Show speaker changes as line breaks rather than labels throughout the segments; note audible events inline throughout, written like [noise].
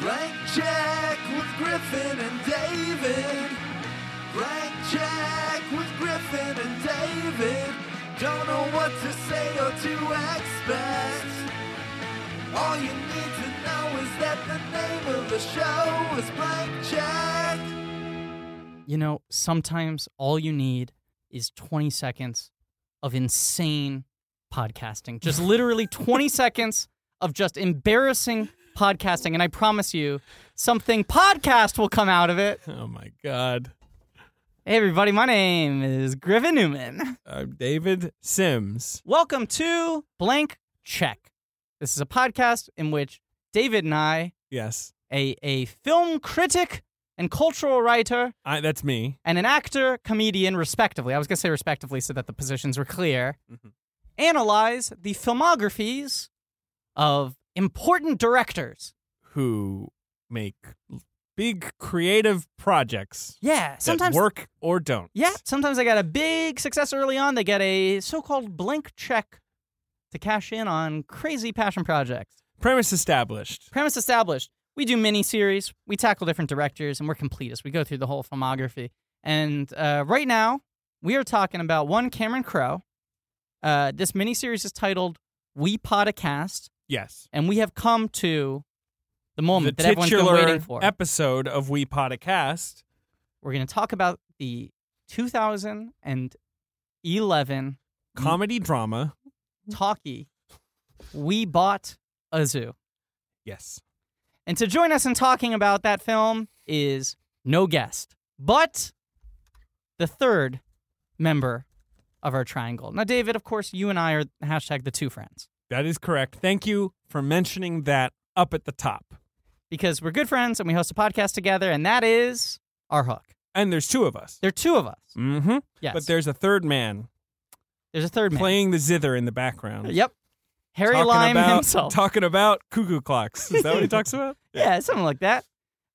Blank check with Griffin and David. Blank check with Griffin and David. Don't know what to say or to expect. All you need to know is that the name of the show is Blank Check.
You know, sometimes all you need is 20 seconds of insane podcasting. [laughs] Just literally 20 seconds of just embarrassing podcasting. And I promise you, something podcast will come out of it.
Oh my God.
Hey, everybody, my name is Griffin Newman.
I'm Um, David Sims.
Welcome to Blank Check. This is a podcast in which David and I,
Yes,
a, a film critic and cultural writer,
I, that's me.
and an actor, comedian, respectively. I was going to say respectively so that the positions were clear.
Mhm.
Analyze the filmographies of important directors.
Who make l- big creative projects
Yeah, sometimes.
that work or don't.
Yeah, sometimes they got a big success early on. They get a so-called blank check to cash in on crazy passion projects.
Premise established.
Premise established. We do mini series. We tackle different directors, and we're completists. We go through the whole filmography. And uh, right now, we are talking about one Cameron Crowe. Uh, this miniseries is titled "We Podcast,"
Yes.
and we have come to the moment
the
that everyone's been
titular
waiting for.
episode of We Podcast.
we're going to talk about the 2011 Mm-hmm.
Comedy drama.
talkie. We bought a zoo.
Yes.
And to join us in talking about that film is no guest, but the third member of our triangle. Now, David, of course, you and I are hashtag the two friends
That is correct. Thank you for mentioning that up at the top.
because we're good friends and we host a podcast together, and that is our hook.
And there's two of us.
There are two of us.
Mm-hmm.
Yes.
But there's a third man
there's a third man.
playing the zither in the background.
Yep. Harry
talking
Lyme
about,
himself.
Talking about cuckoo clocks. Is that
[laughs]
what he talks about?
yeah, something like that.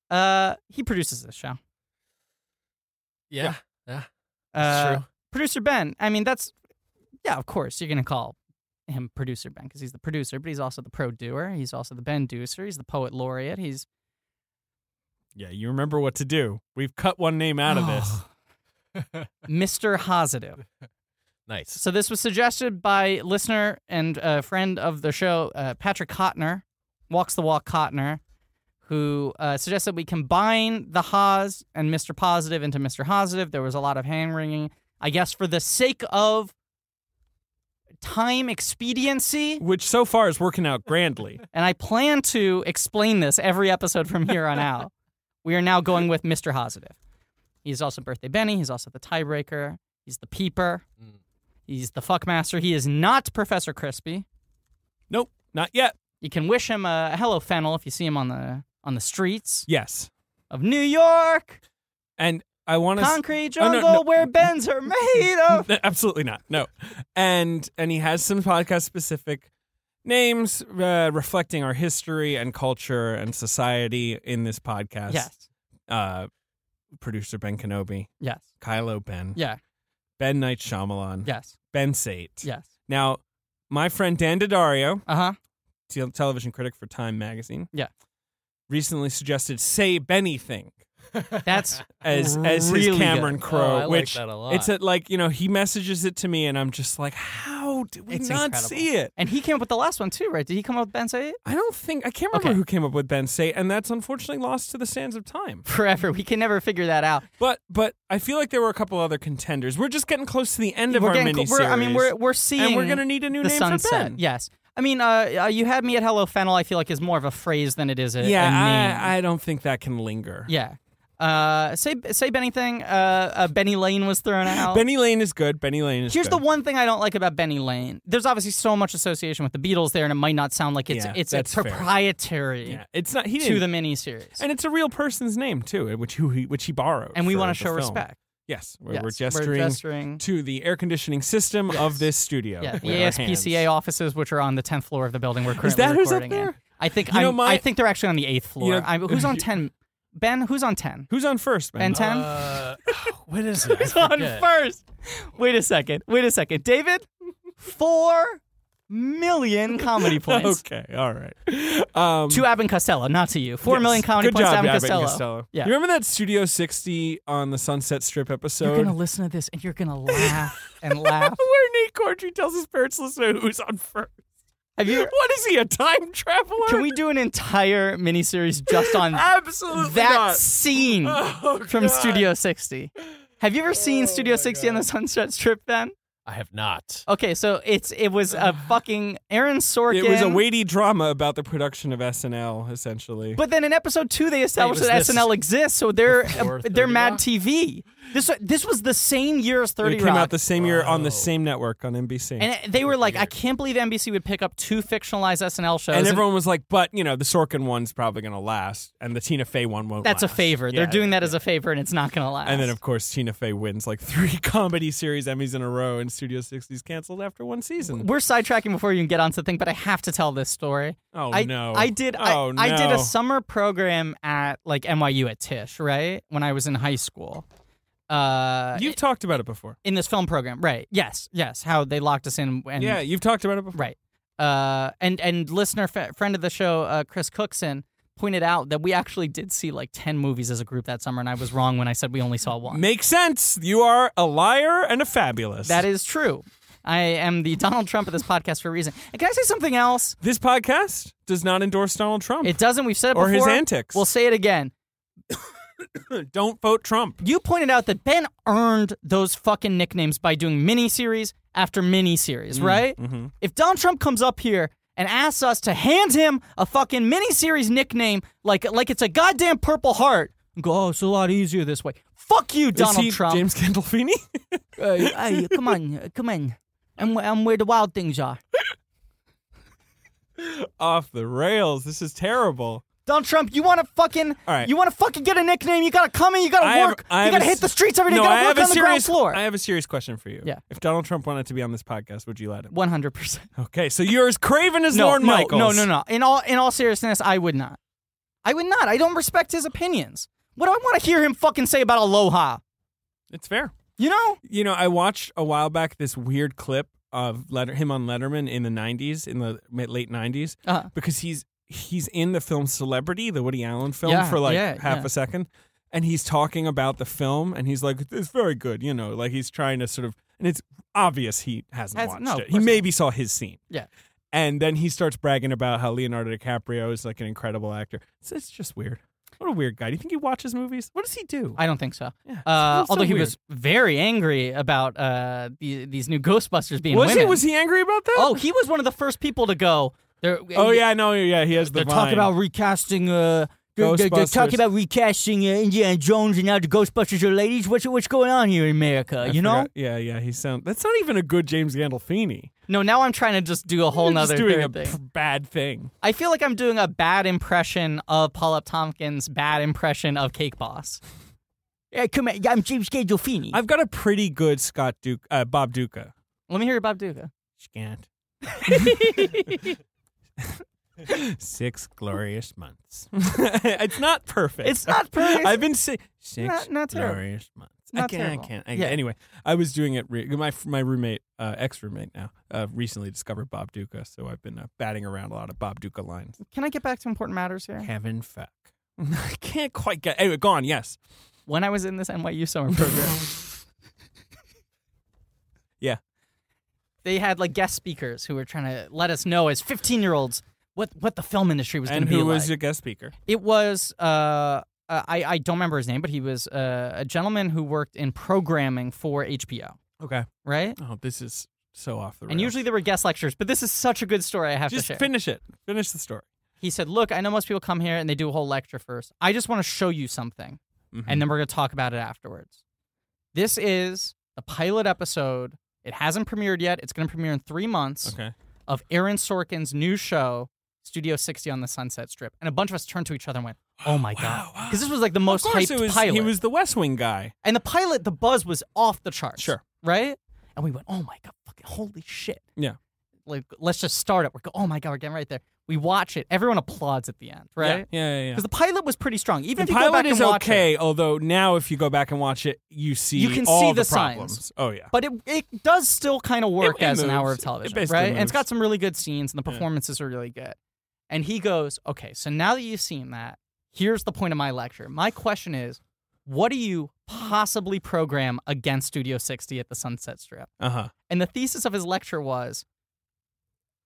Uh, he produces this show.
Yeah,
Uh, producer Ben. I mean, that's yeah, of course you're gonna call him producer Ben because he's the producer, but he's also the pro doer. He's also the Ben Deucer. He's the poet laureate. He's
Yeah, you remember what to do. We've cut one name
[sighs]
out of this.
Oh. [laughs] Mr. Hositive.
nice.
So this was suggested by listener and uh, friend of the show, uh, Patrick Cotner, walks the walk Cotner, who uh, suggested we combine the Haas and Mr. Positive into Mr. Hositive. There was a lot of hand wringing, I guess, for the sake of time expediency.
Which so far is working out
[laughs]
grandly.
And I plan to explain this every episode from here
[laughs]
on out. we are now going with Mr. Hositive. He's also Birthday Benny. He's also the tiebreaker. He's the peeper.
Mm.
He's the fuckmaster. He is not Professor Crispy.
nope, not yet.
You can wish him a hello fennel if you see him on the on the streets
Yes.
of New York.
And I want to
Concrete
Oh, no,
jungle
no.
where bends are made
[laughs]
of.
absolutely not. No. And and he has some podcast specific names uh, reflecting our history and culture and society in this podcast.
Yes.
Uh producer Ben Kenobi,
Yes.
Kylo Ben,
Yeah.
Ben Knight Shyamalan,
Yes.
Ben Sate.
Yes.
Now, my friend Dan Daddario,
Uh huh.
te- television critic for Time magazine,
Yeah.
recently suggested "Say Benny Think" [laughs]
That's
as as his
Really
Cameron
good.
Crowe,
Oh, I like
which
that a lot.
it's at like you know he messages it to me, and I'm just like, how did we
It's
not
incredible.
see it?
and he came up with the last one too, right? Did he come up with Ben Say?
I don't think I can't remember
Okay.
who came up with Ben Sate, and that's unfortunately lost to the sands of time.
[laughs] Forever. We can never figure that out.
But but I feel like there were a couple other contenders. We're just getting close to the end of
we're
our
getting
mini
cl- we're- I mean, we're we're seeing
and we're gonna need a new
the
name
sunset.
for Ben.
Yes, I mean, uh, uh, you had me at hello fennel. I feel like is more of a phrase than it is a, a name.
yeah, I, I don't think that can linger.
yeah. Uh, say say Benny thing. Uh, uh, Benny Lane was thrown out.
Benny Lane is good. Benny Lane is
Here's
good.
the one thing I don't like about Benny Lane. There's obviously so much association with the Beatles there, and it might not sound like it's
Yeah,
it's
that's
it's
fair.
proprietary
Yeah, it's not. He
to
didn't.
the miniseries,
and it's a real person's name too, which who he which he borrowed.
and we
for
want to
the
show
film.
respect.
Yes, we're,
Yes,
we're gesturing
gesturing.
to the air conditioning system of this studio.
Yeah, E the
with our hands.
ASPCA offices, which are on the tenth floor of the building we're currently
that who's up
recording in.
there?
I think
You know,
I'm-
my-
I think they're actually on the eighth floor.
You know-
I'm-
[laughs]
who's on ten? Ben, who's on ten?
Who's on first, man? [laughs]
Ben Ten?
Uh, what is it? I
Who's on
forget.
first? Wait a second. Wait a second, David. Four million [laughs] comedy points
Okay, all right. Um,
Oh. to Abbott and Costello, not to you. Four
yes.
million comedy
Good
points
job,
to Abbott and
Abbott
Costello.
Yeah.
Yeah.
You remember that Studio 60 on the Sunset Strip episode?
You're gonna listen to this and you're gonna laugh and
[laughs]
laugh.
Where Nate Cordry tells his parents listen to who's on first.
Have you?
What is he, a time traveler?
Can we do an entire miniseries just
[laughs]
on
Absolutely
that
not.
scene
[laughs] Oh,
from
God. Oh
Studio 60? Have you ever seen Studio 60 on the Sunset Strip? Then
I have not.
okay, so it's it
[sighs]
was a fucking Aaron Sorkin.
It was a weighty drama about the production of SNL, essentially.
But then in episode two, they established
was
that
this
SNL exists, so they're uh,
before
they're
30
Mad
Rock?
TV. This this was the same year as Thirty
it came
Rock,
out the same year on the
Wow.
same network on NBC.
and it- they were like, "I can't believe NBC would pick up two fictionalized SNL shows."
And
And
everyone was like, but, you know, the Sorkin one's probably going to last, and the Tina Fey one won't
that's a
last.
favor.
Yeah,
they're doing that as a favor, and it's not going to last.
And then, of course, Tina Fey wins like three [laughs] comedy series Emmys in a row, and Studio 60's canceled after one season.
we're sidetracking before you can get onto the thing, but I have to tell this story.
Oh,
I
no.
I did
Oh,
I, I did
no.
a summer program at like NYU at Tisch, right? When I was in high school. Uh
You've talked about it before.
in this film program, right. Yes, yes, how they locked us in and
yeah, you've talked about it before.
right. Uh and and listener f- friend of the show uh, Chris Cookson pointed out that we actually did see like 10 movies as a group that summer and I was wrong when I said we
[laughs]
only saw one.
Makes sense. You are a liar and a fabulous.
That is true. I am the Donald Trump of this podcast for a reason. And can I say something else?
This podcast does not endorse Donald Trump
It doesn't. We've said it
or
before.
his antics.
We'll say it again.
Don't vote Trump.
You pointed out that Ben earned those fucking nicknames by doing miniseries after miniseries,
Mm,
right? Mm-hmm. If Donald Trump comes up here and asks us to hand him a fucking miniseries nickname, like like it's a goddamn Purple Heart, and go, oh, it's a lot easier this way. Fuck you, Donald
is he
Trump.
James [laughs] Gandolfini? [laughs]
Hey, hey, come on, uh, come on. I'm, wh- I'm where the wild things are.
Off the rails. This is terrible.
Donald Trump, you want to fucking,
All right.
you want to fucking get a nickname. You gotta come in. You gotta
I have-
work.
I
you
have
gotta
a
hit
s-
the streets every day.
no,
you gotta
I
work
have
on
a
the ground
serious.
floor.
I have a serious question for you.
Yeah.
If Donald Trump wanted to be on this podcast, would you let him?
One hundred percent.
Okay, so you're as craven as
no,
Lorne
no,
Michaels.
No, no, no. In all in all seriousness, I would not. I would not. I don't respect his opinions. What do I want to hear him fucking say about Aloha?
It's fair.
You know?
You know, I watched a while back this weird clip of Letter- him on Letterman in the '90s, in the mid- late '90s,
Uh-huh.
because he's he's in the film Celebrity, the Woody Allen film,
Yeah,
for like
yeah,
half
yeah.
a second, and he's talking about the film, and he's like, "It's very good," you know, like he's trying to sort of, and it's obvious he hasn't
Has-
watched
no, of
it. He
course not.
maybe saw his scene.
Yeah.
And then he starts bragging about how Leonardo DiCaprio is like an incredible actor. It's, it's just weird. What a weird guy. Do you think he watches movies? What does he do?
I don't think so.
Yeah,
Uh,
it's so
although he
weird.
was very angry about uh, the, these new Ghostbusters being
was
women.
he was he angry about that?
oh, he was one of the first people to go. They're,
Oh yeah, no, yeah, he has the
they're
vine.
talking about recasting. Uh, they're, they're- they're
Ghostbusters.
talking about recasting uh, Indiana Jones, and now the Ghostbusters are ladies. What's what's going on here in America?
I
you know?
forgot- Yeah, yeah, he sound. That's not even a good James Gandolfini.
No, now I'm trying to just do a whole
You're just
nother
doing
third
a
thing.
p- bad thing.
I feel like I'm doing a bad impression of Paul Up Tompkins' bad impression of Cake Boss. Yeah, come on. I'm James Gandolfini.
I've got a pretty good Scott Duke, uh, Bob Duca.
Let me hear Bob [laughs] Duca.
Scant. Six glorious months. [laughs] it's not perfect.
It's [laughs] not perfect.
I've been saying six
Not- not terrible.
Glorious months.
Not
I can't.
terrible.
I can't. I,
Yeah.
Anyway, I was doing it. Re- my my roommate, uh, ex roommate now, uh, recently discovered Bob Duca, so I've been uh, batting around a lot of Bob Duca lines.
Can I get back to important matters here?
Kevin Fuck. [laughs] I can't quite get. Anyway, go on. Yes.
When I was in this NYU summer [laughs] program,
Yeah.
they had like guest speakers who were trying to let us know as 15 year olds what, what the film industry was going to
And
be
who
like.
was your guest speaker?
It was uh, uh, I I don't remember his name, but he was uh, a gentleman who worked in programming for HBO,
Okay.
right?
Oh, this is so off the. Rails.
And usually there were guest lectures, but this is such a good story I have
just
to share.
finish it. Finish the story.
he said, "Look, I know most people come here and they do a whole lecture first. I just want to show you something,
Mm-hmm.
and then we're going to talk about it afterwards." This is the pilot episode. It hasn't premiered yet. It's going to premiere in three months
Okay.
of Aaron Sorkin's new show, Studio 60 on the Sunset Strip. And a bunch of us turned to each other and went, "Oh my god!"
wow.
Because this was like the most
of course,
hyped
it was,
pilot.
He was the West Wing guy.
And the pilot, the buzz was off the charts.
Sure.
Right? And we went, oh my God, fucking holy shit.
Yeah.
Like, let's just start it. We're go, oh my God, we're getting right there. We watch it. Everyone applauds at the end, right?
Yeah, yeah, yeah.
Because the pilot was pretty strong. Even
The
if you go back
pilot is
and watch it-
okay, although now if you go back and watch it, you see
You can
all
see
the,
the signs.
problems. Oh yeah,
but it it does still kind of work
It- it
as an hour of
moves. It
television,
basically
right? And it's
moves.
got some really good scenes, and the performances are really good. And he goes, "Okay, so now that you've seen that, here's the point of my lecture. My question is, what do you possibly program against Studio 60 at the Sunset Strip?"
uh huh.
And the thesis of his lecture was,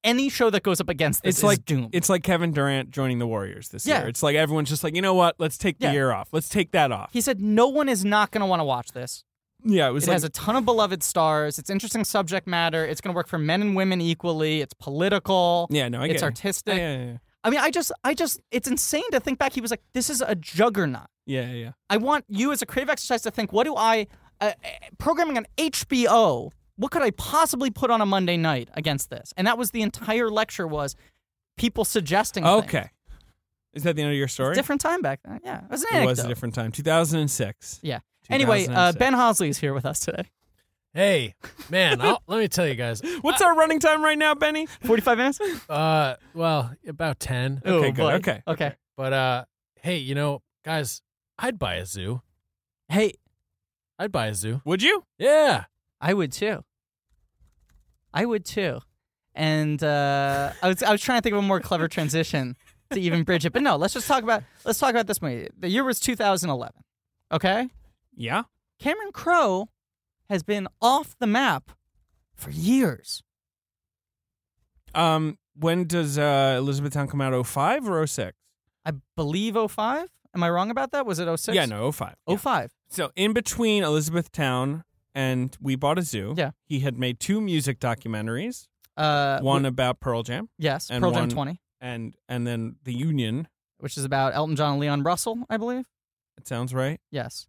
any show that goes up against this
It's
is
like-
doomed.
It's like Kevin Durant joining the Warriors this
Yeah.
year. It's like everyone's just like, you know what? Let's take the
Yeah.
year off. Let's take that off.
he said, "No one is not going to want to watch this.
yeah, it was
It
like
has a ton of beloved stars. It's interesting subject matter. It's going to work for men and women equally. It's political.
yeah, no, I get
it's
it.
artistic.
Yeah, yeah,
I mean, I just, I just, it's insane to think back. He was like, this is a juggernaut.
yeah, yeah, yeah.
I want you as a creative exercise to think, what do I, uh, uh, programming on HBO, what could I possibly put on a Monday night against this? And that was the entire lecture was people suggesting
yeah.
things.
Okay, is that the end of your story?
Different time back then. Yeah. It was an
It
anecdote.
was a different time. 2006.
yeah. Anyway, uh,
2006.
Ben Hosley is here with us today.
[laughs] Hey, man, I'll, let me tell you guys.
What's
uh,
our running time right now, Benny?
45 minutes?
Uh, well, about ten,
Oh,
good.
boy.
Okay.
Okay.
but uh, hey, you know, guys, I'd buy a zoo.
Hey,
I'd buy a zoo.
Would you?
Yeah,
I would too. I would too. And uh, I was I was trying to think of a more clever transition to even bridge it, but no. Let's just talk about let's talk about this movie. The year was 2011. Okay,
Yeah.
Cameron Crowe has been off the map for years.
Um, when does uh, Elizabethtown come out? 05 or 06?
I believe 05. Am I wrong about that? Was it 06?
Yeah, no, 05. Yeah.
05.
So in between Elizabethtown and We Bought a Zoo,
Yeah.
he had made two music documentaries,
Uh,
one about Pearl Jam
yes,
and
Pearl Jam
one-
20,
and and then The Union.
which is about Elton John and Leon Russell, I believe.
It sounds right.
Yes.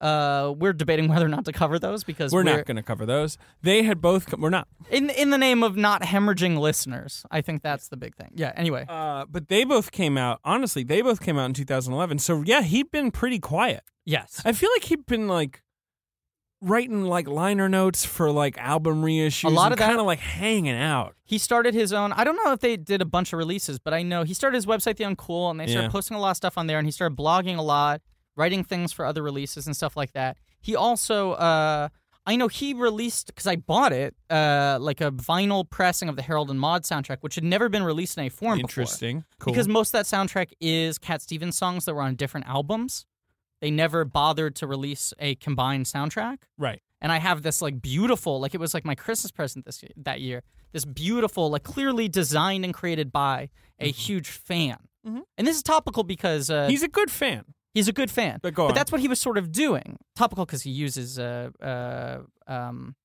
Uh, we're debating whether or not to cover those because
We're not going to cover those. They had both. co- We're not.
In in the name of not hemorrhaging listeners, I think that's the big thing. Yeah. Anyway,
Uh, but they both came out. Honestly, they both came out in 2011. So yeah, he'd been pretty quiet.
yes.
I feel like he'd been like writing like liner notes for like album reissues.
A lot of that-
kind of like hanging out.
He started his own. I don't know if they did a bunch of releases, but I know he started his website, The Uncool, and they started
Yeah.
posting a lot of stuff on there. And he started blogging a lot, writing things for other releases and stuff like that. He also, uh, I know he released because I bought it, uh, like a vinyl pressing of the Harold and Maude soundtrack, which had never been released in any form before.
Interesting. Cool.
Because most of that soundtrack is Cat Stevens songs that were on different albums. They never bothered to release a combined soundtrack.
right.
And I have this like beautiful, like it was like my Christmas present this that year. This beautiful, like clearly designed and created by a huge fan.
Mhm.
And this is topical because uh, he's,
Mm-hmm. He's a good fan.
a good fan.
But go on.
that's what he was sort of doing. Topical because he uses uh, uh, um,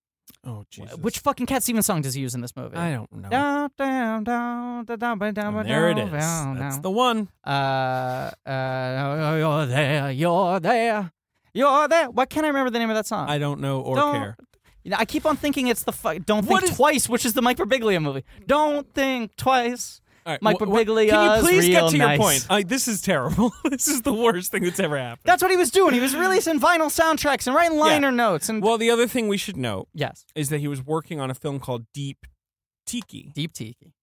Oh
wh-
Jesus.
which fucking Cat Stevens song does he use in this movie?
I don't know.
Down, down, down, down, down, down,
And
down,
there it is.
down,
That's
down
the one.
uh, uh, you're there, you're there, you're there. Why can't I remember the name of that song?
I don't know or
Don't
care.
You know, I keep on thinking it's the fu- Don't
What
Think
is-
Twice, which is the Mike Birbiglia movie. Don't Think Twice.
All right, wh-
Mike
wh- Can
Birbiglia's
you please
real
get to
nice.
your point? I, this is terrible. [laughs] this is the worst thing that's ever happened.
That's what he was doing. He was releasing vinyl soundtracks and writing liner notes. And
well, the other thing we should know
yes,
is that he was working on a film called Deep Tiki,
Deep Tiki.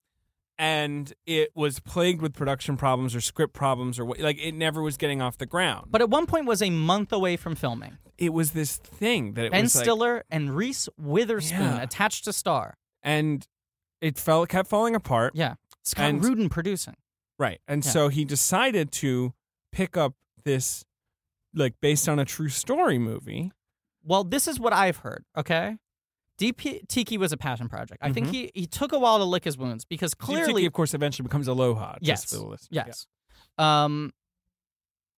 and it was plagued with production problems or script problems or what, like it never was getting off the ground.
But at one point was a month away from filming.
it was this thing that it
Ben
was like,
Stiller and Reese Witherspoon
Yeah.
attached to star.
and it fell kept falling apart.
Yeah, Scott
And-
Rudin producing.
Right. And
Yeah.
so he decided to pick up this like based on a true story movie.
Well, this is what I've heard, okay? DP Tiki was a passion project. I
Mm-hmm.
think he, he took a while to lick his wounds because
Deep Tiki,
clearly
of course, eventually becomes Aloha. just
Yes.
for the listeners. Yeah.
yes. Um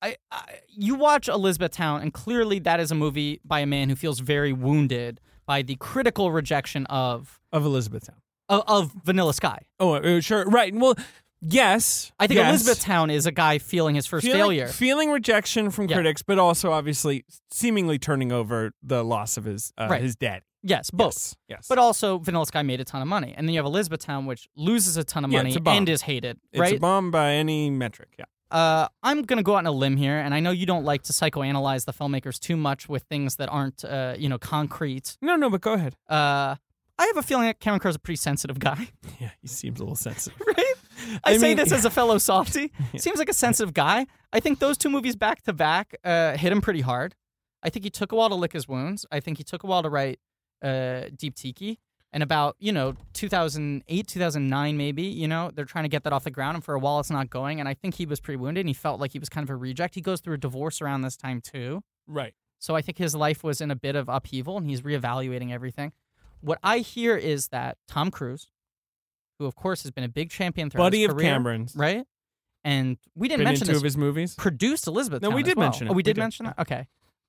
I, I you watch Elizabethtown and clearly that is a movie by a man who feels very wounded by the critical rejection of
Of Elizabethtown.
of, of Vanilla Sky.
Oh, uh, sure. Right. Well, yes.
I think
yes.
Elizabethtown is a guy feeling his first
Feeling,
failure.
feeling rejection from
Yeah.
critics, but also obviously seemingly turning over the loss of his uh,
Right.
his daddy.
yes, both.
Yes, yes.
But also Vanilla Sky made a ton of money. And then you have Elizabethtown which loses a ton of
Yeah,
money
it's a bomb.
and is hated,
it's
right?
a bomb by any metric. Yeah,
Uh, I'm going to go out on a limb here, and I know you don't like to psychoanalyze the filmmakers too much with things that aren't, uh, you know, concrete.
no, no. But go [laughs] ahead.
Uh, I have a feeling that Cameron Crowe's a pretty sensitive guy.
Yeah, he seems a little sensitive.
[laughs] Right? I,
I
say
mean- [laughs]
this as a fellow softie. Seems like a sensitive guy. I think those two movies back to back uh, hit him pretty hard. I think he took a while to lick his wounds. I think he took a while to write uh, Deep Tiki. And about, you know, 2008, 2009, maybe, you know, they're trying to get that off the ground. And for a while, it's not going. And I think he was pretty wounded and he felt like he was kind of a reject. He goes through a divorce around this time, too.
Right.
So I think his life was in a bit of upheaval and he's reevaluating everything. What I hear is that Tom Cruise, who of course has been a big champion throughout
Buddy
his
of
career,
Cameron's.
right? And we didn't
Been in
mention
two
this.
of his movies.
produced Elizabeth.
No, we did mention it.
Oh, we
We
did
did,
mention that. Okay.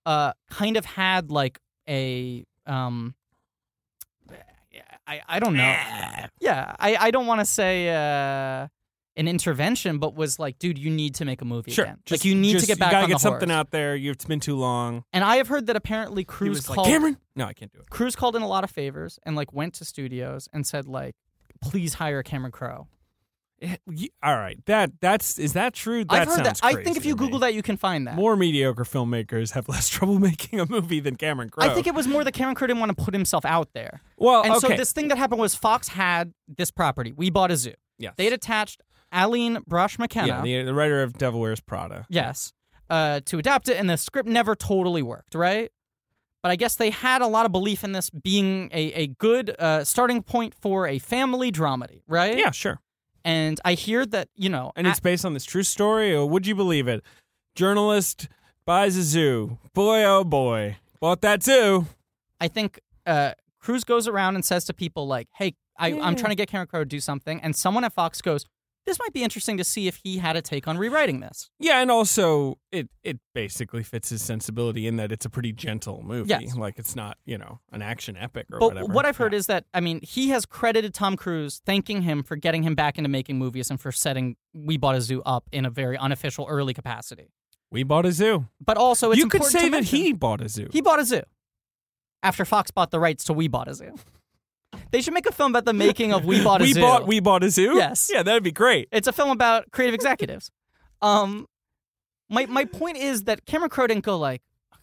Uh, kind of had like a um. I, I
[sniffs]
don't know. Yeah, I, I don't want to say uh, an intervention, but was like, dude, you need to make a movie
Sure.
again.
Just-
like you need
just-
to get back
gotta
on
get
the
something
horse.
out there. You've it's been too long.
And I have heard that apparently Cruise
He was like,
called
Cameron. No, I can't do it.
Cruz called in a lot of favors and like went to studios and said like, please hire Cameron Crowe.
Eh, y- All right. That that's is that true? That
I've heard that.
sounds
I think if
crazy
you
to me.
Google that, you can find that.
more mediocre filmmakers have [laughs] less trouble making a movie than Cameron Crowe.
I think it was more that Cameron Crowe didn't want to put himself out there.
well,
And
okay.
so this thing that happened was Fox had this property. We bought a zoo.
Yes.
They'd attached Aline Brush
yeah,
McKenna.
the, the writer of Devil Wears Prada.
yes. Uh, to adapt it, and the script never totally worked, right? But I guess they had a lot of belief in this being a, a good uh, starting point for a family dramedy, right?
Yeah, sure.
And I hear that, you know,
And
a-
it's based on this true story, or would you believe it? Journalist buys a zoo. Boy, oh boy, bought that zoo.
I think uh, Cruz goes around and says to people like, "Hey, I, I'm trying to get Cameron Crowe to do something," and someone at Fox goes, "This might be interesting to see if he had a take on rewriting this."
Yeah, and also it it basically fits his sensibility in that it's a pretty gentle movie.
Yes.
Like it's not you know an action epic or
But
whatever.
what I've heard is that I mean, he has credited Tom Cruise, thanking him for getting him back into making movies and for setting We Bought a Zoo up in a very unofficial early capacity.
we bought a zoo.
But also, it's
you could
important
say
to
that
mention-
he bought a zoo.
he bought a zoo after Fox bought the rights to We Bought a Zoo. They should make a film about the making of We Bought a
we
Zoo.
bought we bought a zoo.
Yes.
Yeah, that'd be great.
It's a film about creative executives. Um, my my point is that Cameron Crowe didn't go like,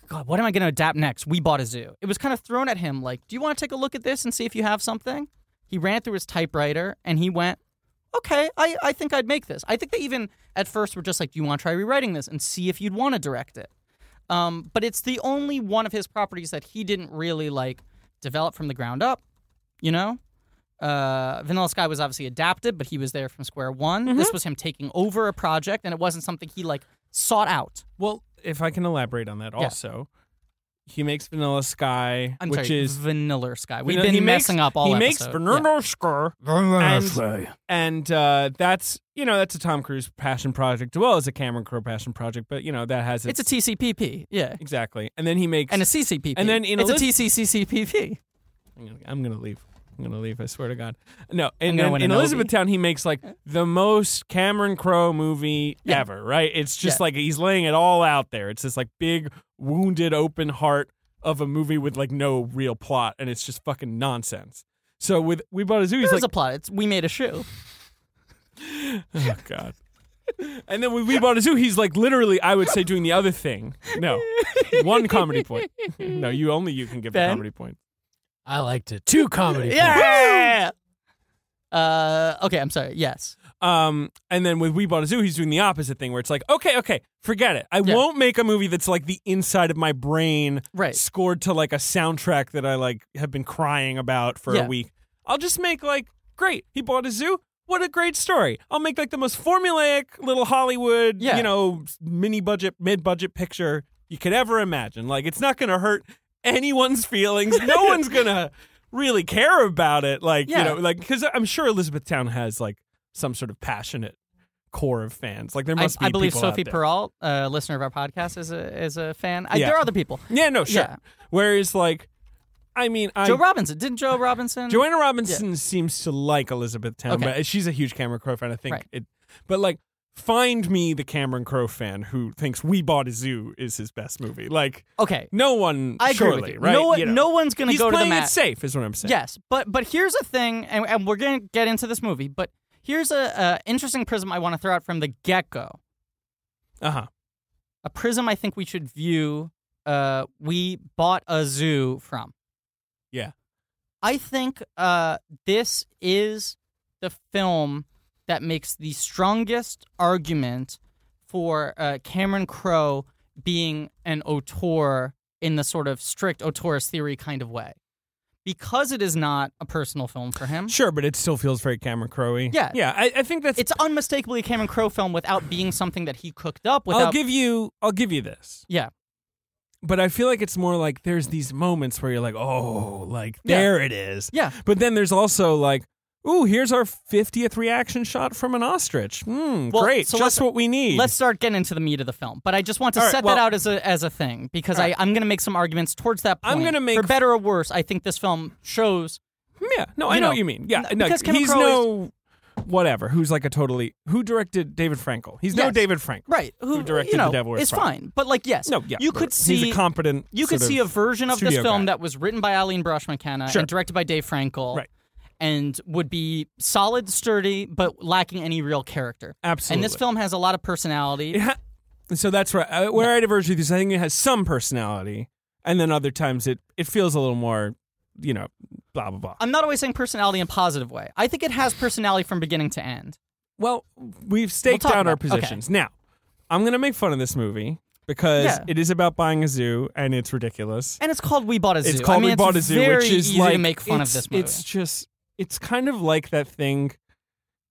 God, what am I going to adapt next? We bought a zoo. It was kind of thrown at him like, Do you want to take a look at this and see if you have something? He ran through his typewriter and he went, Okay, I, I think I'd make this. I think they even at first were just like, Do you want to try rewriting this and see if you'd want to direct it? Um, but it's the only one of his properties that he didn't really like develop from the ground up, you know? uh, Vanilla Sky was obviously adapted, but he was there from square one.
Mm-hmm.
This was him taking over a project, and it wasn't something he like sought out.
Well, if I can elaborate on that,
Yeah.
also, he makes Vanilla Sky,
I'm
which
sorry,
is
Vanilla Sky. We've
Vanilla-
been
he makes-
messing up all.
He makes
episode.
Vanilla Sky, and,
Play.
and uh, that's you know that's a Tom Cruise passion project as well as a Cameron Crowe passion project, but you know that has
Yeah. It's a TCPP, yeah,
exactly. And then he makes
and a CCPP,
And then in
it's
Elis-
a TCCCPP.
I'm gonna, I'm gonna leave. I'm gonna leave. I swear to God. No, and
gonna
then
win
in
an Obie.
Elizabethtown, he makes like the most Cameron Crowe movie
Yeah.
ever. Right? It's just
Yeah.
like he's laying it all out there. It's this like big wounded open heart of a movie with like no real plot, and it's just fucking nonsense. So with we bought a zoo. He's
There's
like,
a plot. It's we made
[laughs]
a shoe.
oh god. And then when we bought a zoo, he's like literally, I would say, doing the other thing. No, one comedy point. No, you only you can give
Ben?
a comedy point.
I liked it. Two comedy. points.
Yeah. Uh, okay, I'm sorry. Yes,
Um, and then with We Bought a Zoo, he's doing the opposite thing where it's like, okay, okay, forget it. I
Yeah.
won't make a movie that's like the inside of my brain
right.
scored to like a soundtrack that I like have been crying about for
Yeah.
a week. I'll just make like, great, he bought a zoo. What a great story. I'll make like the most formulaic little Hollywood,
Yeah.
you know, mini budget, mid budget picture you could ever imagine. Like, it's not going to hurt anyone's feelings.
[laughs]
No one's going to really care about it. Like,
Yeah.
you know, like, because I'm sure Elizabethtown has like some sort of passionate core of fans. Like, there
I,
must be
I believe
people out
Sophie
there.
Peralt, uh, listener of our podcast, is a is a fan. I,
Yeah.
There are other people.
Yeah, no, sure.
Yeah.
Whereas, like, I mean, I
Joe Robinson didn't Joe Robinson?
Joanna Robinson seems to like Elizabeth Town,
Okay.
but she's a huge Cameron Crowe fan. I think
Right.
it, but like, find me the Cameron Crowe fan who thinks We Bought a Zoo is his best movie. Like,
okay,
no one,
I agree
surely,
with you.
right?
No, one-
You know.
no one's going to
he's
go to the
playing
mat.
it safe, is what I'm saying.
Yes, but but here's a thing, and, and we're going to get into this movie, but here's a, a interesting prism I want to throw out from the get go.
Uh huh.
A prism I think we should view. Uh, we bought a zoo from. Mm-hmm.
Yeah.
I think uh, this is the film that makes the strongest argument for uh, Cameron Crowe being an auteur in the sort of strict auteurist theory kind of way. Because it is not a personal film for him,
Sure, but it still feels very Cameron Crowe-y.
Yeah.
yeah. I, I think that's.
it's unmistakably a Cameron Crowe film without being something that he cooked up. Without
I'll give you. I'll give you this.
yeah,
But I feel like it's more like there's these moments where you're like, oh, like
Yeah.
there it is.
yeah,
But then there's also like, ooh, here's our 50th reaction shot from an ostrich. Hmm,
Well,
great.
so let's-
Just what we need.
Let's start getting into the meat of the film. But I just want to
All right,
set
well-
that out as a as a thing because
All
I, I'm going to make some arguments towards that point.
I'm gonna make-
for better or worse. I think this film shows.
yeah. No, I
you
know,
know,
what you mean. Yeah.
n-
no,
because Cameron
he's
Crowe
no whatever. Who's like a totally who directed David Frankel? He's no
Yes.
David Frankel.
Right, who,
Who directed
you know,
The Devil Wears
is
Prada.
fine, but like yes,
No, yeah.
you could
he's
see
a competent.
you could
sort
see a
of-
version of this
studio
film
guy.
that was written by Eileen Brosh McKenna
Sure.
and directed by Dave Frankel,
Right.
and would be solid, sturdy, but lacking any real character.
absolutely.
And this film has a lot of personality.
It ha- [laughs] so that's where, uh, where I diverge with you. is I think it has some personality, and then other times it it feels a little more, you know, blah blah blah.
I'm not always saying personality in a positive way. I think it has personality from beginning to end.
well, we've staked
talk
out our
about it. Okay.
positions. Now, I'm gonna make fun of this movie because
Yeah.
it is about buying a zoo and it's ridiculous.
And it's called We Bought a Zoo.
It's called
I mean,
We Bought a Zoo,
very
which is
easy
like
to make fun of
it's-
this movie.
It's just it's kind of like that thing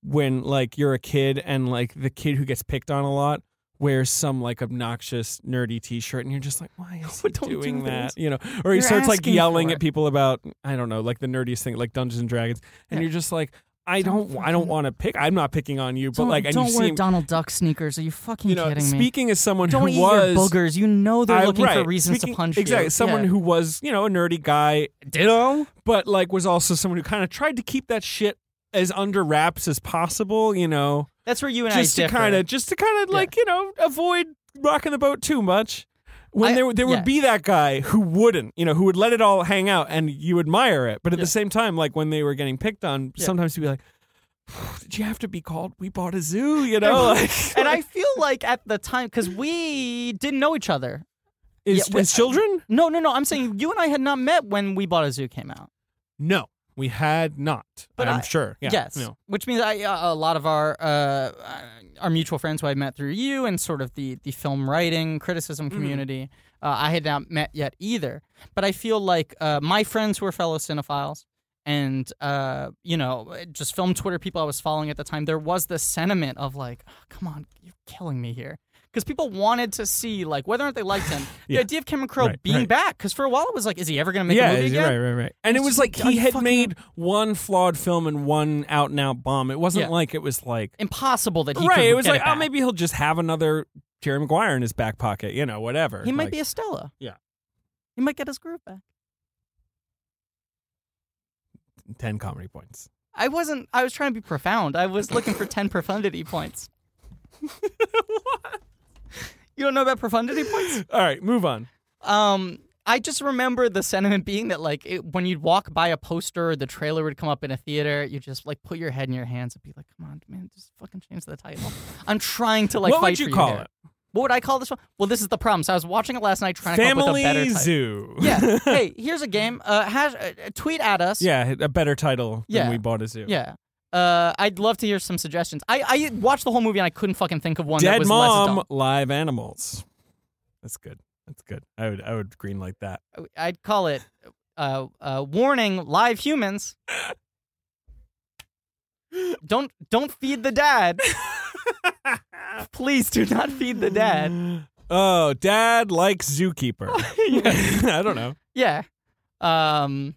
when like you're a kid and like the kid who gets picked on a lot wears some like obnoxious nerdy t-shirt and you're just like why
[laughs]
is he
But don't
doing
do
that
this.
you know or he
You're
starts like
asking
yelling
for
at
it.
people about i don't know like the nerdiest thing like dungeons and dragons and
Yeah.
you're just like i don't i don't want to pick i'm not picking on you but
don't
like and
don't
you
wear
see him,
Donald Duck sneakers. Are you fucking
you know
kidding me?
speaking as someone
[laughs] Don't
who
eat
was
your boogers. You know they're
I-
looking for
right.
reasons
Speaking-
to punch
exactly,
you.
someone who was, you know, a nerdy guy, ditto, but like was also someone who kind of tried to keep that shit as under wraps as possible, you know,
That's where you and
just
I
to
differ.
kind of, just to kind of
Yeah.
like, you know, avoid rocking the boat too much. When
I-
there, there
yeah.
would be that guy who wouldn't, you know, who would let it all hang out, and you admire it. But at
Yeah.
the same time, like when they were getting picked on,
Yeah.
sometimes you'd be like, "Did you have to be called? We bought a zoo, you know." [laughs] Like,
[laughs] and I feel like at the time, because we didn't know each other.
is,
Yeah, we-
as children,
No, no, no. I'm saying you and I had not met when We Bought a Zoo came out.
No, we had not.
But
I'm
I-
sure. Yeah.
yes,
No.
which means I, uh, a lot of our uh, our mutual friends who I met through you and sort of the the film writing
Mm-hmm.
criticism community, uh, I had not met yet either. But I feel like uh, my friends who are fellow cinephiles and uh, you know just film Twitter people I was following at the time, there was this sentiment of like, "Oh, come on, you're killing me here. Because people wanted to see, like, whether or not they liked
[laughs]
him,
Yeah.
the idea of Cameron Crowe
Right,
being
right.
back. Because for a while it was like, is he ever going to make
yeah,
a movie
you're
again?
right, right, right. And it
It's
was
just
like
like,
he
I
had
fucking-
made one flawed film and one out and out bomb. It wasn't
Yeah.
like it was like
Impossible that he
right.
could
It was
get
like oh,
back.
maybe he'll just have another Jerry Maguire in his back pocket. You know, whatever.
He might
Like,
be a Stella.
Yeah.
He might get his groove back.
ten comedy points.
I wasn't I was trying to be profound. I was looking for 10 profundity points. [laughs] You don't know about profundity points?
All right, move on.
Um I just remember the sentiment being that like it, when you'd walk by a poster or the trailer would come up in a theater, you just like put your head in your hands and be like, "Come on, man, just fucking change the title." I'm trying to like
what
fight
would you
for
call
here.
it?
What would I call this one? Well, this is the problem. So I was watching it last night trying to come up with a better
Family
title.
Zoo.
Yeah. Hey, here's a game. Uh, hash, uh, tweet at
[laughs]
us.
yeah, a better title
Yeah.
than we bought a zoo.
Yeah. Uh, I'd love to hear some suggestions. I, I watched the whole movie and I couldn't fucking think of one that
Dead
was
mom,
less
live animals. That's good. That's good. I would I would green like that.
dumb. I'd call it uh, uh, warning live humans. Don't don't feed
[laughs]
the dad. Please do not feed the dad.
Oh, dad likes zookeeper. [laughs] I don't know.
[laughs] Yeah. Um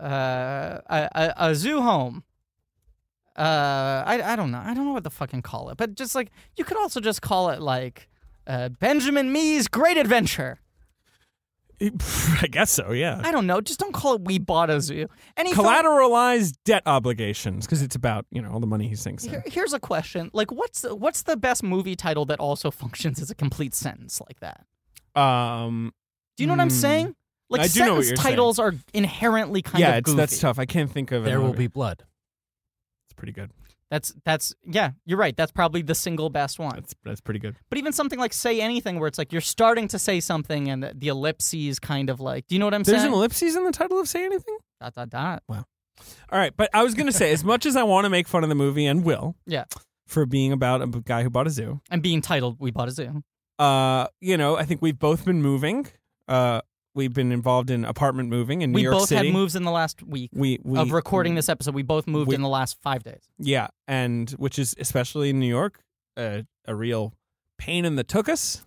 uh a, a, a zoo home. Uh I I don't know. I don't know what to fucking call it. But just like you could also just call it like uh, Benjamin Mee's Great Adventure.
I guess so, yeah.
I don't know. Just don't call it We Bought a Zoo. Any film-
Collateralized debt obligations because it's about, you know, all the money he sinks in.
Here- here's a question: Like, what's what's the best movie title that also [laughs] functions as a complete sentence like that?
Um,
Do you know what I'm
Hmm.
saying? Like,
I do know what
sentence
you're saying.
titles are inherently kind
yeah,
of
it's,
goofy.
that's tough. I can't think of it.
There will be blood.
It's pretty good.
That's that's yeah, you're right. That's probably the single best one.
That's that's pretty good.
But even something like "Say Anything," where it's like you're starting to say something, and the, the ellipses kind of like, do you know what I'm
There's an
saying?
ellipses in the title of Say Anything?
dot dot dot.
Wow. All right, but I was gonna say, as much as I want to make fun of the movie and will,
[laughs] Yeah.
for being about a b- guy who bought a zoo,
And being titled "We Bought a Zoo."
uh, you know, I think we've both been moving. Uh, we've been involved in apartment moving in
we
New York
both
City.
had moves in the last week
we, we
of recording this episode. We both moved
we-
in the last five days.
Yeah, and which is especially in New York, uh, a real pain in the tuchus,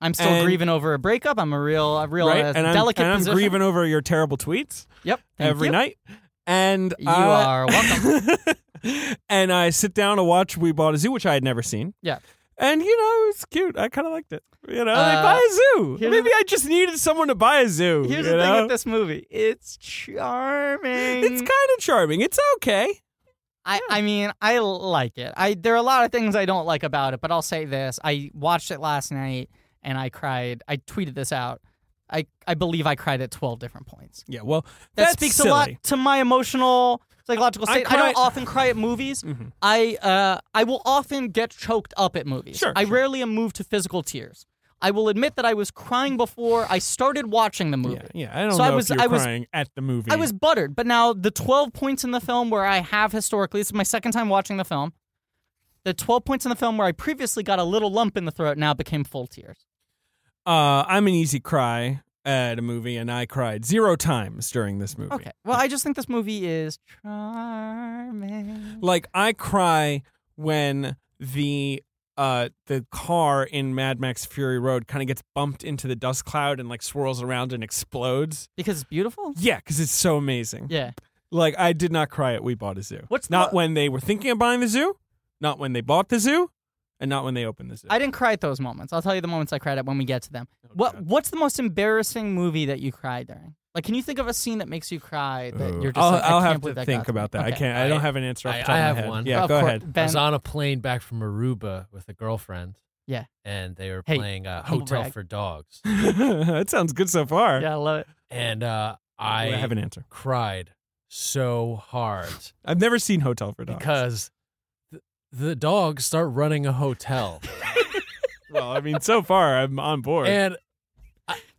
I'm still
And-
grieving over a breakup. I'm a real, a real
right?
uh,
and I'm,
delicate
and I'm
position.
grieving over your terrible tweets
Yep. Thank
every
you.
night. And
You
I- [laughs]
are welcome.
and I sit down to watch We Bought a Zoo, which I had never seen.
Yeah.
And you know, it's cute. I kind of liked it. You know,
Uh,
they buy a zoo.
here's
Maybe I just needed someone to buy a zoo.
Here's
you
the thing
know?
with this movie. It's charming.
It's kind of charming. It's okay.
I, I mean, I like it. I there are a lot of things I don't like about it, but I'll say this. I watched it last night and I cried. I tweeted this out. I, I believe I cried at 12 different points.
Yeah. Well,
That
that's
speaks
silly.
a lot to my emotional psychological
I
state. I,
cried-
don't often cry at movies.
Mhm.
I uh I will often get choked up at movies.
Sure,
I
sure.
rarely am moved to physical tears. I will admit that I was crying before I started watching the movie.
Yeah, yeah. I don't
So I
know
was-
if
I
you're
was-
crying at the movie.
I was buttered, but now the 12 points in the film where I have historically, this is my second time watching the film. The 12 points in the film where I previously got a little lump in the throat now became full tears.
Uh, I'm an easy cry at a movie, and I cried zero times during this movie.
Okay. Well, I just think this movie is charming.
Like I cry when the uh the car in Mad Max Fury Road kind of gets bumped into the dust cloud and like swirls around and explodes.
Because it's beautiful?
Yeah, because it's so amazing.
Yeah.
Like I did not cry at We Bought a Zoo.
What's the-
not when they were thinking of buying the zoo, not when they bought the zoo, and not when they opened the zoo.
I didn't cry at those moments. I'll tell you the moments I cried at when we get to them. What What's the most embarrassing movie that you cried during? Like, can you think of a scene that makes you cry that you're just
I'll,
like, I
I'll
can't
have
believe
to
that got
think
to me.
about that. I
Okay.
can't. I, don't
I-
have an answer off the
I-
top
I
of my
have
head.
one.
Yeah,
Of
go
course,
ahead.
I
Ben,
was on a plane back from Aruba with a girlfriend.
Yeah.
And they were
Hey,
playing uh,
humble
Hotel
brag.
for Dogs.
[laughs] that sounds good so far.
yeah, I love it.
And uh,
I
I
have an answer.
cried so hard
I've never seen Hotel for Dogs.
because th- the dogs start running a hotel.
[laughs] well, I mean, so far I'm on board.
Eh,
and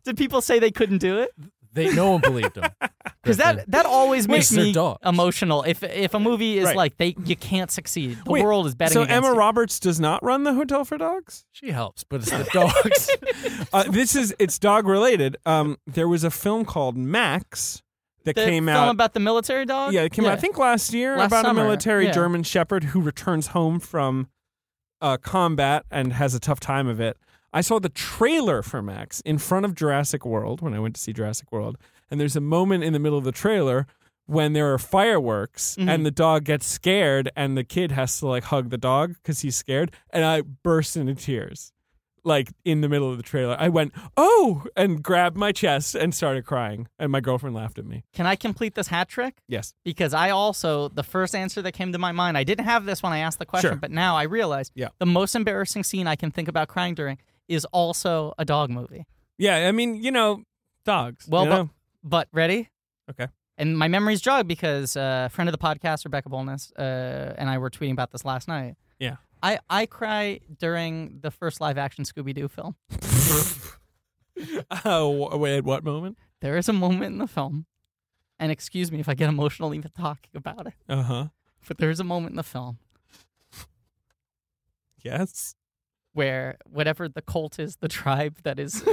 Did people say they couldn't do it?
they no one believed them.
Because that that always
Wait,
makes
they're
me
dogs.
emotional. If if a movie is
Right.
like they you can't succeed, the
Wait,
world is betting.
so
against
Emma
you.
Roberts does not run the Hotel for Dogs.
she helps, but it's the dogs.
Uh, this is it's dog related. Um, there was a film called Max that
the
came
film
out.
about the military dog.
yeah, it came out I think last year
Last
about
summer,
a military
yeah.
German Shepherd who returns home from uh, combat and has a tough time of it. I saw the trailer for Max in front of Jurassic World when I went to see Jurassic World, and there's a moment in the middle of the trailer when there are fireworks
Mhm.
and the dog gets scared and the kid has to like hug the dog because he's scared, and I burst into tears. Like in the middle of the trailer, I went, oh, and grabbed my chest and started crying. And my girlfriend laughed at me.
Can I complete this hat trick?
Yes.
Because I also the first answer that came to my mind. I didn't have this when I asked the question,
Sure.
but now I realize
Yeah.
the most embarrassing scene I can think about crying during is also a dog movie.
Yeah, I mean, you know, dogs.
Well,
you
but-
know?
But ready?
Okay.
And my memories jog because uh, friend of the podcast, Rebecca Bolness, uh, and I were tweeting about this last night.
Yeah.
I, I cry during the first live action Scooby Doo film.
[laughs] oh, wh- wait, at what moment?
There is a moment in the film, and excuse me if I get emotional even talking about it,
Uh huh.
but there is a moment in the film
Yes.
where whatever the cult is, the [laughs] tribe
[laughs]
that is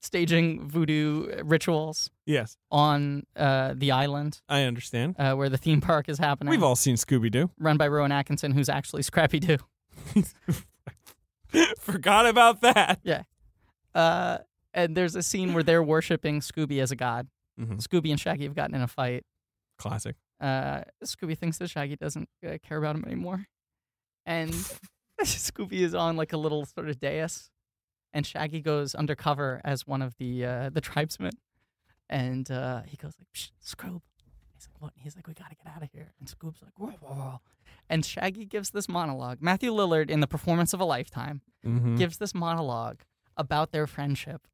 staging voodoo rituals
Yes,
on uh, the island
I understand.
uh, where the theme park is happening,
We've all seen Scooby Doo.
run by Rowan Atkinson, who's actually Scrappy Doo.
[laughs] Forgot about that.
Uh, and there's a scene where they're worshiping Scooby as a god.
Mhm.
Scooby and Shaggy have gotten in a fight.
Classic.
uh, Scooby thinks that Shaggy doesn't uh, care about him anymore, and [laughs] Scooby is on like a little sort of dais, and Shaggy goes undercover as one of the uh, the tribesmen, and uh, he goes like, Psh, "Scoob," he's like, "What?" He's like, "We gotta get out of here," and Scoob's like, "Whoa, whoa, whoa." And Shaggy gives this monologue. Matthew Lillard, in the performance of a lifetime,
Mm-hmm.
gives this monologue about their friendship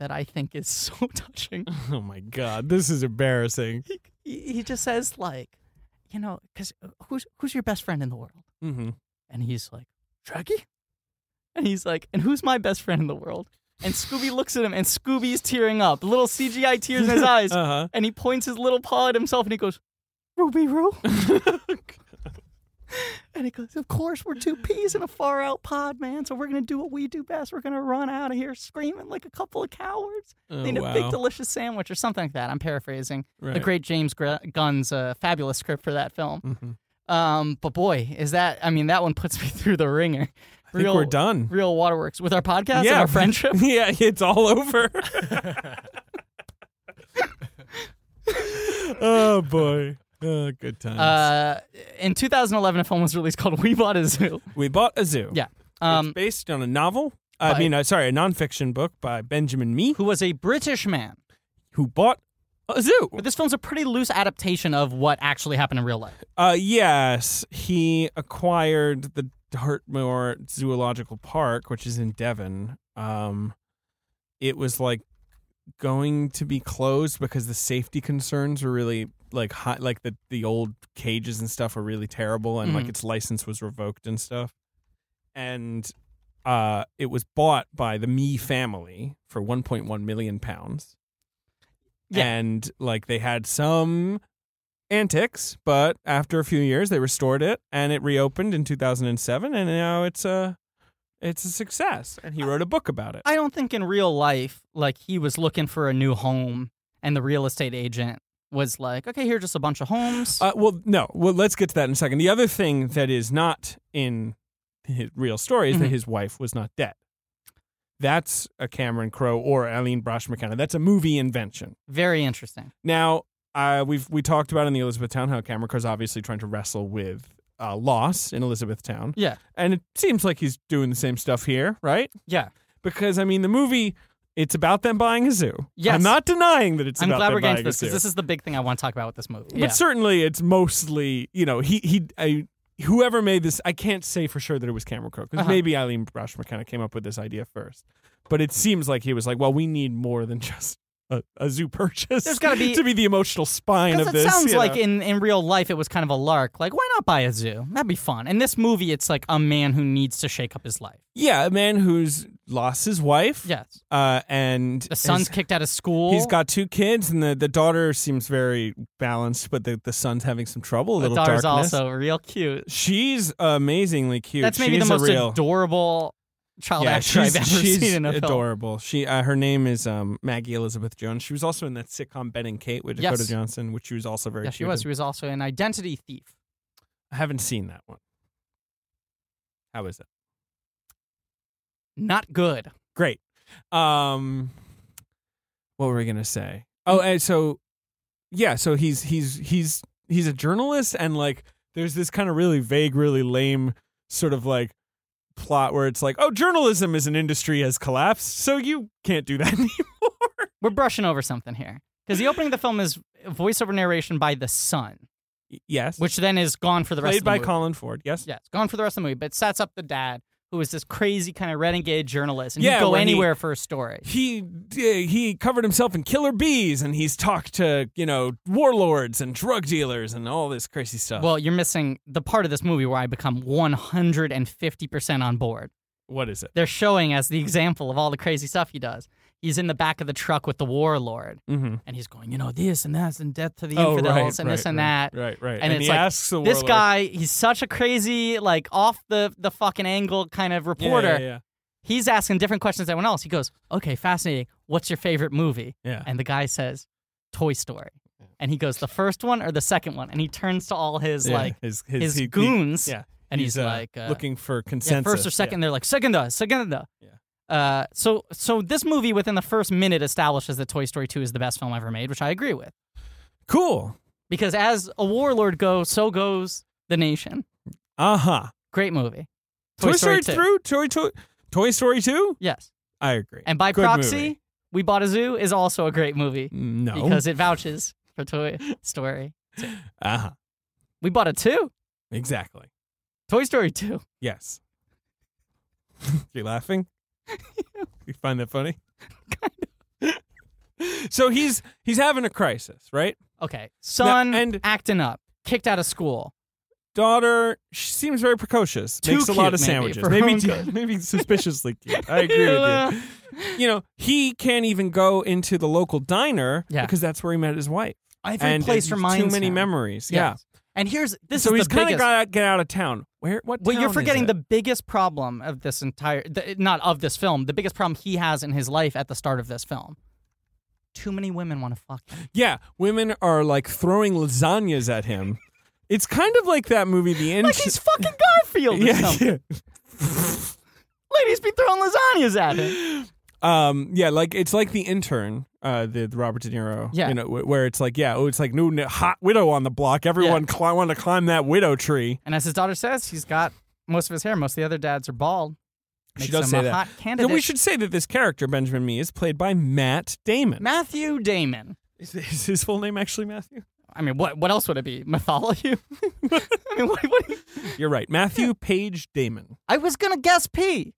that I think is [laughs] so touching
[laughs] Oh my God, this is embarrassing.
[laughs] he, he he just says like, you know, because who's who's your best friend in the world?
Mm-hmm.
And he's like, Shaggy. And he's like, and who's my best friend in the world? And Scooby looks at him,
[laughs]
and Scooby's tearing up, little CGI tears in his eyes,
Uh huh.
and he points his little paw at himself, and he goes,
[laughs]
Ruby Roo. And he goes, Of course, we're two peas in a far out pod, man. So we're going to do what we do best. We're going to run out of here screaming like a couple of cowards.
Oh,
Need a
wow.
big, delicious sandwich or something like that. I'm paraphrasing the
Right.
great James Gr- Gunn's uh, fabulous script for that film.
Mhm.
Um, but boy, is that, I mean, that one puts [laughs] me through the ringer.
I think we're done.
Real waterworks with our podcast
[laughs]
and
yeah,
our friendship.
yeah, it's all
[laughs]
over. [laughs] oh boy, oh, good times.
Uh, in 2011, a film was released called [laughs] We Bought a Zoo.
we bought a zoo.
Yeah.
It's
Um,
based on a novel. I
by-
mean, uh, sorry, a nonfiction book by Benjamin Mee,
who was a British man.
who bought a zoo.
But this film's a pretty loose adaptation of what actually happened in real life.
Uh, yes, he acquired the Dartmoor Zoological Park, which is in Devon. Um, it was like going to be closed because the safety concerns were really like high, like the the old cages and stuff were really terrible, and like
Mhm.
its license was revoked and stuff. And uh, it was bought by the Mee family for 1.1 million pounds.
Yeah.
And like they had some antics, but after a few years they restored it and it reopened in 2007 and now it's a it's a success. And he wrote a book about it.
I don't think in real life, like he was looking for a new home, and the real estate agent was like, "Okay, here are just a bunch of homes."
Uh, well, no. Well, let's get to that in a second. The other thing that is not in his real story is that
Mhm.
his wife was not dead. That's a Cameron Crowe or Eileen Brosh McKenna. That's a movie invention.
Very interesting.
Now, uh, we've we talked about in the Elizabethtown how Cameron Crowe's obviously trying to wrestle with uh, loss in Elizabethtown.
Yeah.
and it seems like he's doing the same stuff here, right?
Yeah,
Because I mean, the movie it's about them buying a zoo.
Yes.
I'm not denying that it's
I'm
about
glad
them
we're getting to
buying a
this
zoo.
because this is the big thing I want to talk about with this movie.
but
yeah.
certainly, it's mostly you know he he I, whoever made this. I can't say for sure that it was Cameron Crowe because
Uh-huh.
maybe Eileen Brosh McKenna came up with this idea first. But it seems like he was like, well, we need more than just. A, a zoo purchase.
There's gotta
[laughs]
be-
to be the emotional spine
Because
of
it
this.
sounds
you
like
know.
in, in real life it was kind of a lark. Like, why not buy a zoo? That'd be fun. In this movie, it's like a man who needs to shake up his life.
Yeah, a man who's lost his wife.
Yes.
Uh, and
The son's kicked out of school.
He's, he's got two kids, and the, the daughter seems very balanced, but the, the son's having some trouble. A
the
little
daughter's
darkness.
also real cute.
She's amazingly cute.
That's maybe
she's
the most
a real,
adorable child
yeah,
actor
she's,
I've ever
she's
seen in a film.
adorable. She uh, her name is um, Maggie Elizabeth Jones. She was also in that sitcom Ben and Kate with Dakota
Yes.
Johnson, which she was also very
Yeah,
cute.
she was. She
in.
was also an identity thief.
I haven't seen that one. How is it?
Not good.
Great. Um, what were we gonna say? Oh, and so yeah, so he's he's he's he's a journalist, and like there's this kind of really vague, really lame sort of like plot where it's like, oh, journalism as an industry has collapsed, so you can't do that [laughs] anymore.
We're brushing over something here because the opening of the film is voiceover narration by the son,
yes,
which then is gone for the rest
played
of the
by
movie.
Colin Ford. Yes.
yeah, it's gone for the rest of the movie, but it sets up the dad who is this crazy kind of renegade journalist, and
Yeah,
he'd go
where he-
anywhere for a story.
He eh, he covered himself in killer bees, and he's talked to you know warlords and drug dealers and all this crazy stuff.
Well, you're missing the part of this movie where I become 150% on board.
what is it?
They're showing as the example of all the crazy stuff he does. He's in the back of the truck with the warlord,
Mm-hmm.
and he's going, you know, this and that, and death to the
Oh,
infidels,
right,
and this
right,
and
right,
that.
Right, right.
And it's
he
like,
asks the
this
warlord-
guy he's such a crazy like off the the fucking angle kind of
Yeah,
reporter
Yeah, yeah,
he's asking different questions than everyone else he goes okay fascinating what's your favorite movie
yeah.
[laughs] and the guy says toy story and he goes the first one or the second one and he turns to all his
Yeah,
like
his,
his,
he- he-
goons
yeah,
and he's, like uh,
looking for
yeah,
consensus.
first or second they're like second uh, second uh.
Yeah.
Uh, so so this movie within the first minute establishes that Toy Story 2 is the best film ever made, which I agree with.
Cool.
Because as a warlord goes, so goes the nation.
Uh huh.
Great movie.
Toy, Story,
2.
through Toy Toy Toy Story two.
Yes.
I agree.
And by
Good
proxy,
movie.
We Bought a Zoo is also a great movie
no.
because it vouches for Toy Story.
uh huh.
We Bought a 2,
Exactly.
Toy Story 2.
Yes. [laughs] You're
[laughs]
laughing. you find that funny? kind of. [laughs] so he's he's having a crisis, right?
Okay. Son
and-
acting up, kicked out of school.
daughter she seems very precocious
Too
makes a lot
cute,
of
maybe,
sandwiches
for her
maybe
own
too-
good. [laughs]
maybe suspiciously cute i agree with you you know he can't even go into the local diner
Yeah.
because that's where he met his wife
Every
and
place
it's
reminds
too many
him.
memories. Yeah.
Yes. And here's this
so
is
he's
the biggest.
kind of got to get out of town. Where? What?
well,
town
you're
is
forgetting
it?
the biggest problem of this entire, the, not of this film, the biggest problem he has in his life at the start of this film. Too many women want to fuck
[laughs]
him.
Yeah, women are like throwing lasagnas at him. It's kind of like that movie, The Inch. [laughs]
Like he's fucking Garfield [laughs] or
yeah,
something.
yeah.
Ladies be throwing lasagnas at him.
Um, yeah, like it's like the intern, uh, the, the Robert De Niro.
Yeah.
you know, wh- where it's like, yeah, oh, it's like new, new hot widow on the block. Everyone cli- want to climb that widow tree.
[laughs] And as his daughter says, he's got most of his hair. Most of the other dads are bald.
She
Makes
does
him
say
a
that.
hot
So
candidate.
we should say that this character Benjamin Mee is played by Matt Damon.
Matthew Damon.
is, is his full name actually Matthew?
I mean, what what else would it be? [laughs] Mythology? I mean, what, what do you-
[laughs] You're right, Matthew Page Damon.
I was gonna guess P.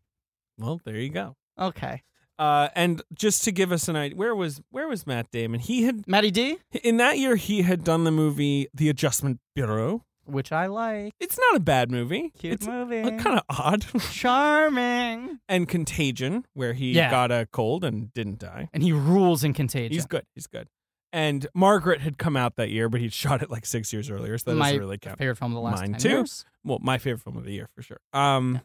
Well, there you go.
Okay,
Uh, and just to give us an idea, where was where was Matt Damon? He had
Matty D,
In that year, he had done the movie The Adjustment Bureau.
which I like.
It's not a bad movie.
Cute
it's
movie.
kind of odd. [laughs]
[laughs] charming.
and Contagion, where he
Yeah.
got a cold and didn't die.
And he rules in Contagion.
He's good. He's good. And Margaret had come out that year, but he'd shot it like six years earlier, so that
my
doesn't really count.
favorite film of the last
Mine
10
too.
years.
Well, my favorite film of the year for sure. Um,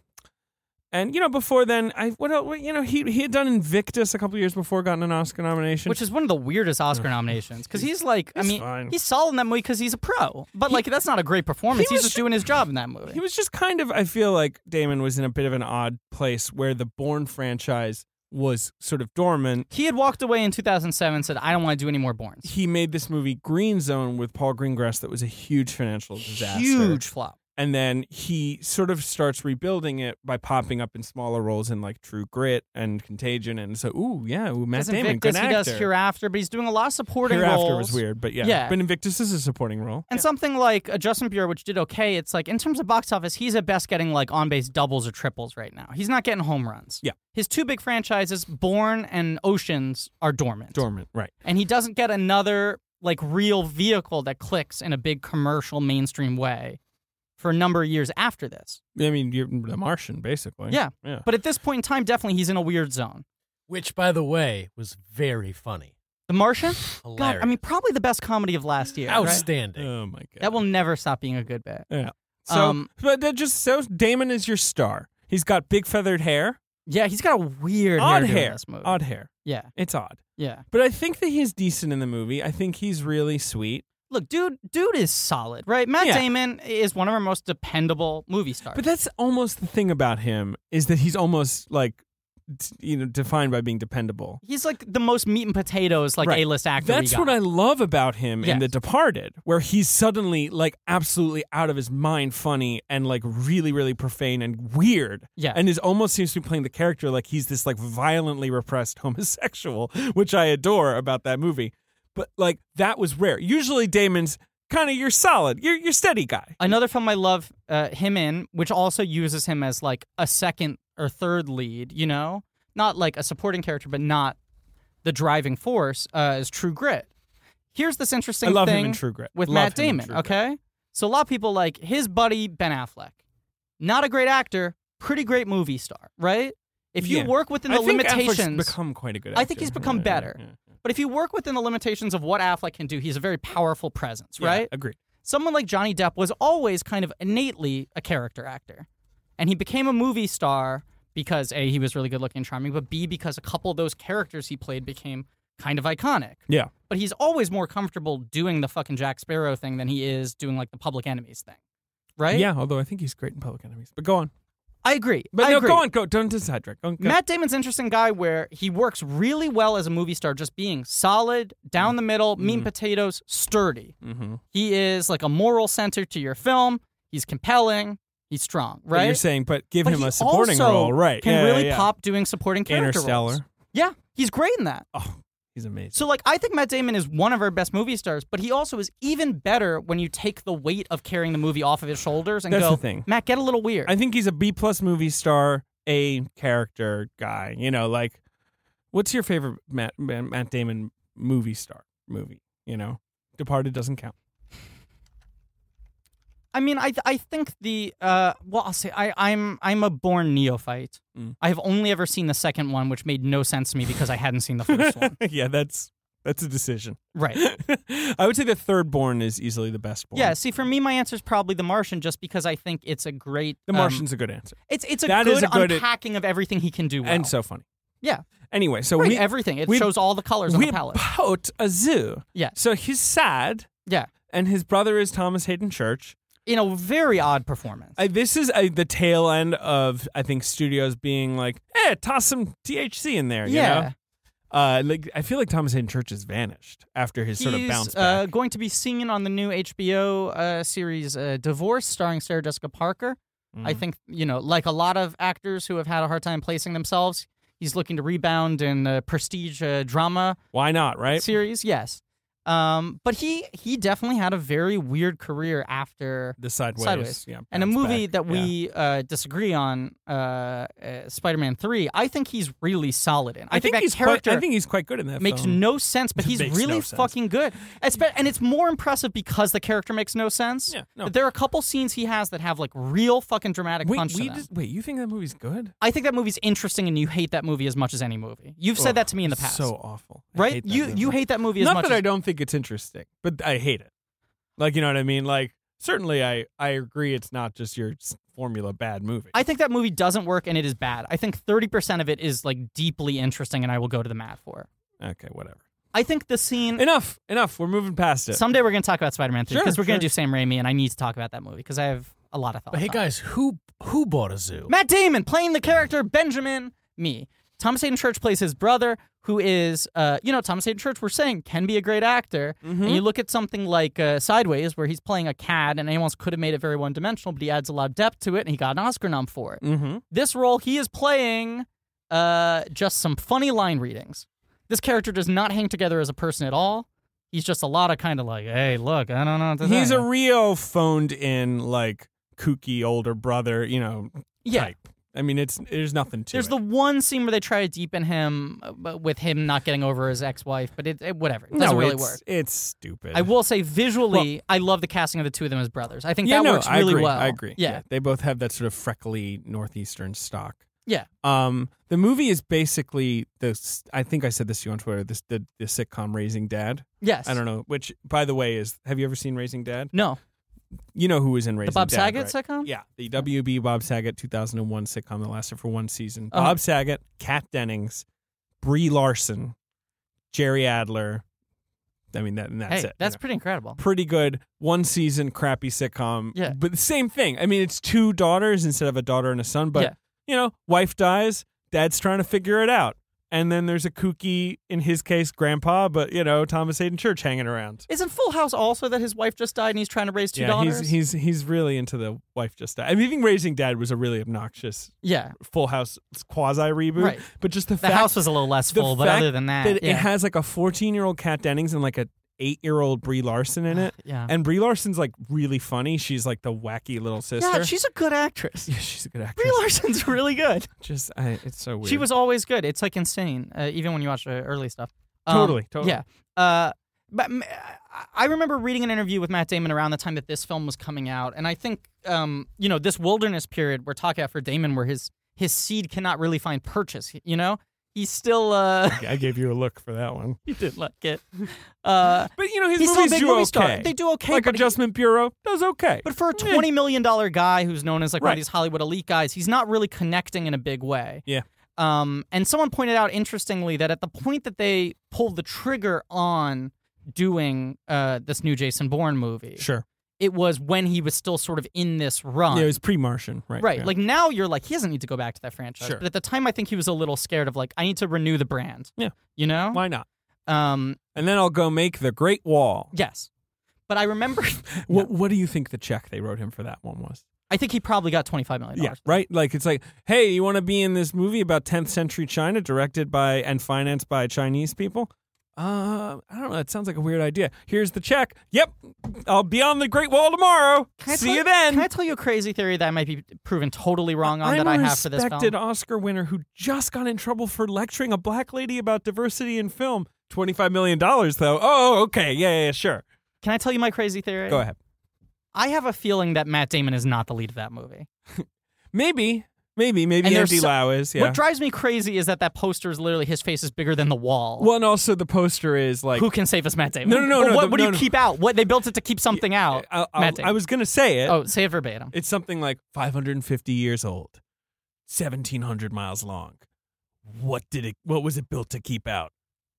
and you know, before then, I what else, you know he he had done Invictus a couple years before, gotten an Oscar nomination.
Which is one of the weirdest Oscar nominations because he's like, I
He's
mean,
fine.
he's solid in that movie because he's a pro, but like that's not a great performance.
he
He's
was
just
ju-
doing his job in that movie.
He was just kind of, I feel like Damon was in a bit of an odd place where the Bourne franchise was sort of dormant.
he had walked away in 2007 and said, "I don't want to do any more Bournes."
He made this movie Green Zone with Paul Greengrass that was a huge financial disaster.
Huge flop.
And then he sort of starts rebuilding it by popping up in smaller roles in like True Grit and Contagion. And so, ooh, yeah, ooh, Matt
Does
Damon,
Invictus,
good
he does
actor.
Hereafter, but he's doing a lot of supporting
Hereafter
roles.
was weird, but yeah.
Yeah.
But Invictus is a supporting role.
And something like a Justin Bieber, which did okay, it's like in terms of box office, he's at best getting like on base doubles or triples right now. He's not getting home runs.
Yeah.
His two big franchises, Born and Oceans, are dormant.
Dormant, right.
And he doesn't get another like real vehicle that clicks in a big commercial mainstream way for a number of years after this.
I mean, you're the Martian, basically.
Yeah.
Yeah.
But at this point in time, definitely he's in a weird zone.
Which, by the way, was very funny.
The Martian? God,
Hilarious.
I mean, probably the best comedy of last year. right?
outstanding.
oh, my God.
That will never stop being a good bit.
Yeah. So,
Um,
but that just so Damon is your star. He's got big feathered hair,
Yeah, he's got a weird
odd
hairdo in
hair,
this movie.
odd hair.
Yeah,
It's odd,
yeah.
but I think that he's decent in the movie. I think he's really sweet.
Look, dude, dude is solid, right? Matt
Yeah.
Damon is one of our most dependable movie stars.
But that's almost the thing about him is that he's almost like, t- you know, defined by being dependable.
he's like the most meat and potatoes, like
Right.
A list actor.
That's
we
what
got.
I love about him in
Yes.
The Departed, where he's suddenly like absolutely out of his mind, funny and like really, really profane and weird.
Yeah.
and is almost seems to be playing the character like he's this like violently repressed [laughs] homosexual, which I adore about that movie. But like that was rare. Usually Damon's kind of you're solid, you're you're steady guy.
Another film I love uh, him in, which also uses him as like a second or third lead. You know, not like a supporting character, but not the driving force. Uh, is True Grit. Here's this interesting
I love
thing
him in True Grit
with
Love
Matt
him in
Damon.
True Grit.
Okay, so a lot of people like his buddy Ben Affleck, not a great actor, pretty great movie star, right? If you
Yeah.
work within
I
the
think Affleck's
limitations,
become quite a good. Actor.
I think he's become
Yeah,
better.
yeah,
But if you work within the limitations of what Affleck can do, he's a very powerful presence,
yeah.
right?
Yeah, agreed.
Someone like Johnny Depp was always kind of innately a character actor. And he became a movie star because A, he was really good looking and charming, but B, because a couple of those characters he played became kind of iconic.
Yeah,
But he's always more comfortable doing the fucking Jack Sparrow thing than he is doing like the public enemies thing. Right?
yeah. Although I think he's great in Public Enemies. But go on.
I agree.
But
I
no,
agree.
go on. Go. Don't sidetrack. Go, go.
Matt Damon's an interesting guy where he works really well as a movie star, just being solid, down the middle, mean potatoes, sturdy.
mm-hmm.
He is like a moral center to your film. He's compelling. He's strong, right?
You're saying, but give
But
him
he
a supporting
also
role, right?
Can
yeah,
really
yeah.
pop doing supporting character
Interstellar.
roles. Yeah, he's great in that.
Oh, he's amazing.
So, like, I think Matt Damon is one of our best movie stars, but he also is even better when you take the weight of carrying the movie off of his shoulders and
That's
go,
the thing.
Matt, get a little weird.
I think he's a B plus movie star, a character guy. You know, like what's your favorite Matt Matt Matt Damon movie star movie? You know, Departed doesn't count. [laughs]
I mean, I I think the uh, well, I'll say I I'm I'm a born neophyte.
Mm. [laughs]
I have only ever seen the second one, which made no sense to me because I hadn't seen the first one.
yeah, that's That's a decision. [laughs]
Right.
I would say the third born is easily the best born.
Yeah. See, for me, my answer is probably The Martian, just because I think it's a great.
The
um,
Martian's a good answer.
it's it's a
that
good,
is a good-
unpacking of everything he can do. Well.
And so funny.
Yeah.
Anyway, so
Right,
we
everything. It
we-
shows all the colors on
we
the palette.
bought a zoo.
Yeah.
So he's sad,
Yeah.
and his brother is Thomas Hayden Church.
In a very odd performance.
I, this is uh the tail end of I think studios being like, "Eh, toss some THC in there." you
yeah.
know? Uh, like I feel like Thomas Hayden Church has vanished after his
He's
sort of bounce
uh,
back.
going to be singing on the new HBO uh, series uh, Divorce, starring Sarah Jessica Parker. I
Mhm.
think you know, like a lot of actors who have had a hard time placing themselves, he's looking to rebound in uh, prestige uh, drama
Why not? Right?
series. Yes, um, but he he definitely had a very weird career after.
the sideways.
Sideways.
Yeah.
And a
bounce
movie
back,
that
yeah.
we uh, disagree on, uh, uh, Spider-Man Three. I think he's really solid in. I,
I, think,
that
he's
character
quite. I think he's quite good in that.
makes
film.
no sense,
[laughs]
but he's
Makes
really
no sense.
fucking good. Espe- and it's more impressive because the character makes no sense.
Yeah, no.
But There are a couple scenes he has that have like real fucking dramatic
Wait,
punch
we
to them.
just, wait. You think that movie's good?
I think that movie's interesting, and you hate that movie as much as any movie. You've said
Ugh,
that to me in the past,
So awful. I
right?
hate that
you
movie.
you hate that movie as
Not
much.
that
as,
I don't think it's interesting, but I hate it. Like you know what I mean? Like certainly, I I agree. It's not just your s- formula bad movie.
I think that movie doesn't work, and it is bad. I think thirty percent of it is like deeply interesting, and I will go to the mat for.
okay, whatever.
I think the scene.
Enough, enough. We're moving past it.
someday we're going to talk about Spider-Man Three
Sure,
because we're going
sure.
to do Sam Raimi, and I need to talk about that movie because I have a lot of thoughts.
But hey,
on it.
guys, who who bought a zoo?
Matt Damon playing the character Benjamin me. Thomas Hayden Church plays his brother, who is, uh, you know, Thomas Hayden Church, we're saying, can be a great actor.
Mm-hmm.
And you look at something like uh, Sideways, where he's playing a cad, and anyone else could have made it very one dimensional, but he adds a lot of depth to it, and he got an Oscar nom for it.
mm-hmm.
This role, he is playing uh, just some funny line readings. This character does not hang together as a person at all. He's just a lot of kind of like, hey, look, I don't know. what to
He's
say."
a Rio phoned in like kooky older brother. You know,
yeah.
type. I mean, it's there's nothing to
There's
it.
the one scene where they try to deepen him uh, but with him not getting over his ex-wife, but it, it whatever. It doesn't
no,
really
it's,
work.
It's stupid.
I will say visually, I love the casting of the two of them as brothers. I think
yeah,
that
no,
works
I
really
agree.
well.
I agree.
Yeah.
they both have that sort of freckly northeastern stock.
Yeah.
Um, the movie is basically this. I think I said this to you on Twitter. This the, the sitcom Raising Dad.
Yes.
I don't know. Which, by the way, is have you ever seen Raising Dad?
No.
You know who was in Raising
the Bob
Dad,
Saget
right?
sitcom?
Yeah, the WB Bob Saget 2001 sitcom that lasted for one season.
Uh-huh.
Bob Saget, Kat Dennings, Brie Larson, Jerry Adler. I mean that. And that's
hey,
it.
that's
you know.
pretty incredible.
pretty good one season crappy sitcom.
Yeah.
But the same thing. I mean, it's two daughters instead of a daughter and a son, but
Yeah.
you know, wife dies, dad's trying to figure it out. And then there's a kooky, in his case, grandpa, but you know, Thomas Hayden Church hanging around.
Isn't Full House also that his wife just died and he's trying to raise two
yeah,
daughters?
he's he's he's really into the wife just died. I mean, even raising dad was a really obnoxious
yeah.
Full House quasi reboot.
Right.
But just the,
The
fact
house was a little less
the
full, but
fact
other than that,
that
yeah.
it has like a 14 year old Kat Dennings and like a eight year old Brie Larson in
[sighs]
it.
yeah.
And Brie Larson's like really funny. She's like the wacky little sister.
yeah, she's a good
[laughs]
actress.
Yeah, she's a good actress.
Brie Larson's really good.
Just I, it's so weird.
She was always good. It's like insane, uh, even when you watch uh, early stuff. Um,
Totally, totally.
Yeah. Uh, but m- I remember reading an interview with Matt Damon around the time that this film was coming out, and I think um, you know this wilderness period we're talking about for Damon, where his his seed cannot really find purchase. You know, he's still uh, [laughs]
I gave you a look for that one.
he did like it. Uh,
But you know [laughs] his
he's still a
movies
big
do
movie
okay.
star. They do okay,
like
but he-
Adjustment Bureau does okay.
but for a twenty million dollar guy who's known as like
Eh.
one
Right.
of these Hollywood elite guys, he's not really connecting in a big way.
Yeah.
Um, and someone pointed out interestingly that at the point that they pulled the trigger on doing uh, this new Jason Bourne movie,
sure.
it was when he was still sort of in this run.
Yeah, it was pre-Martian, right?
right.
yeah.
Like now you're like he doesn't need to go back to that franchise.
Sure.
But at the time, I think he was a little scared of like I need to renew the brand.
Yeah.
You know.
why not?
Um.
And then I'll go make the Great
[laughs]
Wall.
Yes. But I remember. [laughs]
What What do you think the check they wrote him for that one was?
I think he probably got twenty five million
Yeah,
dollars.
right. Like it's like, hey, you want to be in this movie about 10th century China, directed by and financed by Chinese people? Uh, I don't know. That sounds like a weird idea. Here's the check. Yep, I'll be on the Great Wall tomorrow.
Can I
See
tell-
you then.
Can I tell you a crazy theory that I might be proven totally wrong on
I'm
that I
a
have for this
respected
film?
Oscar winner who just got in trouble for lecturing a black lady about diversity in film. Twenty-five million dollars, though. Oh, okay. Yeah, yeah, yeah, sure.
Can I tell you my crazy theory?
Go ahead.
I have a feeling that Matt Damon is not the lead of that movie.
Maybe, Maybe, maybe
And there's
Andy
so-
Lau is. Yeah.
What drives me crazy is that that poster is literally his face is bigger than the wall.
well, and also the poster is like.
Who can save us, Matt Damon?
No, no, no,
What,
no,
what,
the-
do you
no, no.
keep out? What they built it to keep something out?
I, I,
Matt Damon.
I was gonna say it.
oh, say it verbatim.
It's something like 550 years old, 1700 miles long. What did it? What was it built to keep out?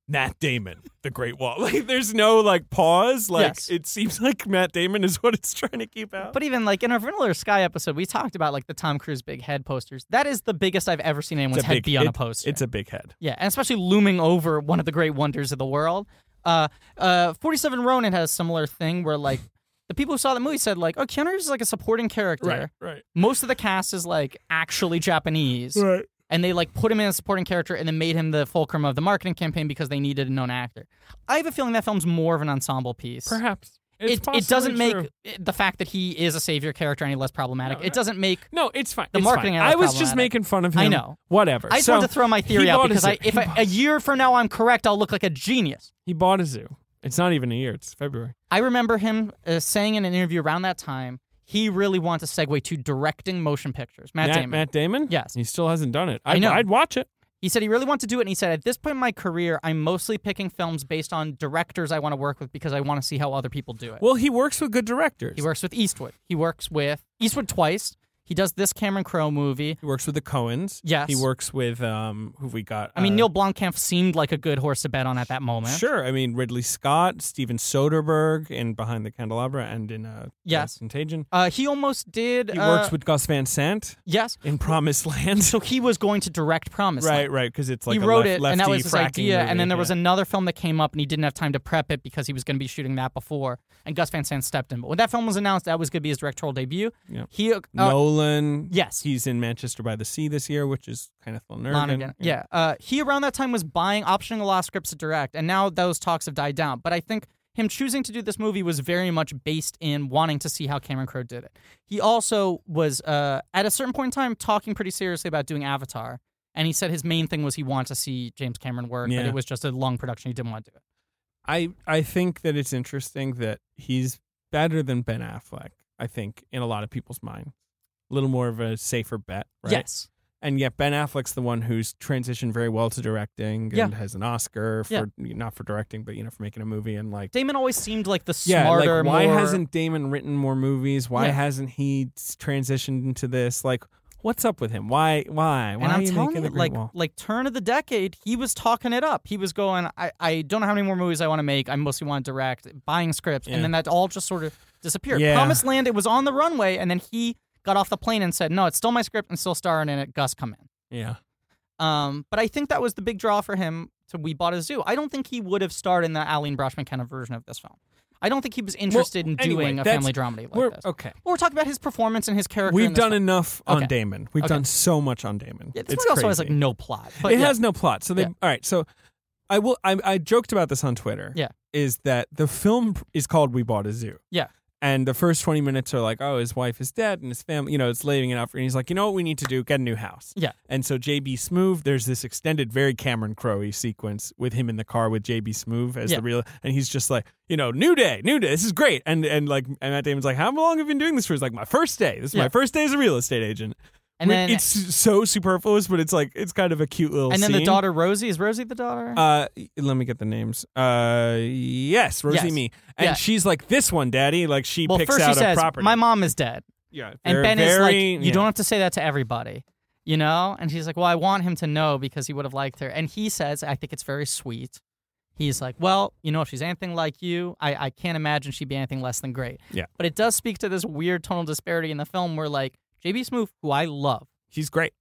Matt Damon, the Great Wall. [laughs] Like, there's no like pause. Like,
Yes.
it seems like Matt Damon is what it's trying to keep out.
But even like in our Vanilla Sky episode, we talked about like the Tom Cruise big head posters. That is the biggest I've ever seen anyone's
It's a
head
big-
be on a
it-
poster.
it's a big head.
yeah, and especially looming over one of the great wonders of the world. Uh, uh, Forty Seven Ronin had a similar thing
[laughs]
where like the people who saw the movie said like, "Oh, Keanu Reeves is like a supporting character.
right,
Most of the cast is like actually Japanese."
right.
and they like put him in a supporting character and then made him the fulcrum of the marketing campaign because they needed a known actor. I have a feeling that film's more of an ensemble piece.
Perhaps It's
It, it
possibly
doesn't make
true.
it- the fact that he is a savior character any less problematic.
No,
it doesn't make.
No, it's fine.
The
it's
marketing
Fine.
on it
I was
is
just
problematic.
making fun of him.
I know.
Whatever.
I just
so
wanted to throw my theory
he
out
bought a
because I,
zoo.
if
He
I, a year from now I'm correct, I'll look like a genius.
he bought a zoo. It's not even a year. It's February.
I remember him uh, saying in an interview around that time he really wants to segue to directing motion pictures. Matt,
Matt
Damon.
Matt Damon.
Yes.
he still hasn't done it. I'd,
know.
I'd watch it.
He said he really wants to do it, and he said, at this point in my career, I'm mostly picking films based on directors I want to work with because I want to see how other people do it.
Well, he works with good directors.
He works with Eastwood. He works with Eastwood twice. He does this Cameron Crowe movie.
He works with the Cohens.
Yes.
He works with um who we got.
I mean,
uh,
Neil Blomkamp seemed like a good horse to bet on at that moment.
Sure. I mean Ridley Scott, Steven Soderbergh in Behind the Candelabra and in uh
Yes.
uh, Contagion.
Uh, he almost did.
He
uh,
works with Gus Van Sant
Yes.
in Promised Land. [laughs]
So he was going to direct Promise.
right,
Land.
right, because it's like
he
a
wrote
left,
it,
lefty
and that was his
fracking
idea.
movie.
And then there was
Yeah.
another film that came up, and he didn't have time to prep it because he was going to be shooting that before. And Gus Van Sant stepped in. But when that film was announced, that was going to be his directorial debut.
Yeah.
He uh,
Nolan.
yes.
He's in Manchester by the Sea this year, which is kind of Phil
Lonergan. Yeah. Uh, he around that time was buying, optioning a lot of scripts to direct, and now those talks have died down. But I think him choosing to do this movie was very much based in wanting to see how Cameron Crowe did it. He also was, uh, at a certain point in time, talking pretty seriously about doing Avatar. And he said his main thing was he wanted to see James Cameron work,
Yeah.
but it was just a long production. He didn't want to do it.
I I think that it's interesting that he's better than Ben Affleck. I think in a lot of people's minds, a little more of a safer bet, right?
Yes.
And yet Ben Affleck's the one who's transitioned very well to directing and
Yeah.
has an Oscar for
Yeah.
not for directing, but you know for making a movie and like
Damon always seemed like the
yeah,
smarter,
like why
more-
hasn't Damon written more movies? Why
Yeah.
hasn't he s- transitioned into this? Like, what's up with him? Why? Why? Why
and
are
I'm
you
telling
making
you,
the Great
like
Wall?
like turn of the decade, he was talking it up. He was going, I, I don't know how many more movies I want to make. I mostly want to direct, buying scripts,
Yeah.
and then that all just sort of disappeared.
Yeah.
Promised Land, it was on the runway, and then he got off the plane and said, No, it's still my script and still starring in it. Gus, come in.
Yeah,
Um, but I think that was the big draw for him to We Bought a Zoo. I don't think he would have starred in the Aline Brosh McKenna version of this film. I don't think he was interested in
anyway,
doing a
that's-
family dramedy like
we're
this.
okay.
Well, we're talking about his performance and his character.
We've
in this
done
film.
enough on
Okay.
Damon. We've
Okay.
done so much on Damon.
Yeah, this
it's
movie also has like
crazy.
no plot. But
it
yeah.
has no plot. So they
Yeah.
all right. So I will. I, I joked about this on Twitter.
Yeah.
is that the film is called "We Bought a Zoo."
Yeah.
and the first twenty minutes are like, oh, his wife is dead and his family, you know, it's laying it out for. And he's like, you know what, we need to do, get a new house.
Yeah.
and so JB Smoove, there's this extended, very Cameron Crowe sequence with him in the car with JB Smoove as
Yeah.
the real, and he's just like, you know, new day, new day, this is great. And and like, and Matt Damon's like, how long have you been doing this for? He's like, my first day. This is
Yeah.
my first day as a real estate agent.
and
Wh-
then
it's so superfluous, but it's like it's kind of a cute little.
And then the
scene.
daughter Rosie is Rosie the daughter?
Uh, let me get the names. Uh, yes, Rosie
Yes.
Me, and
Yeah.
she's like this one, Daddy. Like she
well,
picks
first
out
she
a
says,
property.
"My mom is dead,"
yeah,
and
very-
Ben is like,
very-
"You
yeah.
don't have to say that to everybody." You know, and she's like, "Well, I want him to know because he would have liked her." And he says, "I think it's very sweet." He's like, "Well, you know, if she's anything like you, I, I can't imagine she'd be anything less than great."
Yeah.
but it does speak to this weird tonal disparity in the film where, like, JB Smoove, who I love,
He's great.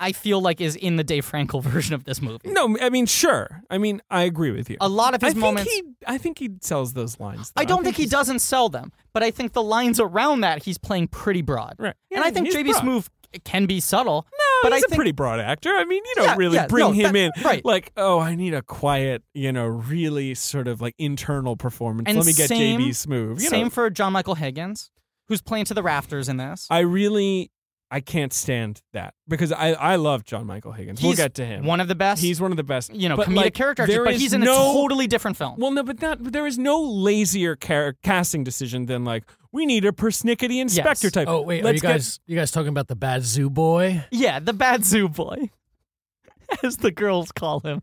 I feel like is in the Dave Frankel [laughs] version of this movie.
No, I mean, sure. I mean, I agree with you.
a lot of
I
his
think
moments.
he, I think he sells those lines. though.
I don't think, he
he's-
doesn't sell them, but I think the lines around that he's playing pretty broad.
Right.
and I
Yeah,
think
he's
JB
broad.
Smoove can be subtle. No,
But
but
he's
I
a
think
pretty broad actor. I mean, you don't
Yeah,
really
yeah,
bring
no,
him
that-
in
right.
like, oh, I need a quiet, you know, really sort of like internal performance.
And
Let me get
same-
JB Smoove. You know,
same for John Michael Higgins, who's playing to the rafters in this.
I really I can't stand that because I I love John Michael Higgins. we'll
He's
get to him.
One of the best.
he's one of the best.
you know
but
comedic
like,
character, actors,
there
but
is
he's in
no,
a totally different film.
Well, no, but that but there is no lazier car- casting decision than like we need a persnickety inspector
Yes.
type.
Oh wait, are
Let's
you
get-
guys you guys talking about the bad zoo boy?
yeah, the bad
[laughs]
zoo boy, as the girls call him,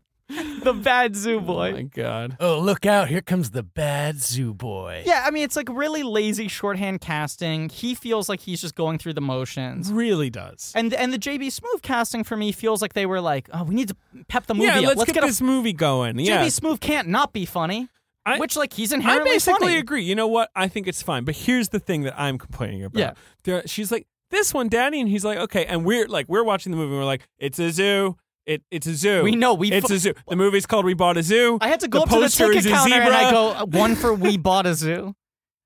the bad zoo
Oh my
boy.
god.
Oh look out! Here comes the bad zoo boy.
Yeah, I mean it's like really lazy shorthand casting. He feels like he's just going through the motions.
Really does.
And and the JB Smoove casting for me feels like they were like, oh, we need to pep the movie
yeah,
up.
let's, get,
a
this movie going.
JB
Yeah.
Smoove can't not be funny,
I-
which like he's
I
inherently
basically
funny.
agree. You know what? I think it's fine. But here's the thing that I'm complaining about.
Yeah.
There, she's like, this one, Daddy, and he's like, okay. And we're like, we're watching the movie. and We're like, it's a zoo. It, it's a zoo.
We know, we
it's
fu-
a zoo. The movie's called We Bought a Zoo.
I had to go
The
up to the
poster
ticket
is a
counter and I
zebra.
go uh, one for We Bought a Zoo.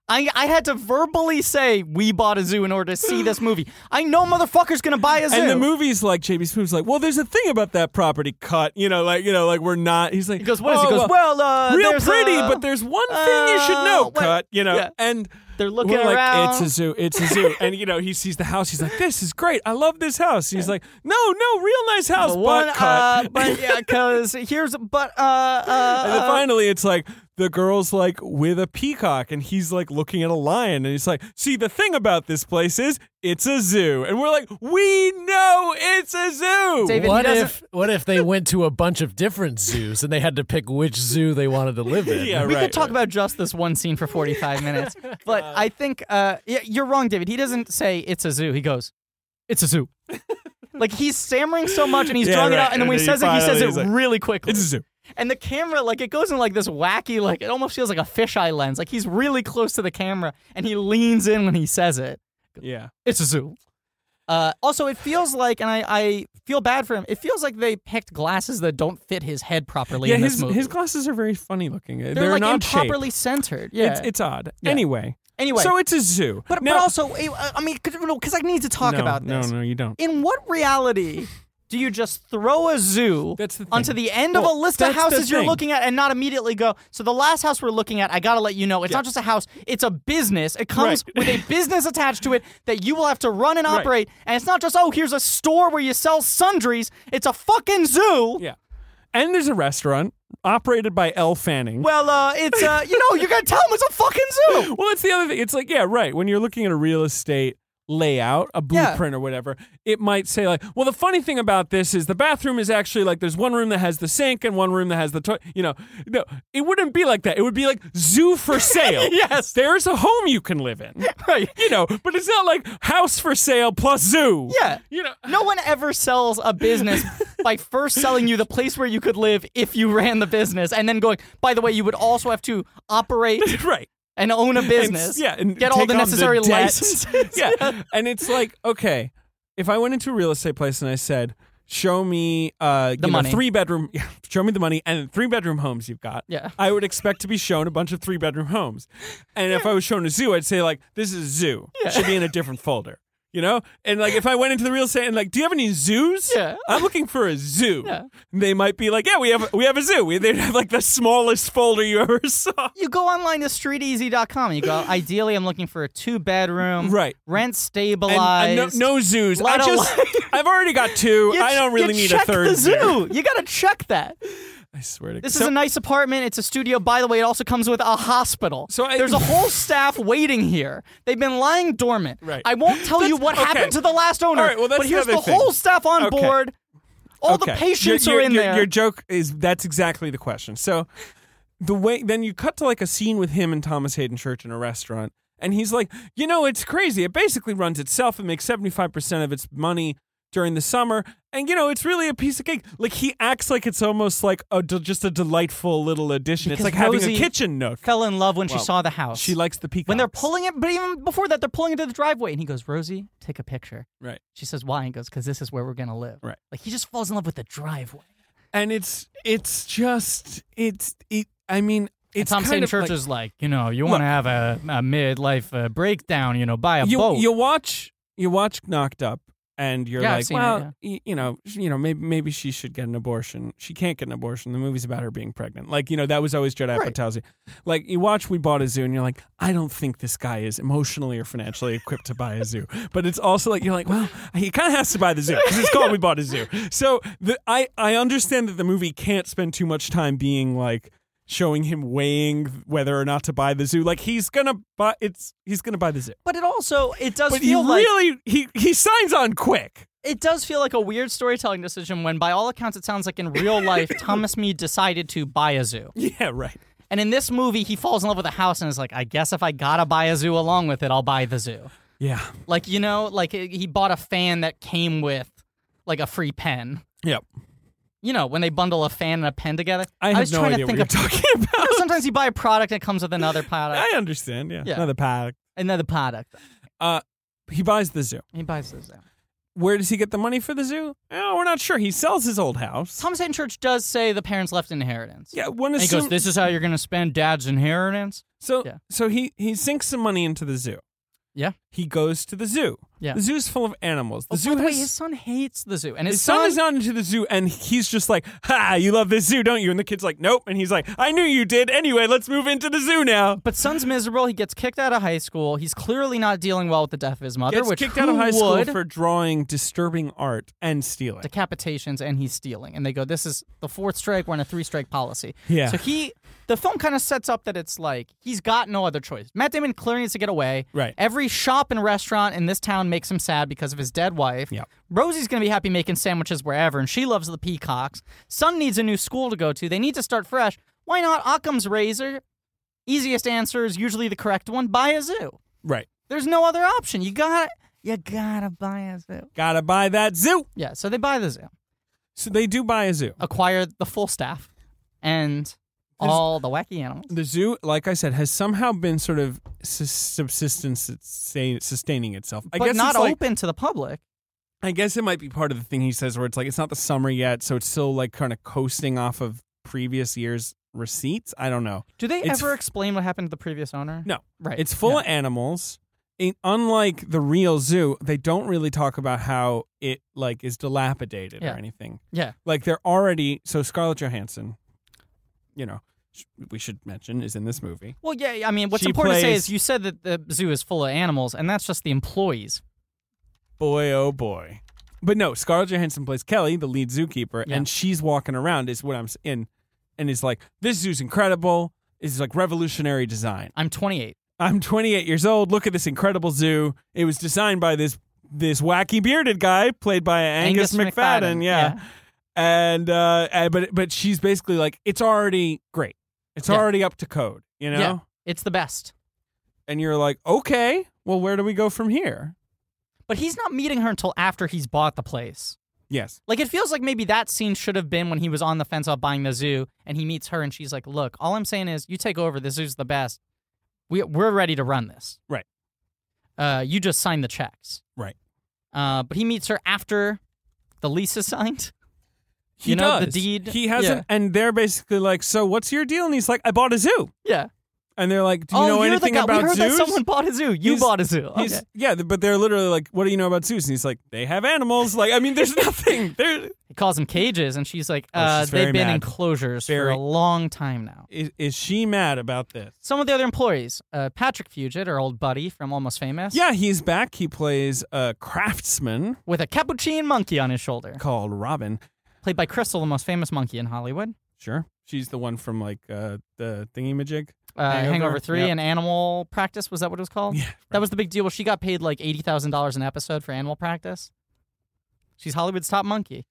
I, I had to verbally say we bought a zoo in order to
[sighs]
see this movie. I know motherfuckers gonna buy a zoo.
and the movie's like JB Smooth's like, well, there's a thing about that property cut, you know, like you know, like we're not. He's like,
he goes, what is it?
oh,
He goes, well, uh,
real
there's
pretty,
a-
but there's one thing you should know.
uh, what-
Cut, you know,
yeah.
and
They're looking
we're like,
around.
It's a zoo. It's a
[laughs]
zoo. and you know, he sees the house. He's like, this is great. I love this house. He's like, no, no, real nice house,
But one,
but cut.
uh,
[laughs]
but yeah, because here's but uh, uh,
and then
uh,
finally, it's like the girl's like with a peacock, and he's like looking at a lion, and he's like, "See, the thing about this place is it's a zoo," and we're like, "We know it's a zoo."
David, he
What
doesn't-
if what if they went to a bunch of different zoos and they had to pick which zoo they wanted to live in?
Yeah,
we
right,
could talk
right.
about just this one scene for 45 minutes but i think uh, y- you're wrong david he doesn't say it's a zoo he goes it's a zoo like he's stammering so much and he's
Yeah,
drawing it
right.
out and then when he
And
says
then
it he says
finally
it
he's like,
really quickly
It's a zoo.
and the camera like it goes in like this wacky like it almost feels like a fisheye lens like he's really close to the camera and he leans in when he says it
Yeah.
it's a zoo uh, also, it feels like, and I, I feel bad for him. It feels like they picked glasses that don't fit his head properly
Yeah,
in this
his,
movie.
his glasses are very funny looking. They're,
They're, like
not
improperly
shaped.
centered. Yeah,
It's, it's odd. Anyway.
Anyway.
So it's a zoo.
But,
Now-
but also, eh, uh, I I mean, because I need to talk
No,
about this.
No, no, you don't.
In what reality do you just throw a zoo
That's the thing.
onto the end of
Well,
a list of
that's the
houses you're
thing.
looking at and not immediately go, so the last house we're looking at, I gotta let you know, it's not just a house, it's a business. It comes
Right.
with a business attached to it that you will have to run and operate. And it's not just, oh, here's a store where you sell sundries, it's a fucking zoo.
Yeah. And there's a restaurant operated by Elle Fanning.
Well, uh, it's, uh, you know, you're gonna tell them it's a fucking zoo.
[laughs] Well, it's the other thing. It's like, yeah, right. When you're looking at a real estate layout, a blueprint or whatever, it might say like, well, the funny thing about this is the bathroom is actually like there's one room that has the sink and one room that has the toilet. You know, no, it wouldn't be like that. It would be like zoo for sale.
[laughs] Yes.
there's a home you can live in.
Right.
You know, but it's not like house for sale plus zoo.
Yeah.
You know,
No one ever sells a business by first selling you the place where you could live if you ran the business, and then going, by the way, you would also have to operate
right.
and own a
And
business.
s- yeah, and
get all
take
the
on
necessary
debt.
licenses.
[laughs] yeah, and it's like okay, if I went into a real estate place and I said, "Show me uh,
The
you know,
money.
three bedroom, [laughs] show me the money and three bedroom homes you've got,"
Yeah.
I would expect to be shown a bunch of three bedroom homes, and if I was shown a zoo, I'd say like, "This is a zoo. It should be in a different folder." You know, and like if I went into the real estate and like, do you have any zoos?
Yeah.
I'm looking for a zoo.
Yeah.
They might be like, yeah, we have we have a zoo. We, they'd have like the smallest folder you ever [laughs] saw.
You go online to streeteasy.com and you go, ideally, I'm looking for a two bedroom,
Right.
rent
And,
stabilized.
and uh, no, no zoos. I
Lot of
just,
li-
[laughs] I've already got two.
You
I don't
ch-
really
you
need
check
a third
the zoo. You gotta check that.
I swear to
This
God.
is a nice apartment. It's a studio. By the way, it also comes with a hospital.
So I- [laughs]
there's a whole staff waiting here. They've been lying dormant.
Right.
I won't tell you
That's-
what
okay.
happened to the last owner.
All right, well, that's
but here's
the
the
other thing.
whole staff on
Okay.
board. All the
Okay.
patients
Your-
are
your-
in
your,
there.
Your joke is that's exactly the question. So the way then you cut to like a scene with him and Thomas Hayden Church in a restaurant, and he's like, you know, it's crazy. It basically runs itself. It makes seventy five percent of its money during the summer, and you know, it's really a piece of cake. Like he acts like it's almost like a del- just a delightful little addition.
Because
it's like
Rosie
having a kitchen nook.
Fell in love when she
Well,
saw the house.
She likes the peacock
when they're pulling it, but even before that, they're pulling into the driveway, and he goes, "Rosie, take a picture."
right.
She says, "Why?" And he goes, "Because this is where we're gonna live."
Right.
Like he just falls in love with the driveway.
and it's it's just it's it. I mean,
And
it's
Tom
kind
St.
of
Church
like,
is like, you know, you want to have a, a midlife uh, breakdown, you know, buy a
you
boat.
you watch you watch Knocked Up, and you're
Yeah, I've
like,
seen it,
well, y- you know, sh- you know, maybe maybe she should get an abortion. She can't get an abortion. The movie's about her being pregnant. Like, you know, that was always Judd
Right.
Apatow's. Like, you watch We Bought a Zoo, and you're like, I don't think this guy is emotionally or financially equipped to buy a zoo. But it's also like you're like, well, he kind of has to buy the zoo because it's called We Bought a Zoo. So the, I I understand that the movie can't spend too much time being like showing him weighing whether or not to buy the zoo. Like he's gonna buy it's he's gonna buy the zoo.
But it also it does
But he
feel like
really he he signs on quick.
It does feel like a weird storytelling decision when, by all accounts, it sounds like in real
[laughs]
life, Thomas Mead decided to buy a zoo.
Yeah, right.
And in this movie, he falls in love with a house and is like, I guess if I gotta buy a zoo along with it, I'll buy the zoo.
Yeah.
Like, you know, like he he bought a fan that came with like a free pen.
Yep.
You know, when they bundle a fan and a pen together.
I have
was
no
trying
idea
to think
what
of [laughs]
you're talking about.
you know, sometimes you buy a product that comes
[laughs]
with another product.
I understand. Yeah.
Yeah.
Another paddock.
another product.
Uh he buys the zoo.
He buys the zoo.
Where does he get the money for the zoo? Oh, we're not sure. He sells his old house.
Thomas Hayden Church does say the parents left inheritance.
Yeah, one
And he
assumes
goes, This is how you're gonna spend dad's inheritance?
so
yeah.
so he he sinks some money into the zoo.
Yeah.
He goes to the zoo.
Yeah.
The zoo's full of animals. The
Oh,
zoo
by the way,
has-
his son hates the zoo. And his,
His son is not into the zoo, and he's just like, "Ha! You love this zoo, don't you?" And the kid's like, "Nope." And he's like, "I knew you did. Anyway, let's move into the zoo now."
But son's miserable. He gets kicked out of high school. He's clearly not dealing well with the death of his mother,
Gets
which
kicked
who
out of high school
would?
for drawing disturbing art and stealing.
decapitations and he's stealing. And they go, "This is the fourth strike. We're in a three strike policy."
Yeah.
So he, the film kind of sets up that it's like he's got no other choice. Matt Damon clearly needs to get away.
Right.
Every shop and restaurant in this town makes him sad because of his dead wife.
Yep.
Rosie's gonna be happy making sandwiches wherever, and she loves the peacocks. Son needs a new school to go to. They need to start fresh. Why not Occam's razor? Easiest answer is usually the correct one. Buy a zoo.
Right.
There's no other option. You got to you gotta buy a zoo.
Gotta buy that zoo.
Yeah, so they buy the zoo,
So they do buy a zoo.
acquire the full staff, and all the wacky animals.
The zoo, like I said, has somehow been sort of sus- subsistence sustain- sustaining itself. I
but
guess
not
it's like,
open to the public.
I guess it might be part of the thing he says where it's like it's not the summer yet, so it's still like kind of coasting off of previous year's receipts. I don't know.
Do they
It's
ever
f-
explain what happened to the previous owner?
No.
Right.
It's full
yeah.
of animals. In, unlike the real zoo, they don't really talk about how it like is dilapidated
Yeah.
or anything.
Yeah.
Like they're already so Scarlett Johansson, you know, sh- we should mention is in this movie.
Well, yeah, I mean, what's
She
important to say
plays-
is you said that the zoo is full of animals, and that's just the employees.
Boy oh boy. But no, Scarlett Johansson plays Kelly, the lead zookeeper,
Yeah.
and she's walking around is what I'm s- in and is like this zoo's incredible. It's like revolutionary design.
I'm 28.
I'm 28 years old. Look at this incredible zoo. It was designed by this this wacky bearded guy played by Angus,
Angus
McFadden.
McFadden,
Yeah.
yeah.
And uh and- but but she's basically like it's already great. It's
Yeah.
already up to code, you know?
Yeah. It's the best.
And you're like, "Okay, well where do we go from here?"
But he's not meeting her until after he's bought the place.
Yes.
Like it feels like maybe that scene should have been when he was on the fence about buying the zoo, and he meets her, and she's like, "Look, all I'm saying is, you take over. The zoo's the best. We we're ready to run this.
Right.
Uh, you just sign the checks.
Right.
Uh, but he meets her after the lease
[laughs]
is signed.
He
You know, the
does.
deed-
He hasn't
yeah.
and they're basically like, "So what's your deal?" And he's like, "I bought a zoo."
Yeah.
And they're like, "Do you
oh,
know
you're the
anything
guy.
about
we heard
zoos?"
that someone bought a zoo. You
He's-
bought a zoo.
He's,
Okay.
Yeah, but they're literally like, "What do you know about zoos?" And he's like, "They have animals." Like, I mean,
[laughs]
there's nothing. There
He calls them cages, and she's like,
Oh,
uh,
she's
"They've
very
been
mad.
enclosures
Very-
for a long time now."
is, is she mad about this?
Some of the other employees, uh, Patrick Fugit, our old buddy from Almost Famous,
Yeah, he's back. He plays a craftsman
with a capuchin monkey on his shoulder.
called Robin.
played by Crystal, the most famous monkey in Hollywood.
Sure, she's the one from like uh, the thingy majig.
Uh,
Hangover,
Hangover, Three
yep.
and Animal Practice was that what it was called?
Yeah,
That was the big deal. Well, she got paid like eighty thousand dollars an episode for Animal Practice. She's Hollywood's top monkey.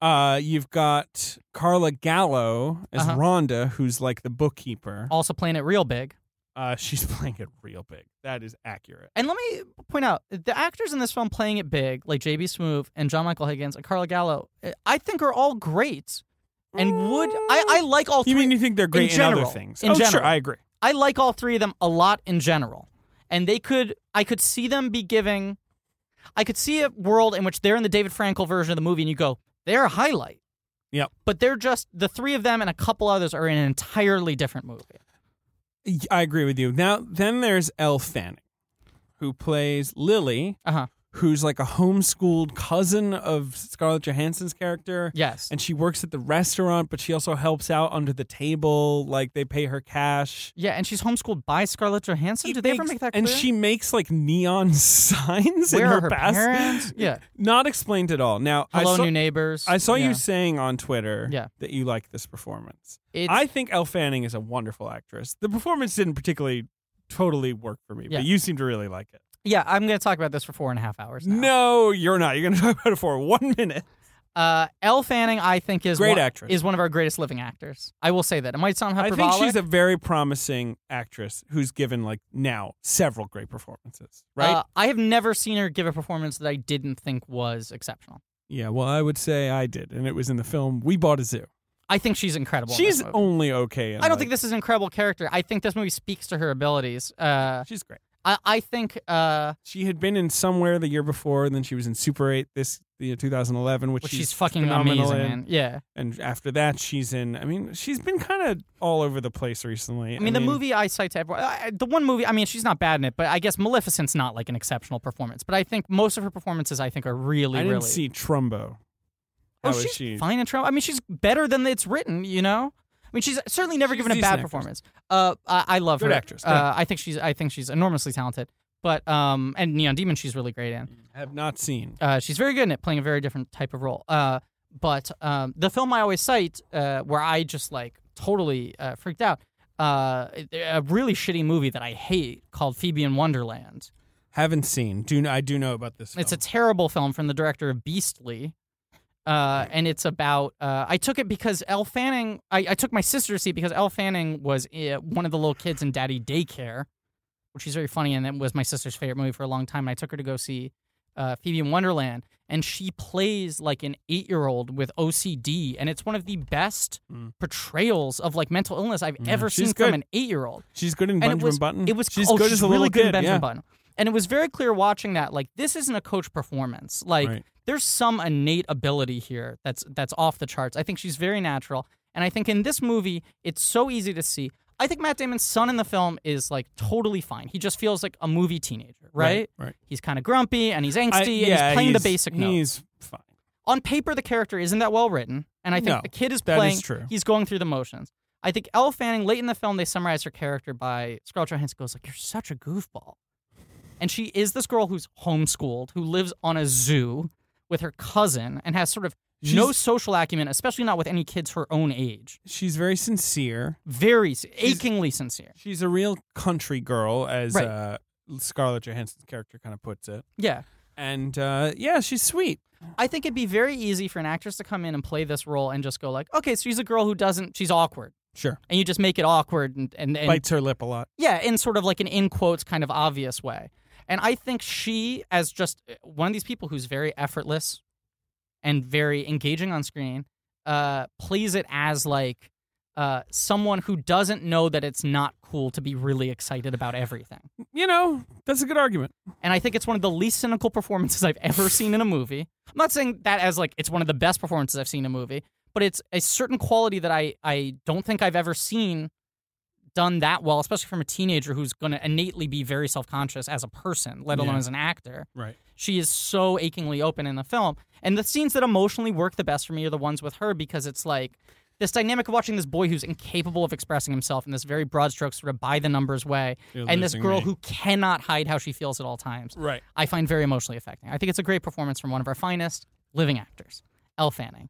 Uh, you've got Carla Gallo as
Uh-huh.
Rhonda, who's like the bookkeeper.
Also playing it real big.
Uh, she's [laughs] playing it real big. That is accurate.
And let me point out the actors in this film playing it big, like J.B. Smoove and John Michael Higgins and Carla Gallo, eh, I think are all great. And would I, I like all
Mm.
three?
You mean you think they're great in, other
general.
things?
In
oh, sure,
general.
I agree.
I like all three of them a lot in general. And they could I could see them be giving I could see a world in which they're in the David Frankel version of the movie and you go, they're a highlight.
Yep.
But they're just the three of them and a couple others are in an entirely different movie.
Y- I agree with you. Now, then there's Elle Fanning, who plays Lily,
Uh-huh.
who's like a homeschooled cousin of Scarlett Johansson's character.
Yes.
And she works at the restaurant, but she also helps out under the table. Like they pay her cash.
yeah, and she's homeschooled by Scarlett Johansson.
It
Did they ever
makes-
make that clear?
And she makes like neon [laughs] signs
Where
in her,
are her
past. [laughs]
parents? Yeah.
Not explained at all. Now,
Hello,
I saw,
new neighbors.
I saw
Yeah.
you saying on Twitter
Yeah.
that you like this performance.
It's,
I think Elle Fanning is a wonderful actress. The performance didn't particularly totally work for me,
Yeah.
but you seem to really like it.
yeah, I'm going to talk about this for four and a half hours. Now.
No, you're not. You're going to [laughs] talk about it for one minute.
Uh, Elle Fanning, I think, is
Great
one,
actress.
is one of our greatest living actors. I will say that. It might sound
I
hyperbolic.
think she's a very promising actress who's given like now several great performances, right?
Uh, I have never seen her give a performance that I didn't think was exceptional.
yeah, well, I would say I did, and it was in the film We Bought a Zoo.
I think she's incredible. in this
she's
movie.
only okay. In,
I don't
like-
think this is an incredible character. I think this movie speaks to her abilities. Uh,
she's great.
I, I think uh,
She had been in somewhere the year before, and then she was in Super Eight this the year 2011, which,
which she's fucking
phenomenal
amazing.
in.
Man. Yeah.
And after that, she's in. I mean, she's been kind of all over the place recently.
I mean, the movie I cite to everyone, I, I- the one movie, I mean, she's not bad in it, but I guess Maleficent's not like an exceptional performance. But I think most of her performances, I think, are really,
I didn't
really.
see Trumbo. How
oh,
is
she's
she?
fine in Trump. I mean, she's better than it's written, you know? I mean, she's certainly never
She's
given
a
a
decent
bad
actress.
performance. Uh, I, I love
Good
her.
actress, good
Uh, I think she's, I think she's enormously talented. But um, and Neon Demon, she's really great in.
I have not seen.
Uh, she's very good in it, playing a very different type of role. Uh, but um, the film I always cite, uh, where I just like totally uh, freaked out, uh, a really shitty movie that I hate called Phoebe in Wonderland.
Haven't seen. Do I do know about this? Film.
It's a terrible film from the director of Beastly. Uh, and it's about. Uh, I took it because Elle Fanning. I, I took my sister to see it because Elle Fanning was uh, one of the little kids in Daddy Daycare, which is very funny, and it was my sister's favorite movie for a long time. And I took her to go see uh, Phoebe in Wonderland, and she plays like an eight-year-old with OCD, and it's one of the best
Mm.
portrayals of like mental illness I've ever
she's
seen from
good.
an eight-year-old
she's good in
and
Benjamin
it was
Button.
it was
she's
oh,
good
she's
as a
really
little
good in
kid.
Benjamin
yeah.
Button. And it was very clear watching that like this isn't a coach performance. Like
Right.
there's some innate ability here that's that's off the charts. I think she's very natural, and I think in this movie it's so easy to see. I think Matt Damon's son in the film is like totally fine. He just feels like a movie teenager, right?
Right. right.
He's kind of grumpy and he's angsty
I-
and
yeah,
he's playing
he's-
the basic notes.
He's fine.
On paper, the character isn't that well written, and I think
No,
the kid is
that is
playing.
true.
He's going through the motions. I think Elle Fanning late in the film they summarize her character by Scarlett Johansson goes like, "You're such a goofball," and she is this girl who's homeschooled, who lives on a zoo with her cousin, and has sort of no
She's-
social acumen, especially not with any kids her own age.
She's very sincere.
Very s- achingly sincere.
She's a real country girl, as
Right.
uh, Scarlett Johansson's character kind of puts it.
Yeah,
And uh, yeah, she's sweet.
I think it'd be very easy for an actress to come in and play this role and just go like, "Okay, so she's a girl who doesn't. She's awkward."
Sure,
And you just make it awkward and, and, and
bites her lip a lot.
Yeah, in sort of like an in quotes kind of obvious way. And I think she, as just eh, one of these people who's very effortless and very engaging on screen, uh, plays it as like uh, someone who doesn't know that it's not cool to be really excited about everything.
You know, that's a good argument.
And I think it's one of the least cynical performances I've ever seen in a movie. I'm not saying that as like it's one of the best performances I've seen in a movie, but it's a certain quality that I, I don't think I've ever seen done that well, especially from a teenager who's going to innately be very self conscious as a person, let alone
Yeah.
as an actor.
Right.
She is so achingly open in the film. And the scenes that emotionally work the best for me are the ones with her because it's like this dynamic of watching this boy who's incapable of expressing himself in this very broad stroke, sort of by the numbers way,
You're
and this
losing
girl
me.
who cannot hide how she feels at all times.
Right.
I find very emotionally affecting. I think it's a great performance from one of our finest living actors, Elle Fanning.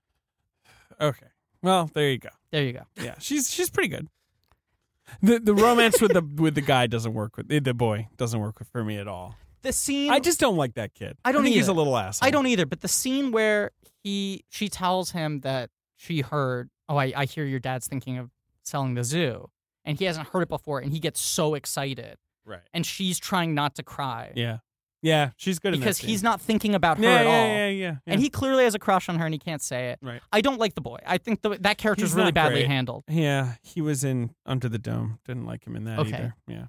Okay. Well, there you go.
There you go.
Yeah, she's she's pretty good. The the romance with the with the guy doesn't work with the boy doesn't work for me at all.
The scene
I just don't like that kid.
I don't
think he's a
either.
little asshole.
I don't either, but the scene where he she tells him that she heard, oh, I, I hear your dad's thinking of selling the zoo, and he hasn't heard it before, and he gets so excited,
Right.
and she's trying not to cry
Yeah. Yeah, she's good
because
in that
he's
scene.
not thinking about her
yeah,
at
yeah,
all,
yeah, yeah, yeah.
and he clearly has a crush on her, and he can't say it.
Right.
I don't like the boy. I think the, that character's
He's
really
not
badly
great.
handled.
Yeah, he was in Under the Dome. Didn't like him in that
Okay.
either. Yeah.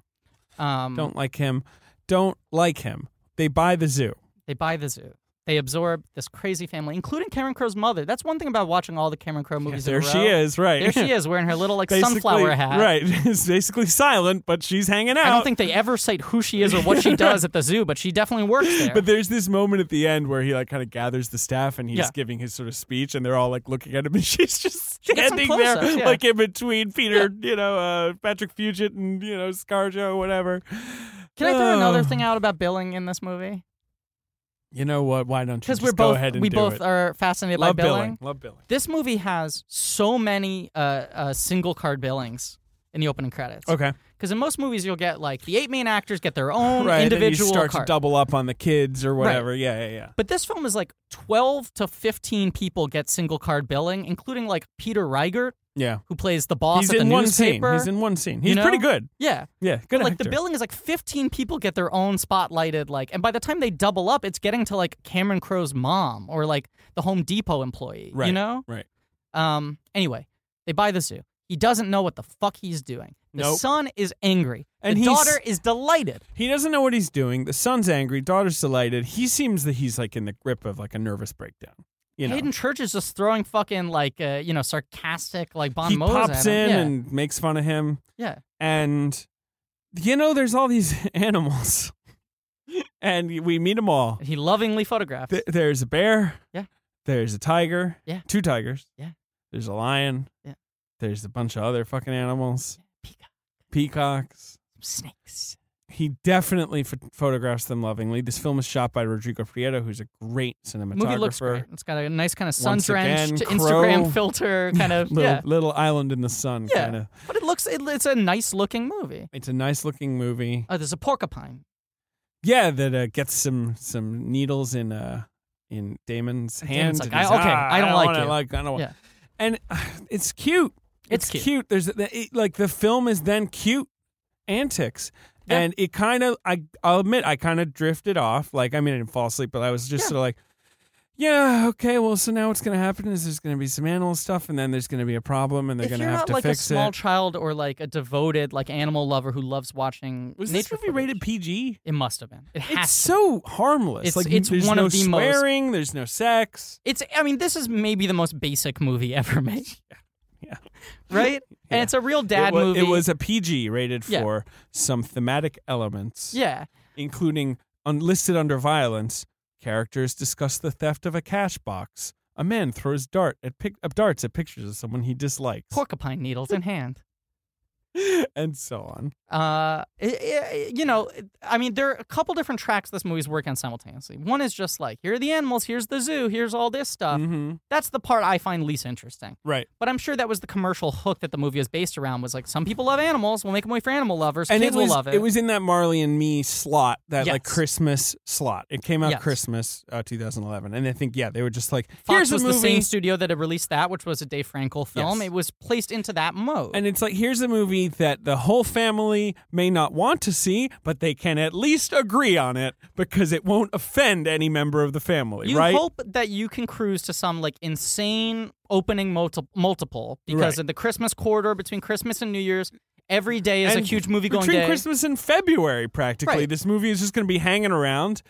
Um,
Hmm. Don't like him. Don't like him. They buy the zoo.
They buy the zoo. They absorb this crazy family, including Cameron Crowe's mother. That's one thing about watching all the Cameron Crowe movies. in
there
a
she
row.
is, right?
There she is wearing her little like
Basically-
sunflower hat.
Right. [laughs] It's basically silent, but she's hanging out.
I don't think they ever cite who she is or
[laughs]
what she does at the zoo, but she definitely works there.
But there's this moment at the end where he like kind of gathers the staff and he's
Yeah.
giving his sort of speech and they're all like looking at him and [laughs] she's just
gets some
standing there
close-ups, yeah.
like in between Peter, you know, uh, Patrick Fugit and you know Scarjo, whatever.
Can I throw
Oh.
another thing out about billing in this movie?
You know what? Why don't you
Because
just
we're
go
both
ahead and
we
do
both
it?
are fascinated
Love
by billing.
Love billing.
This movie has so many uh, uh, single card billings in the opening credits.
Okay.
Because in most movies, you'll get like the eight main actors get their own
Right.
individual
and you start
card.
to double up on the kids or whatever. Yeah, yeah, yeah.
But this film is like 12 to 15 people get single card billing, including like Peter Reichert,
Yeah.
who plays the boss
He's
at the
in one scene.
newspaper.
He's in one scene.
You
He's pretty
know?
good.
yeah.
Yeah, good
Like
actor.
the billing is like 15 people get their own spotlighted like and by the time they double up it's getting to like Cameron Crowe's mom or like the Home Depot employee,
Right.
you know?
Right.
Um anyway, they buy the zoo. He doesn't know what the fuck he's doing. The
Nope.
son is angry.
And
the
he's-
daughter is delighted.
He doesn't know what he's doing. The son's angry. Daughter's delighted. He seems that he's like in the grip of like a nervous breakdown. You know,
Hayden Church is just throwing fucking like uh, you know sarcastic like bon
he
mots
pops
at
in
him. Yeah.
and makes fun of him.
Yeah.
And you know, there's all these [laughs] animals, and we meet them all.
he lovingly photographs.
Th- there's a bear.
Yeah.
There's a tiger.
Yeah.
Two tigers.
Yeah.
There's a lion.
Yeah.
There's a bunch of other fucking animals.
Peacock.
Peacocks.
snakes.
He definitely ph photographs them lovingly. This film is shot by Rodrigo Prieto, who's a great cinematographer.
movie looks great. It's got a nice kind of sun
Once again,
drenched
Crow.
Instagram
[laughs]
filter kind of
little,
yeah.
little island in the sun
Yeah.
kind of.
But it looks it, it's a nice looking movie.
It's a nice looking movie.
Oh, there's a porcupine.
Yeah, that uh, gets some some needles in uh in Damon's hand.
Damon's like,
and he's,
"I- okay,
"Ah,
I don't like
wanna
you."
I don't want.
Yeah.
And [sighs] uh, it's cute.
It's
cute.
cute.
There's the, it, like the film is then cute antics.
Yeah.
And it kind of, I, I'll admit, I kind of drifted off. Like, I mean, I didn't fall asleep, but I was just
Yeah.
sort of like, yeah, okay, well, so now what's going to happen is there's going to be some animal stuff, and then there's going to be a problem, and they're
If
going
you're
to have
not
to
like a
fix
small
it.
child or like a devoted like animal lover who loves watching
Was
nature
this movie
footage,
rated PG?
It must have been. It has.
It's
to.
so harmless.
It's-
like,
it's
there's
one
no
of the most-
swearing, there's no sex.
It's. I mean, this is maybe the most basic movie ever made.
[laughs] Yeah. [laughs]
Right.
Yeah.
And it's a real dad
it was,
movie.
It was a PG rated
Yeah.
for some thematic elements.
Yeah.
including unlisted under violence. Characters discuss the theft of a cash box. A man throws dart at pic- uh, darts at pictures of someone he dislikes,
Porcupine needles in hand.
[laughs] and so on.
Uh, it, it, you know, it- I mean, there are a couple different tracks this movie's working on simultaneously. One is just like, here are the animals, here's the zoo, here's all this stuff.
Mhm.
That's the part I find least interesting.
Right,
But I'm sure that was the commercial hook that the movie is based around. Was like, some people love animals, we'll make a movie for animal lovers,
and
kids
it was
will love it.
was in that Marley and Me slot, that like
Yes.
Christmas slot. It came out
Yes.
Christmas uh, 2011, and I think yeah, they were just like,
Fox
here's
was
a
the
movie,
same studio that had released that, which was a Dave Frankel film.
Yes.
It was placed into that mode.
and it's like here's a movie that the whole family may not want to see, but they can at least agree on it because it won't offend any member of the family.
you
right?
hope that you can cruise to some like insane opening multi- multiple because
Right.
in the Christmas quarter between Christmas and New Year's, every day is
And
a huge movie going
between
day.
Christmas and February, practically.
Right.
This movie is just going to be hanging around.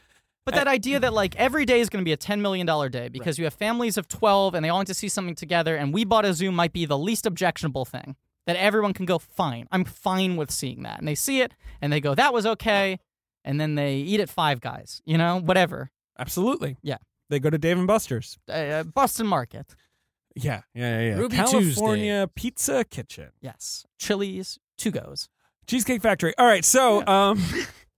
But that idea that like every day is going to be a ten million dollar day because you have families of twelve and they all want to see something together, and we bought a zoo might be the least objectionable thing that everyone can go fine. I'm fine with seeing that, and they see it and they go that was okay, and then they eat at Five Guys, you know, whatever,
Absolutely.
Yeah.
They go to Dave and Buster's.
uh, uh, Boston Market,
Yeah, yeah, yeah. yeah.
Ruby
California Pizza Kitchen,
yes, Chili's, Two Go's.
Cheesecake Factory. All right, so um,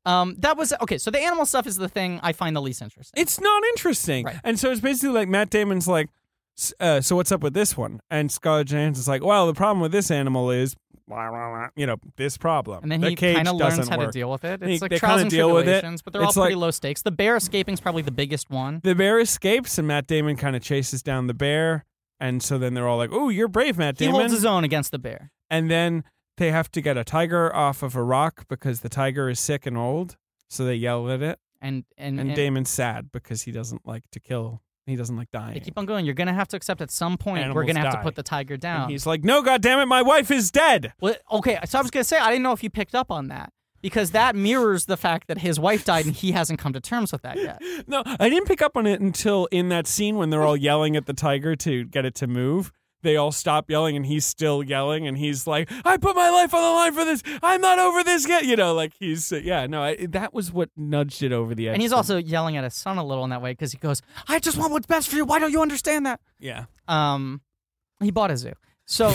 Um, that was okay. So the animal stuff is the thing I find the least interesting.
it's not interesting,
Right.
and so it's basically like Matt Damon's like, s- uh, so what's up with this one? And Scarlett Johansson's like, well, the problem with this animal is, blah, blah, blah, you know, this problem.
And then
the
he
cage
kind of learns
doesn't
how
work.
to deal with it.
He-
It's like
they kinda
trials and
deal with it.
tribulations, but they're all
It's
pretty
like-
low stakes. The bear escaping is probably the biggest one.
The bear escapes, and Matt Damon kind of chases down the bear, and so then they're all like, "Oh, you're brave, Matt
He
Damon."
holds his own against the bear.
and then they have to get a tiger off of a rock because the tiger is sick and old. So they yell at it,
And and,
and,
and
Damon's sad because he doesn't like to kill. He doesn't like
they
dying.
keep on going. You're gonna have to accept at some point we're
Animals
gonna have
die.
to put the tiger
and
down.
he's like, "No, God damn it, my wife is dead."
Well, okay, so I was gonna say I didn't know if you picked up on that, because that mirrors the fact that his wife died and he hasn't come to terms with that yet.
No, I didn't pick up on it until in that scene when they're all yelling at the tiger to get it to move. They all stop yelling and he's still yelling and he's like, "I put my life on the line for this. I'm not over this yet." You know, like he's yeah, no, I, that was what nudged it over the edge.
And he's
for me.
also yelling at his son a little in that way because he goes, "I just want what's best for you. Why don't you understand that?"
yeah.
Um, he bought a zoo,
[laughs]
so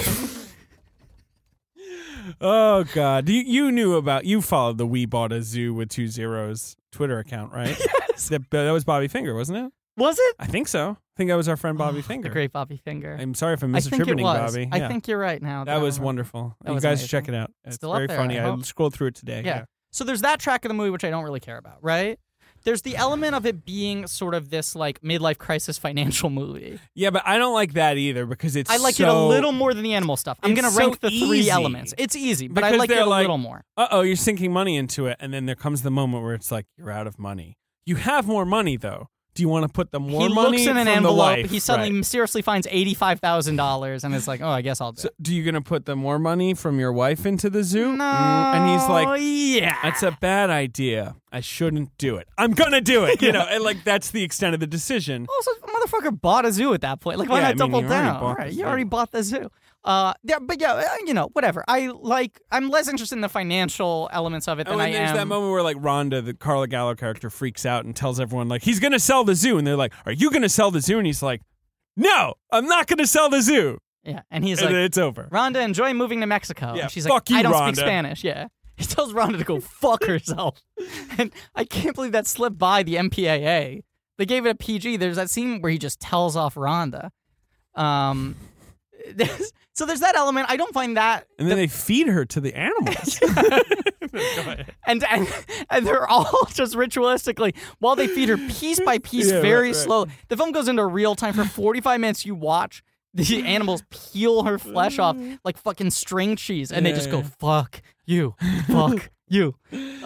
Oh God, you you knew about you followed the We Bought a Zoo with two zeros Twitter account,
[laughs]
right? yes. That, that was Bobby Finger, wasn't it?
was it
I think so. I think that was our friend Bobby
[sighs] the
Finger.
great Bobby Finger?
I'm sorry if I'm
I think it
misattributing
was.
Bobby.
I
Yeah.
think you're right now.
that
I
was
remember.
wonderful.
That
you
was
guys
amazing.
check it out. It's
Still up
very
there,
funny.
I
I,
hope.
scrolled through it today.
Yeah. So there's that track of the movie which I don't really care about, right? There's the element of it being sort of this like midlife crisis financial movie.
Yeah, but I don't like that either because it's
I like it a
so-
little more than the animal stuff. I'm
It's
gonna rank
so
the three
easy.
elements. It's easy, but I
Because
like it
they're
a
like-
little more.
Uh-oh, you're sinking money into it and then there comes the moment where it's like you're out of money. You have more money though. Do you want to put the more
he
money
looks in an
from the
envelope.
life?
he suddenly
Right.
mysteriously finds eighty five thousand dollars and is like, "Oh, I guess I'll do."
So,
it.
do you gonna put the more money from your wife into the zoo?
No,
Mm, And he's like,
"Yeah,
That's a bad idea. I shouldn't do it. I'm gonna do it. You know, and like that's the extent of the decision.
Also, motherfucker bought a zoo at that point. Like, why
Yeah, I
not
mean,
double
you already
down?
bought the
Right, you
zoo.
already bought the zoo. Uh, yeah, but yeah, uh, you know, whatever. I like. I'm less interested in the financial elements of it
Oh,
than
and
I
there's
am.
that moment where like Rhonda, the Carla Gallo character, freaks out and tells everyone like he's gonna sell the zoo, and they're like, "Are you gonna sell the zoo?" And he's like, "No, I'm not gonna sell the zoo."
Yeah, and he's
and
like,
then it's over.
Rhonda, enjoy moving to Mexico.
Yeah,
and she's
fuck
like,
you,
I don't
Rhonda."
speak Spanish. Yeah. [laughs] He tells Rhonda to
[laughs]
go fuck herself. And I can't believe that slipped by the MPAA. They gave it a PG. There's that scene where he just tells off Rhonda. Um, [laughs] there's- so there's that element. I don't find that.
And then they feed her to the
[laughs]
animals.
And, and and they're all [laughs] just ritualistically, while they feed her piece by piece,
Yeah, right,
very
right.
slow. The film goes into real time for 45 minutes. You watch
[laughs]
the animals peel her flesh off like fucking string cheese, and they
Yeah,
just
Mm. yeah.
go, fuck you,
[laughs]
fuck you.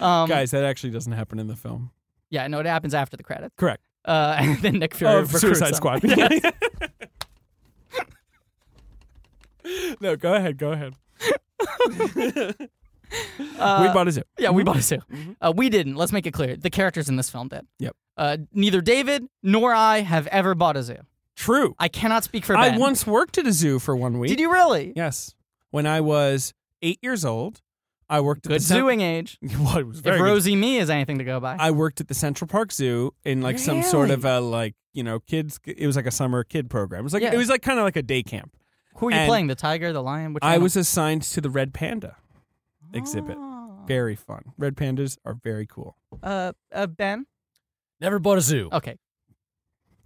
Um,
Guys, that actually doesn't happen in the film.
Yeah, no, it happens after the credits.
Correct.
Uh, [laughs] and then Nick Fury.
Or
recruits
Suicide
them. [laughs]
Squad. [laughs] no, go ahead. Go
[laughs]
ahead.
Uh,
we bought a zoo.
Yeah, we bought a zoo.
Mm-hmm.
Uh, we didn't. Let's make it clear. The characters in this film did.
Yep.
Uh, neither David nor I have ever bought a zoo.
True.
I cannot speak for
I
Ben.
once worked at a zoo for one week.
Did you really?
Yes. When I was eight years old, I worked at
Good
the cen-
zooing age.
[laughs] Well, it was very
if
good.
Rosie Me is anything to go by.
I worked at the Central Park Zoo in like some sort of a like you know kids. It was like a summer kid program. It was like
Yeah.
it was like kind of like a day camp.
Who are you
and-
playing? The tiger, the lion? Which
I
one?
was assigned to the red panda
Oh.
exhibit. Very fun. Red pandas are very cool.
Ah. Uh, uh, Ben.
Never bought a zoo.
Okay,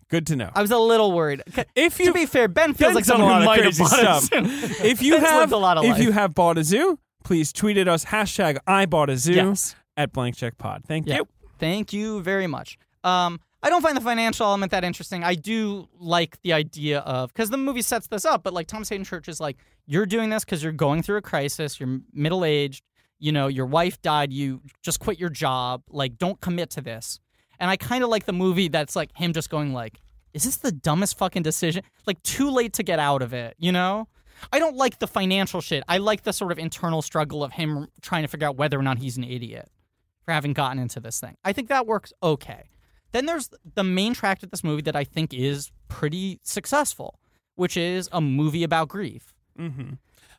Good to know.
I was a little worried. C-
If
Uh, To
you
be fair, Ben
Ben's
feels like
done
someone
a lot
who
of
might
crazy
have bought
stuff.
a
[laughs]
zoo.
if you
Ben's
have
lived a lot of
if
life.
you have bought a zoo, please tweet at us hashtag I bought a zoo
Yes.
at blank check pod. Thank
Yeah.
you.
Thank you very much. Um, I don't find the financial element that interesting. I do like the idea of because the movie sets this up, but like Thomas Hayden Church is like, you're doing this because you're going through a crisis. You're middle aged. You know, your wife died. You just quit your job. Like, don't commit to this. And I kind of like the movie that's like him just going like, is this the dumbest fucking decision? Like, too late to get out of it. You know. I don't like the financial shit. I like the sort of internal struggle of him trying to figure out whether or not he's an idiot for having gotten into this thing. I think that works okay. Then there's the main tract of this movie that I think is pretty successful, which is a movie about grief.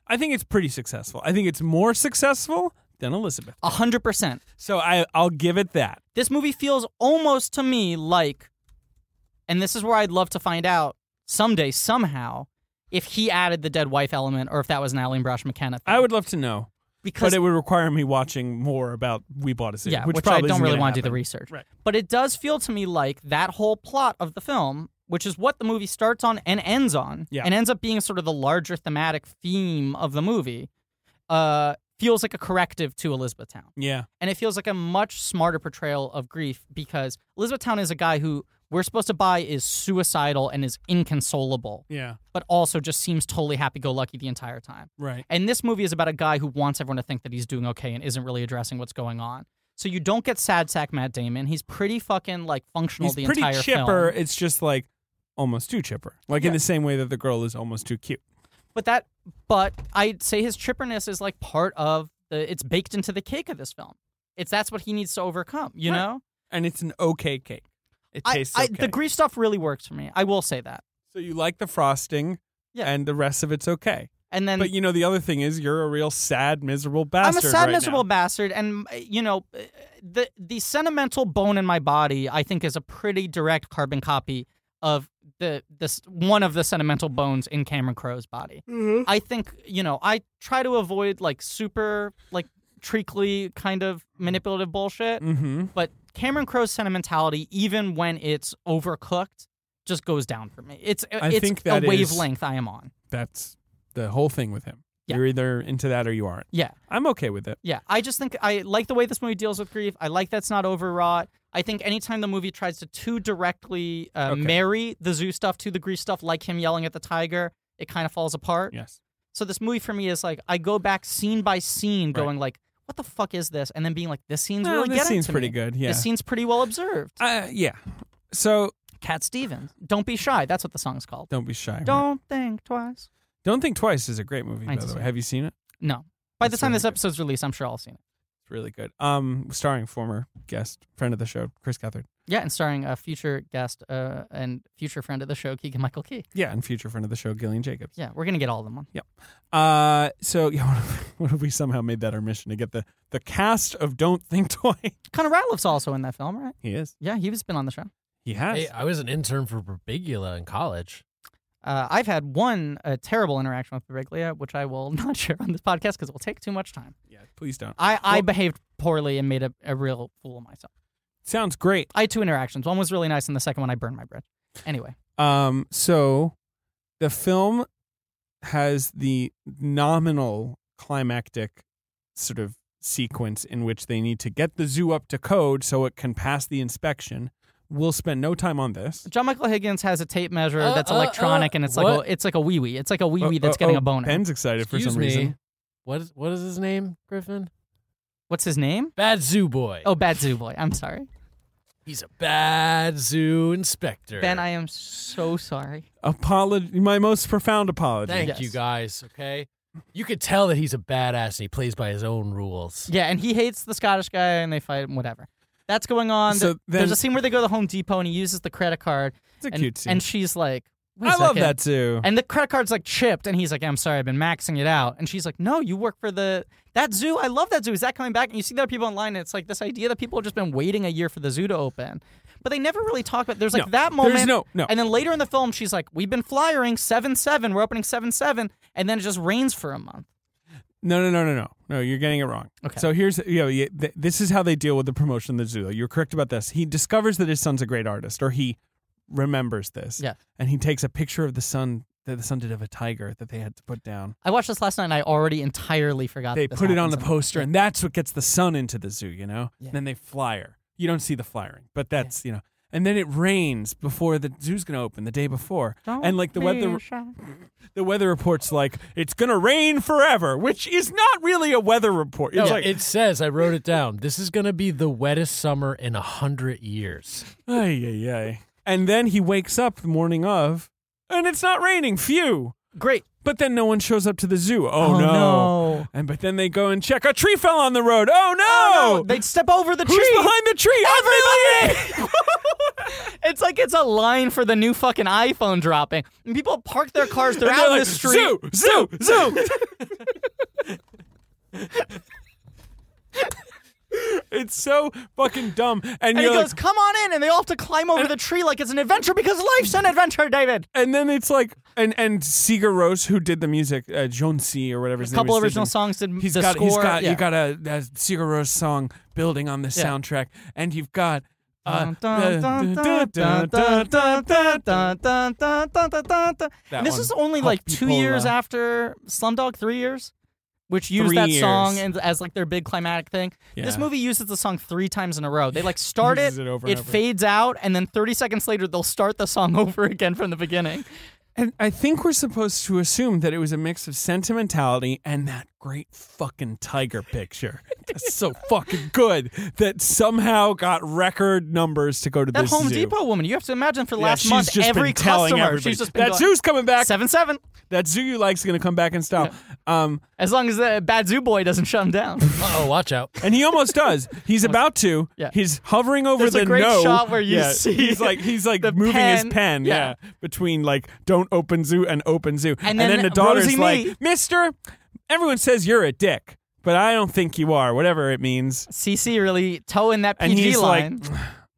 I think it's pretty successful. I think it's more successful than Elizabeth.
A hundred percent.
So I I'll give it that.
This movie feels almost to me like, and this is where I'd love to find out someday somehow if he added the dead wife element or if that was an Alan Brosh McKenna. Thing.
I would love to know,
because
but it would require me watching more about We Bought a Zoo,
yeah,
which,
which, I
probably
don't
isn't
really
gonna
want to do the
happen.
research.
Right.
But it does feel to me like that whole plot of the film, which is what the movie starts on and ends on,
Yeah.
and ends up being sort of the larger thematic theme of the movie, uh, feels like a corrective to Elizabethtown.
Yeah,
And it feels like a much smarter portrayal of grief because Elizabethtown is a guy who we're supposed to buy is suicidal and is inconsolable,
yeah,
but also just seems totally happy go lucky the entire time.
right.
And this movie is about a guy who wants everyone to think that he's doing okay and isn't really addressing what's going on. So you don't get sad sack Matt Damon. He's pretty fucking like functional
He's
the
pretty
entire
chipper.
film.
It's just like almost too chipper, like in the same way that the girl is almost too cute.
But that but I'd say his chipperness is like part of The, it's baked into the cake of this film. It's that's what he needs to overcome. You
Right.
know,
and it's an okay cake. It
I,
tastes
I,
okay.
the grief stuff really works for me. I will say that.
so you like the frosting,
Yeah.
and the rest of it's okay.
And then
But you know the other thing is you're a real sad, miserable
I'm
bastard.
a sad,
right
miserable
Now.
bastard, and uh, you know, uh, the the sentimental bone in my body, I think, is a pretty direct carbon copy of the this one of the sentimental bones in Cameron Crowe's body. I think you know, I try to avoid like super like treacly kind of manipulative bullshit,
Mm-hmm.
but Cameron Crowe's sentimentality, even when it's overcooked, just goes down for me. It's uh,
I
it's
think that
a
is-
wavelength I am on.
That's the whole thing with him.
Yeah.
You're either into that or you aren't.
Yeah.
I'm okay with it.
Yeah, I just think I like the way this movie deals with grief. I like that's not overwrought. I think anytime the movie tries to too directly uh,
Okay.
marry the zoo stuff to the grief stuff, like him yelling at the tiger, it kind of falls apart.
Yes.
So this movie for me is like I go back scene by scene,
Right.
going like, "What the fuck is this?" and then being like, "This scene's
Well,
really
this
getting
scene's
to
pretty
me.
good, yeah.
this scene's pretty well observed."
Uh, yeah. So
Cat Stevens, "Don't Be Shy." That's what the song's called.
don't be shy. right?
Don't think twice.
Don't think twice is a great movie.
I
By the
see.
way, have you seen it?
No. By the
That's
time
really
this
good.
episode's released, I'm sure I'll have seen it.
It's really good. Um, starring former guest, friend of the show, Chris Gethard.
Yeah, and starring a future guest uh, and future friend of the show, Keegan Michael Key.
Yeah, and future friend of the show, Gillian Jacobs.
Yeah, we're gonna get all of them on.
Uh, so [laughs] yeah, what if, what if we somehow made that our mission to get the the cast of Don't Think [laughs] Twice?
Connor Ratliff's also in that film, right?
He is.
Yeah, he was been on the show.
He has.
Hey, I was an intern for Berbigula in college.
Uh, I've had one uh, terrible interaction with Beriglia, which I will [laughs] not share on this podcast because it will take too much time.
yeah, please don't.
I, I
Well-
behaved poorly and made a, a real fool of myself.
Sounds great.
I had two interactions. One was really nice, and the second one I burned my bridge. Anyway,
Um, so the film has the nominal climactic sort of sequence in which they need to get the zoo up to code so it can pass the inspection. We'll spend no time on this.
John Michael Higgins has a tape measure
Uh,
that's
uh,
electronic,
uh,
and it's like
what? Uh,
a, it's like a wee wee. It's like a wee wee
Oh,
that's
oh,
getting
oh,
a boner.
Ben's excited for
Excuse
some
me.
reason.
What is what is his name? Griffin?
What's his name?
Bad Zoo Boy.
Oh, Bad Zoo Boy. I'm sorry,
he's a bad zoo inspector.
Ben. I am so sorry.
Apology, my most profound apology.
Thank
Yes.
you guys. Okay, you could tell that he's a badass and he plays by his own rules.
Yeah, and he hates the Scottish guy, and they fight and whatever. That's going on.
So
Th- There's
then-
a scene where they go to Home Depot, and he uses the credit card.
It's a
and,
cute scene.
And she's like, "Wait a
I love
second."
that too.
And the credit card's like chipped, and he's like, "I'm sorry, I've been maxing it out." And she's like, "No, you work for the that zoo. I love that zoo. Is that coming back?" And you see the other people online, and it's like this idea that people have just been waiting a year for the zoo to open, but they never really talk about. There's like
No,
that
there's
moment,
no- no.
And then later in the film, she's like, "We've been flyering seven seven. We're opening seven seven, and then it just rains for a month.
No, no, no, no, no. No, you're getting it wrong.
Okay.
So here's, you know, y- th- this is how they deal with the promotion of the zoo. You're correct about this. He discovers that his son's a great artist, or he remembers this.
Yeah.
And he takes a picture of the son that the son did of a tiger that they had to put down.
I watched this last night, and I already entirely forgot.
They
that this
put it on the
happens.
poster, and that's what gets the son into the zoo, you know?
Yeah.
And then they flyer. You don't see the flyering, but that's, you know. And then it rains before the zoo's going to open the day before. and like the weather the weather report's like it's going to rain forever, which is not really a weather report. It's
No,
like
it says I wrote it down. This is going to be the wettest summer in a hundred years.
Ay, ay, ay. And then he wakes up the morning of, and it's not raining. Phew.
Great.
But then no one shows up to the zoo. Oh, no.
no.
And but then they go and check. A tree fell on the road. Oh no!
They'd step over the
Who's
tree.
behind the tree? [laughs] Everybody!
It's like it's a line for the new fucking iPhone dropping. And people park their cars, they're
And
out
they're
in
like,
the street.
Zoo, zoo, zoo.
[laughs]
it's so fucking dumb. And,
And he
you're like-
goes, come on in, and they all have to climb over the tree like it's an adventure because life's an adventure, David.
and then it's like, and and Sigur Rose, who did the music, uh, Joan C or whatever his
A
name
couple
is, did
original
the-
songs did
He's
the
got
score.
he's got
yeah.
you got a, a Sigur Rós song building on this
Yeah.
soundtrack, and you've got uh,
Dun, dun, dun, dun, dun, dun, dun, dun, dun, dun, dun, dun, dun, dun, dun.
That
And this
one.
is only like two
Coppola.
years after Slumdog, three years, which used
Three
that
years.
song and as like their big climatic thing. This
Yeah.
movie uses the song three times in a
[laughs]
row. They like start it,
Uses it over and
it
over.
fades out, and then 30 seconds later they'll start the song [laughs] over again from the beginning.
and I think we're supposed to assume that it was a mix of sentimentality and that great fucking tiger
[laughs]
picture. That's so fucking good that somehow got record numbers to go to
That
this
Home
zoo.
Depot woman, you have to imagine for the
Yeah,
last
she's
month,
just
every
been telling
customer,
everybody,
she's just been
that
going,
zoo's coming back.
seven seven.
That zoo you like's going to come back in style. Um,
As long as the bad zoo boy doesn't shut
[laughs]
him down.
Oh, watch out.
and he almost does.
[laughs]
He's about to.
Yeah.
He's hovering over
There's a
the
great
no.
shot where you
Yeah,
[laughs] see
he's like he's like
the
moving
pen.
his pen.
Yeah.
Yeah. between like don't open zoo and open zoo.
And
then,
then
the daughter's
Rosie
like,
Lee-
Mister, everyone says you're a dick, but I don't think you are. Whatever it means.
CC really toeing that
And
PG
he's like,
line.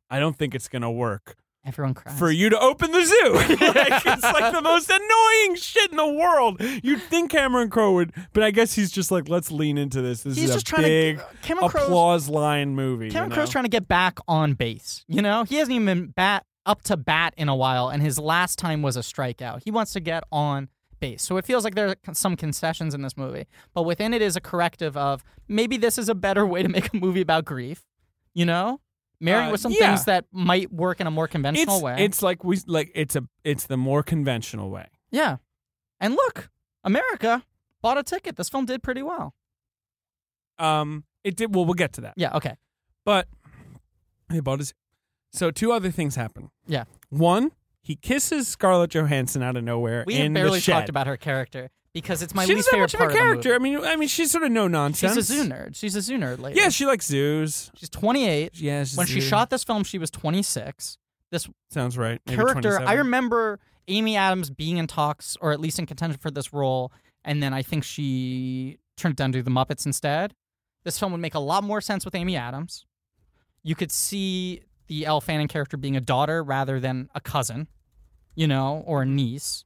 I don't think it's gonna work
Everyone cries.
for you to open the zoo. [laughs] like, it's like the most annoying shit in the world. You'd think Cameron Crowe would, but I guess he's just like, let's lean into this. This
He's
is
just
a
trying to- uh,
big
Cameron Crowe's-
applause line movie. you
Cameron
know?
Crowe's trying to get back on base. You know, he hasn't even been bat up to bat in a while, and his last time was a strikeout. He wants to get on base, so it feels like there are con- some concessions in this movie, but within it is a corrective of maybe this is a better way to make a movie about grief. You know, marrying
Uh,
with some
yeah.
things that might work in a more conventional
it's,
way.
It's like we like it's a it's the more conventional way.
yeah, and look, America bought a ticket. This film did pretty well.
Um, it did. Well, we'll get to that.
Yeah. Okay.
But they bought his. So two other things happen.
Yeah.
One, he kisses Scarlett Johansson out of nowhere
We
in
have barely
the shed.
talked about her character because it's my
she
least
doesn't have much
favorite
of
part
a
the
character.
movie.
I mean, I mean, she's sort of no nonsense.
She's a zoo nerd. She's a zoo nerd lady.
Yeah, she likes zoos.
she's 28.
Yeah, she's
when
a
she
zoo.
shot this film, she was 26. This
sounds right. Maybe
character, I
27.
remember Amy Adams being in talks or at least in contention for this role, and then I think she turned down to do the Muppets instead. This film would make a lot more sense with Amy Adams. You could see the Elle Fanning character being a daughter rather than a cousin, you know, or a niece.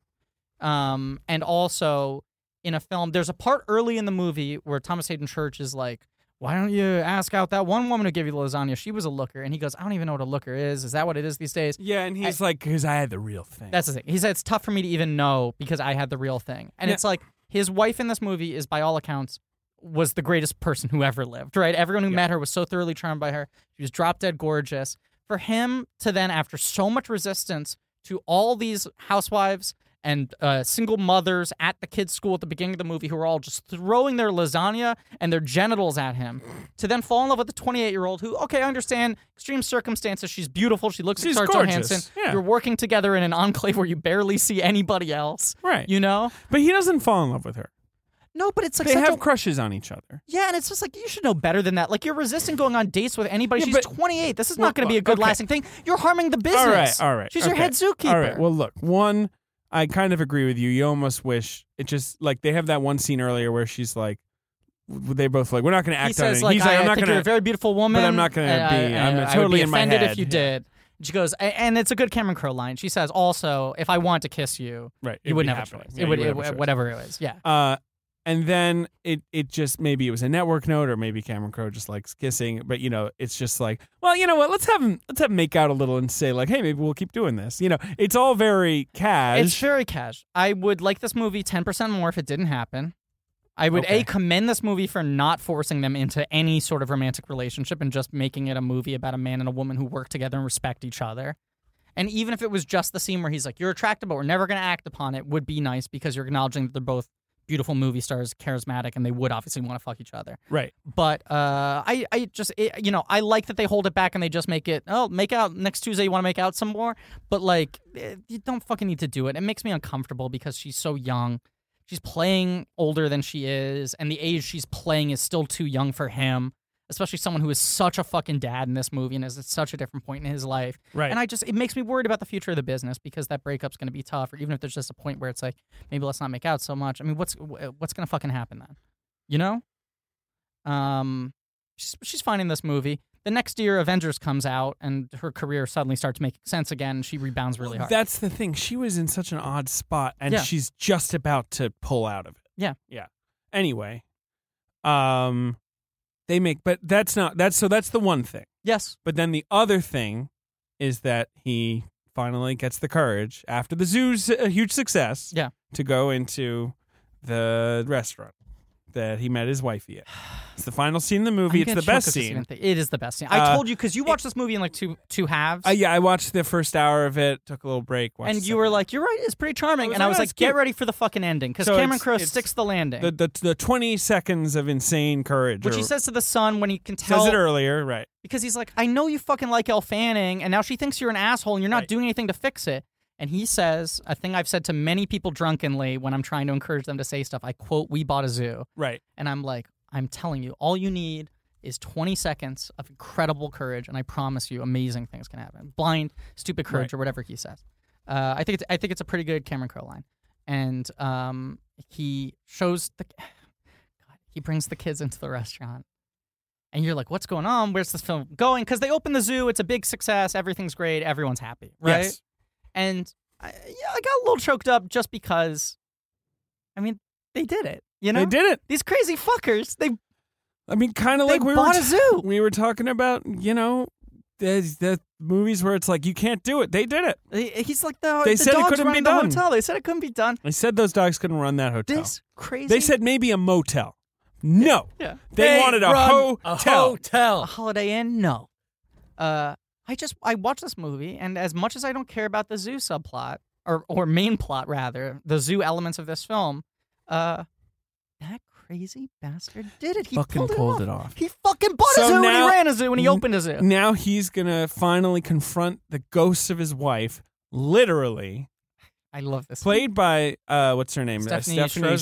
Um, and also in a film, there's a part early in the movie where Thomas Hayden Church is like, why don't you ask out that one woman who gave you the lasagna? She was a looker. And he goes, I don't even know what a looker is. Is that what it is these days?
Yeah, and he's like, because I had the real thing.
That's the thing. He said it's tough for me to even know because I had the real thing. And
Yeah.
it's like his wife in this movie is by all accounts was the greatest person who ever lived, right? Everyone who met her was so thoroughly charmed by her. She was drop dead gorgeous. For him to then after so much resistance to all these housewives and uh, single mothers at the kids' school at the beginning of the movie who were all just throwing their lasagna and their genitals at him, to then fall in love with a 28 year old who, okay, I understand extreme circumstances. She's beautiful. She looks
She's
like Scarlett
gorgeous.
Johansson.
Yeah.
You're working together in an enclave where you barely see anybody else.
right.
You know?
but he doesn't fall in love with her.
No, but it's like
They
such
have
a
crushes on each other.
yeah, and it's just like you should know better than that. Like you're resisting going on dates with anybody.
Yeah,
She's
but-
28. This is
Well,
not going to be a good
okay.
lasting thing. You're harming the business.
All right, all right.
She's your
okay.
head zookeeper.
All right. Well, look, one, I kind of agree with you. You almost wish it just like they have that one scene earlier where she's like, they both like, we're not going to act
he
on
says
it.
like,
He's like,
I,
am
I
not
think
gonna-
you're a very beautiful woman,
I'm not gonna
and I-
be- I'm
I- I would
totally
be
in my
offended if
head.
you did. And She goes, "A- and it's a good Cameron Crowe line. She says, also, if I want to kiss you,
Right.
you
it'd
wouldn't
be
have a
happening.
choice.
Yeah,
it
you
would,
wouldn't
it-
have a choice.
whatever it is. Yeah,
Uh, and then it it just maybe it was a network note or maybe Cameron Crowe just likes kissing, but you know it's just like well you know what let's have him let's have him make out a little and say like hey maybe we'll keep doing this you know it's all very cash.
It's very cash. I would like this movie 10% more if it didn't happen. I would
Okay.
A, commend this movie for not forcing them into any sort of romantic relationship and just making it a movie about a man and a woman who work together and respect each other. And even if it was just the scene where he's like, you're attracted, but we're never going to act upon it, would be nice because you're acknowledging that they're both beautiful movie stars, charismatic, and they would obviously want to fuck each other
right.
but uh, I, I just, it, you know, I like that they hold it back and they just make it, oh, make out next Tuesday. You want to make out some more? But like, eh, you don't fucking need to do it. It makes me uncomfortable because she's so young. She's playing older than she is, and the age she's playing is still too young for him. Especially someone who is such a fucking dad in this movie and is at such a different point in his life.
Right.
And I just, it makes me worried about the future of the business because that breakup's going to be tough. Or even if there's just a point where it's like, maybe let's not make out so much. I mean, what's what's going to fucking happen then? You know? Um, she's, she's fine in this movie. The next year, Avengers comes out, and her career suddenly starts making sense again. and She rebounds really hard.
That's the thing. She was in such an odd spot, and
Yeah.
she's just about to pull out of it.
Yeah.
Yeah. Anyway, um, they make, but that's not that's so that's the one thing.
yes,
But then the other thing is that he finally gets the courage after the zoo's a huge success.
Yeah.
To go into the restaurant that he met his wifey at. It's the final scene in the movie.
I'm
it's the
gonna choke
best
if this
scene.
even thing- It is the best scene. I
Uh,
told you because you watched this movie in like two two halves,
Uh, yeah, I watched the first hour of it, took a little break, watched
and
the
you were
second.
like, "You're right, it's pretty charming,"
was
and I
like,
was
"Oh,
like,
it's
"Get
cute."
ready for the fucking ending," because
So
Cameron
it's-
Crowe
it's-
sticks the landing,
the, the the twenty seconds of insane courage,
which
or
he says to the son when he can tell
does it earlier, right?
because he's like, I know you fucking like Elle Fanning, and now she thinks you're an asshole and you're not
Right.
doing anything to fix it. And he says a thing I've said to many people drunkenly when I'm trying to encourage them to say stuff. I quote, We bought a zoo.
Right.
And I'm like, I'm telling you, all you need is 20 seconds of incredible courage, and I promise you, amazing things can happen. Blind, stupid courage,
Right.
or whatever he says. Uh, I think it's I think it's a pretty good Cameron Crowe line, and um, he shows the [sighs] God, he brings the kids into the restaurant, and you're like, what's going on? Where's this film going? Because they open the zoo, it's a big success, everything's great, everyone's happy, right?
Yes.
And I, yeah, I got a little choked up just because, I mean, they did it, you know?
They did it.
These crazy fuckers, they
I mean, kind of
They
like we
bought
were
a zoo.
We were talking about, you know, the, the movies where it's like you can't do it. They did it.
He- He's like the
They
the
said it
dogs
couldn't be
running the
done.
hotel. They said it couldn't be done.
They said those dogs couldn't run that hotel.
This crazy.
they said maybe a motel. No,
yeah.
they, wanted a
run A
hotel.
a
hotel.
Holiday Inn. No, uh, I just I watched this movie, and as much as I don't care about the zoo subplot or or main plot rather, the zoo elements of this film, uh, that crazy bastard did it. He
Fucking
pulled,
pulled
it,
it
off.
off.
He fucking bought a
So
zoo and
now-
he ran a zoo and he
N-
opened a zoo.
Now he's gonna finally confront the ghost of his wife, literally
I love this.
played by uh, what's her name? Uh,
Stephanie,
Stephanie Sh-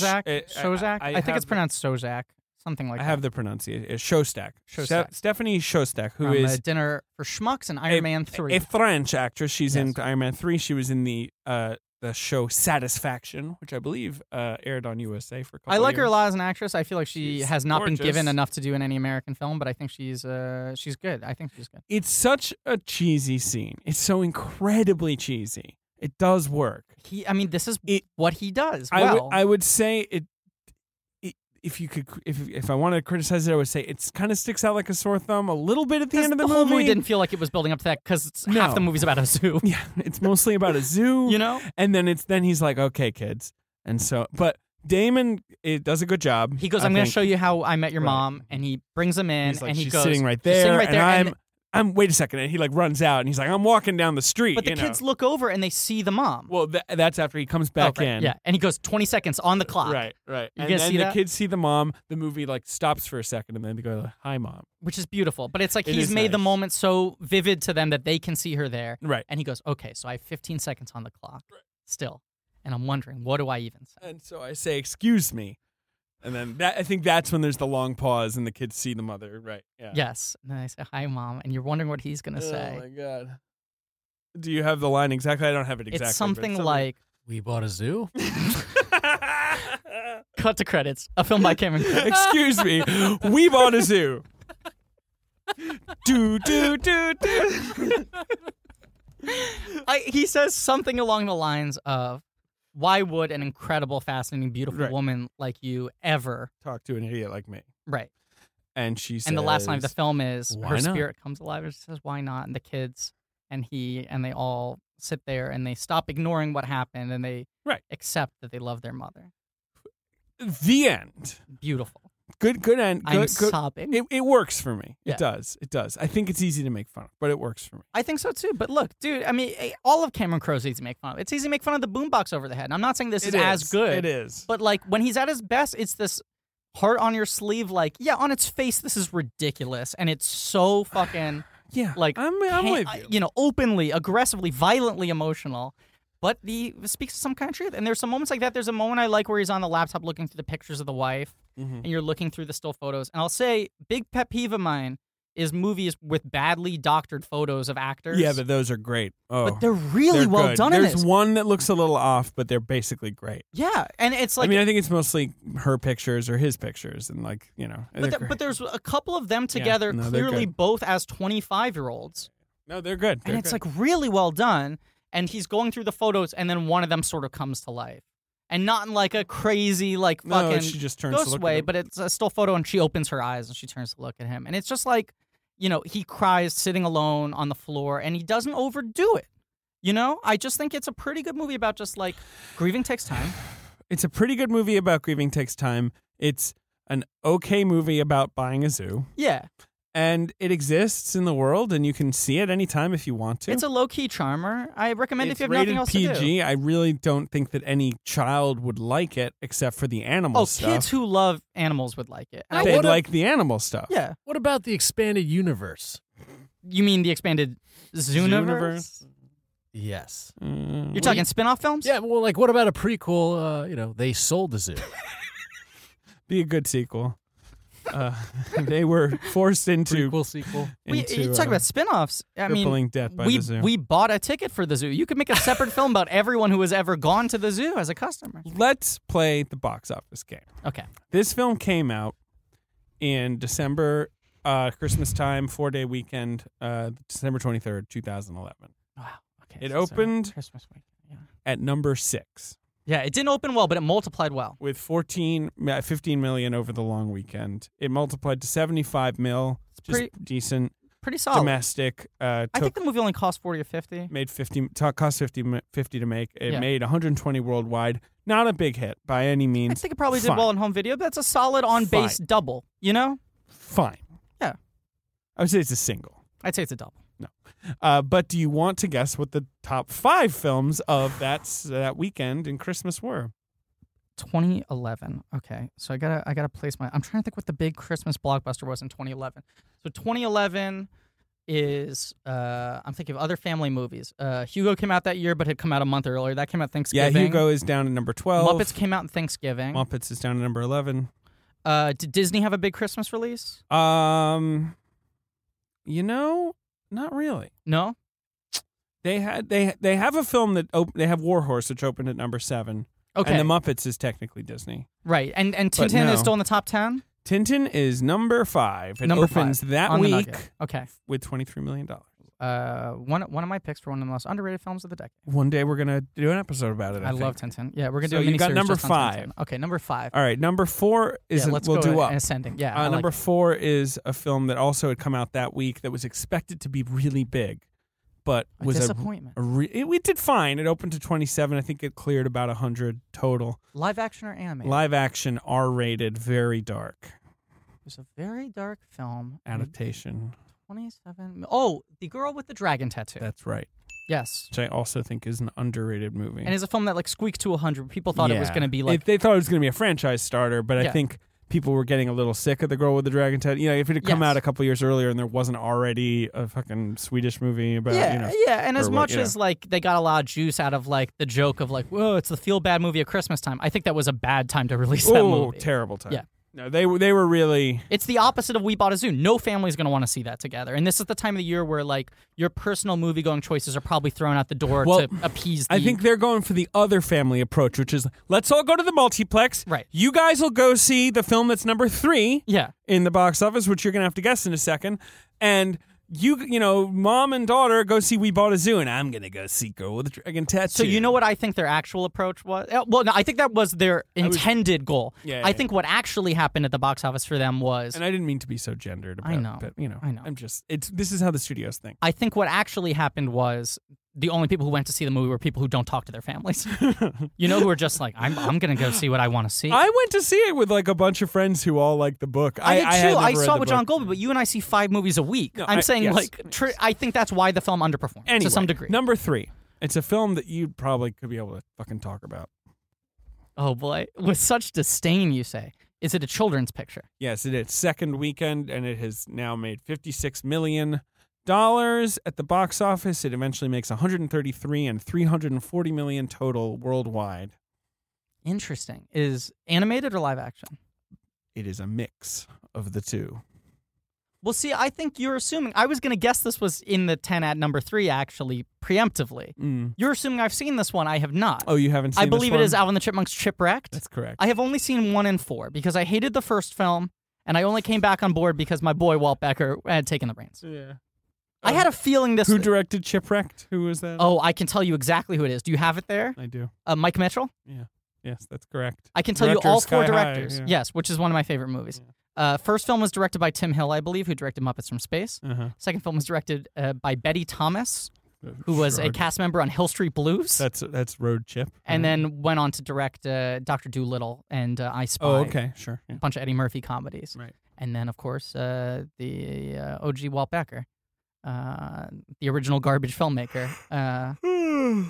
uh,
Sozak. Sozak. I, think
have
it's
the-
pronounced Sozak. Something like
I
that.
have the pronunciation. It's Shostak.
Shostak.
Ste- Stephanie Shostak, who
From,
is
uh, dinner for schmucks and Iron Man three.
a French actress. She's in
Yes.
Iron Man three. She was in the uh, the show Satisfaction, which I believe uh, aired on USA for. a couple
I like her
years.
a lot as an actress. I feel like she
She's
has not been given
gorgeous.
enough to do in any American film, but I think she's uh, she's good. I think she's good.
It's such a cheesy scene. It's so incredibly cheesy. It does work.
He, I mean, this is
It-
what he does.
I would
well,
I would say it. it- If you could, if if I wanted to criticize it, I would say it's kind of sticks out like a sore thumb a little bit at the
'Cause
end of the,
whole
movie.
movie didn't feel like it was building up to that because half
No.
the movie's about a zoo. [laughs]
Yeah, it's mostly about a zoo.
You know,
and then it's then he's like, okay, kids, and so but Damon it does a good job.
he goes,
I
"I'm going to
think.
show you how I met your
Right.
mom," and he brings him in,
He's like,
and he
she's
goes,
sitting right
"She's
there,
sitting right there."
and
and-
I'm, I'm. Wait a second, and he like runs out, and he's like, I'm walking down the street.
but the
you know?
kids look over and they see the mom.
Well, tha- that's after he comes back
Oh, right,
in.
yeah, and he goes, "20 seconds on the clock,"
Right, right.
You
and
gonna
then
see
the
that?
kids see the mom. The movie like stops for a second, and then they go, like, "Hi, mom."
which is beautiful. But it's like
It
he's
is
made the
nice.
moment so vivid to them that they can see her there.
Right.
And he goes, okay, so I have 15 seconds on the clock still. And I'm wondering, what do I even say?
And so I say, "Excuse me," and then that I think that's when there's the long pause, and the kids see the mother. Right. Yeah.
Yes. And then I say, hi, mom. And you're wondering what he's going to
Oh
say.
my god. Do you have the line exactly? I don't have it exactly. but
it's something
it's
like,
We bought a zoo.
cut to credits, a film by
[laughs]
Cameron
[laughs]
Crowe.
Excuse me, we bought a zoo. do do do do.
I, he says something along the lines of, why would an incredible, fascinating, beautiful
Right.
woman like you ever?
Talk to an idiot like me,
Right.
and she says.
and the last line of the film is
"Why
her
not?"
spirit comes alive and she says why not and the kids and he and they all sit there and they stop ignoring what happened and they
Right.
accept that they love their mother
The end.
beautiful
Good. Good end. Good.
i'm
good.
sobbing
It, it works for me.
Yeah.
It does. It does. I think it's easy to make fun of, but it works for me.
i think so too but look dude i mean eh, all of cameron crowe's easy to make fun of it's easy to make fun of the boombox over the head and i'm not saying this is,
It
as good
It is.
but like when he's at his best it's this heart on your sleeve like yeah on its face this is ridiculous and it's so fucking
[sighs] yeah.
like,
I'm. I'm
pa-
with
uh,
you.
know, openly, aggressively, violently emotional. But he speaks to some kind of truth. And there's some moments like that. There's a moment I like where he's on the laptop looking through the pictures of the wife
Mhm.
and you're looking through the still photos. And I'll say, big pet peeve of mine is movies with badly doctored photos of actors.
Yeah, but those are great. Oh,
But they're really
they're
well
good.
done
There's
in this.
one that looks a little off, but they're basically great.
yeah. And it's
I
like,
mean, I think it's mostly her pictures or his pictures, and like you know.
but, there- but there's a couple of them together,
no, they're
clearly
good.
both as 25 year olds.
no, they're good.
and it's like really well done. And he's going through the photos, and then one of them sort of comes to life, and not in like a crazy like
no,
fucking
she just turns to
ghost
look
way,
at him.
but it's a still photo, and she opens her eyes and she turns to look at him, and it's just like, you know, he cries sitting alone on the floor, and he doesn't overdo it. You know, I just think it's a pretty good movie about just like grieving takes time.
it's a pretty good movie about grieving takes time. It's an okay movie about buying a zoo,
Yeah.
and it exists in the world, and you can see it anytime if you want to.
It's a low key charmer. I recommend
It's
if you have
rated
nothing else
PG.
to do.
I really don't think that any child would like it except for the animal
Oh,
stuff.
kids who love animals would like it. And I
They'd
would've-
like the animal stuff.
Yeah.
What about the expanded universe?
You mean the expanded Zooniverse?
Yes.
Mm.
You're talking spin off films?
Yeah, well, like, what about a prequel? Uh, you know, they sold the zoo.
[laughs] be a good sequel. Uh, [laughs] they were forced into,
prequel, sequel.
We,
into
you talk
uh,
about spin offs. I mean,
crippling debt by
we,
the zoo.
we bought a ticket for the zoo. You could make a [laughs] separate film about everyone who has ever gone to the zoo as a customer.
Let's play the box office game.
Okay.
This film came out in December, uh, Christmas time, four day weekend, uh, December 23rd, 2011,
Wow. Okay.
It
so it's, uh,
opened-
Christmas week. Yeah.
at number six
yeah, it didn't open well, but it multiplied well.
with 14, uh, 15 million over the long weekend. It multiplied to 75 mil, just
pretty-
decent,
Pretty solid.
domestic. Uh,
Oh. I
took
think the movie only cost 40 or 50.
made 50 t- cost 50 mi- 50 to make it
Yeah.
made 120 worldwide not a big hit by any
I
means
think it probably did
Fine.
well in home video, but that's a solid on base
Fine.
double, you know?
fine
Yeah.
i would say it's a single
I'd say it's a double.
uh, but do you want to guess what the top five films of that s- that weekend and christmas were
2011. Okay, so I gotta I gotta place my. I'm trying to think what the big Christmas blockbuster was in 2011. So 2011 is uh I'm thinking of other family movies. Uh, Hugo came out that year, but had come out a month earlier. That came out
yeah
Thanksgiving.
hugo oh. is down at number 12
Muppets came out in Thanksgiving.
muppets is down at number 11
Uh, did Disney have a big Christmas release?
um you know not really
No.
they had they they have a film that op- they have War Horse, which opened at number seven,
Okay.
and the Muppets is technically Disney.
right. And and
But
Tintin
no.
is still in the top ten.
Tintin is number five. It
Number
opens that
on the
week
nugget. Okay.
with twenty three million dollars.
Uh, one one of my picks for one of the most underrated films of the decade.
One day we're gonna do an episode about it. I,
I, love
think.
Tintin. Yeah, we're gonna
So
do. A
you got
miniseries
number
just on Tintin.
five.
Okay, number five.
All right, number four is
yeah,
a-
let's
we'll
go
do up.
ascending. Yeah. I
Uh,
like
number
it.
four is a film that also had come out that week that was expected to be really big, but
A
was a,
disappointment.
a re- it, it did fine. It opened to twenty seven. I think it cleared about hundred total.
Live action or anime?
Live action, R rated, very dark
it was a very dark film. in
adaptation.
27. Oh, The Girl with the Dragon Tattoo.
That's right,
yes.
which I also think is an underrated movie.
And it's a film that like squeaked to 100. People thought it was
Yeah.
going to be
It-
like
they thought it was going to be a franchise starter, but I
Yeah.
think people were getting a little sick of the girl with the dragon tattoo. You know, if it had come
Yes.
out a couple years earlier and there wasn't already a fucking Swedish movie about,
yeah,
uh, you know,
yeah, and
or
as
what,
much
you know.
as like they got a lot of juice out of like the joke of like, whoa, it's the feel bad movie at Christmas time. I think that was a bad time to [laughs] release that
oh,
movie.
terrible time.
Yeah.
No, they were they were really
It's the opposite of We Bought a Zoo. No family's going to want to see that together. And this is the time of the year where like your personal movie going choices are probably thrown out the door
Well,
to appease. The,
I think they're going for the other family approach, which is let's all go to the multiplex.
Right.
You guys will go see the film that's number 3
yeah,
in the box office, which you're gonna have to guess in a second, and you you know, mom and daughter go see We Bought a Zoo, and I'm gonna go see Girl with a Dragon Tattoo.
So you know what I think their actual approach was? Uh, Well, no, I think that was their intended goal.
Yeah,
I
yeah.
think what actually happened at the box office for them was
And I didn't mean to be so gendered. About
I
it,
know.
but you know,
I know.
I'm just it's this is how the studios think.
I think what actually happened was the only people who went to see the movie were people who don't talk to
[laughs]
their families. you know, who are just like, I'm I'm gonna go see what I want to see.
I went to see it with like a bunch of friends who all like the book.
I
I,
did too.
had
I,
never read
saw
the
it with John
book.
Goldman, but you and I see five movies a week.
No,
I'm
I-
saying
yes.
like, tr- I think that's why the film underperformed
Anyway,
to some degree.
Number three, it's a film that you probably could be able to fucking talk about.
Oh boy, with such disdain, you say. Is it a children's picture?
Yes, it is second weekend, and it has now made 56 million dollars at the box office. It eventually makes 133 and 340 million total worldwide.
Interesting. Is animated or live action?
It is a mix of the two.
Well, see, I think you're assuming. I was going to guess this was in the 10 at number three, actually, preemptively.
Mm.
You're assuming I've seen this one. I have not.
Oh, you haven't seen?
I
this
believe it
one?
is Alvin the Chipmunks Chipwrecked.
That's correct.
I have only seen one and four because I hated the first film and I only came back on board because my boy Walt Becker had taken the reins.
yeah.
I had a feeling this.
Who directed Chipwrecked? Who was that?
oh, I can tell you exactly who it is. Do you have it there?
I do.
Uh, Mike Mitchell?
Yes, that's correct.
I can tell
Director
you
of
all
Sky
four
High,
directors.
yeah.
Yes, which is one of my favorite movies. Uh, first film was directed by Tim Hill, I believe, who directed Muppets from Space.
Uh-huh.
Second film was directed uh, by Betty Thomas, who was a
Sure.
cast member on Hill Street Blues,
That's that's Road Chip.
and then went on to direct uh, Doctor Doolittle and uh, I Spy.
oh, okay, sure. Yeah.
A bunch of Eddie Murphy comedies.
Right.
And then, of course, uh, the uh, OG Walt Becker, uh, the original
[sighs]
garbage filmmaker. Uh,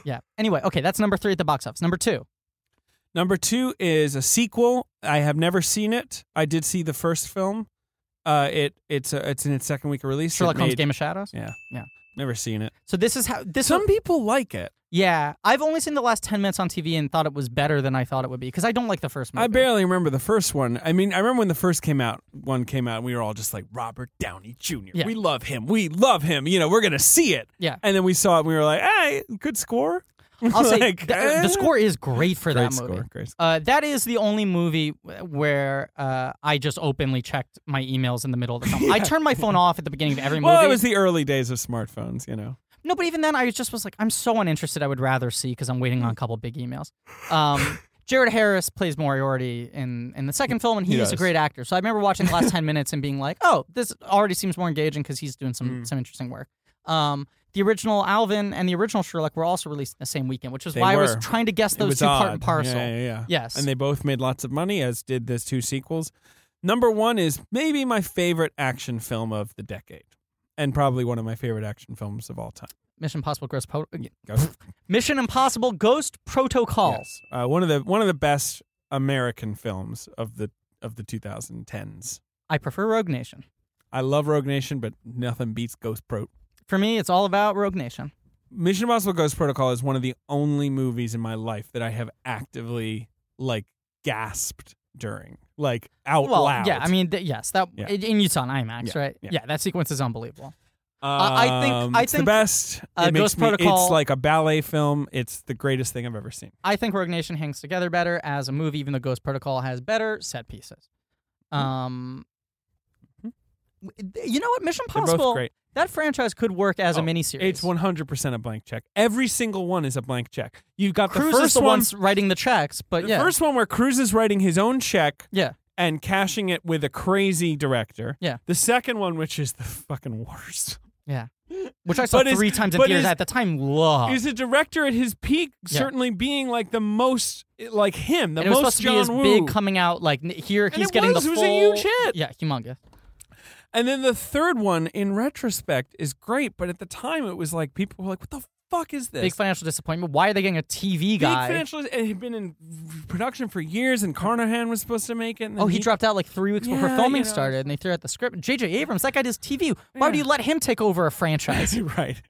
yeah. Anyway, okay, that's number three at the box office. Number two.
Number two is a sequel. I have never seen it. I did see the first film. Uh, it it's a, it's in its second week of release. It
Sherlock Holmes
made-
Game of Shadows.
Yeah,
Yeah.
Never seen it.
So this is how this
Some people like it.
yeah, I've only seen the last 10 minutes on TV and thought it was better than I thought it would be because I don't like the first movie.
I barely remember the first one. I mean, I remember when the first came out. One came out, and we were all just like Robert Downey Jr.
Yeah.
We love him. We love him. You know, we're gonna see it.
Yeah.
And then we saw it. and We were like, hey, good score. [laughs]
I'll say
Like,
th- uh,
eh. [laughs]
the score is great for
Great
that movie.
score. Great score.
Uh, that is the only movie w- where uh, I just openly checked my emails in the middle of the
[laughs]
film. I turned my phone off at the beginning of every movie.
Well, it was the early days of smartphones. You know.
No, but even then, I just was like, I'm so uninterested. I would rather see because I'm waiting on a couple big emails.
[laughs]
Um, Jared Harris plays Moriarty in in the second film, and
He
he's a
does.
great actor. So I remember watching
[laughs]
the last ten minutes and being like, oh, this already seems more engaging because he's doing some
Mm.
some interesting work. Um, the original Alvin and the original Sherlock were also released in the same weekend, which is
They
why I was
were.
trying to guess
it was
those two
odd.
part and parcel.
Yeah, yeah, yeah.
Yes.
And they both made lots of money, as did those two sequels. Number one is maybe my favorite action film of the decade, and probably one of my favorite action films of all time.
Mission Impossible Ghost po-
Ghost.
Mission Impossible Ghost Protocol.
Yes. [laughs] Uh, one of the one of the best American films of the of the 2010s.
I prefer Rogue Nation.
I love Rogue Nation, but nothing beats Ghost Pro.
For me, it's all about Rogue Nation.
Mission Impossible Ghost Protocol is one of the only movies in my life that I have actively like gasped during, like out
well,
loud.
yeah, I mean, th- yes, that
Oh, Yeah.
in Utah on IMAX,
Yeah,
right?
yeah.
Yeah. that sequence is unbelievable. I think-
Um,
I
it's the
think,
best.
uh,
it makes
Ghost
me-
Protocol-
It's like a ballet film. It's the greatest thing I've ever seen.
I think Rogue Nation hangs together better as a movie, even though Ghost Protocol has better set pieces.
Hmm.
Um, you know what? Mission
They're
Possible.
both great.
That franchise could work as
Oh,
a miniseries.
It's one hundred percent a blank check. Every single one is a blank check. You've got
Cruz
the first
is the
one,
one's writing the checks, but
the
yeah,
first one where Cruz is writing his own check
yeah,
and cashing it with a crazy director.
Yeah.
The second one, which is the fucking worst,
yeah. Which I saw
But is-
three times in
but
theaters
is-
at the time. Love.
is a director at his peak,
Yeah.
certainly being like the most like him, the
and it was
most
supposed to
John
be his
Woo.
big coming out. Like n- here, he's
it
getting
was.
the
It was
full.
a huge hit.
Yeah, humongous.
And then the third one, in retrospect, is great, but at the time it was like people were like, "What the fuck is this?"
Big financial disappointment. Why are they getting a TV
Big
guy?
financial. It had been in production for years, and Carnahan was supposed to make it. And then
Oh, he, dropped out like three weeks before
Yeah,
filming
you know.
started, and they threw out the script. J.J. Abrams, that guy does TV. Why would you let him take over
[laughs]
a franchise?
[laughs]
[laughs]
right,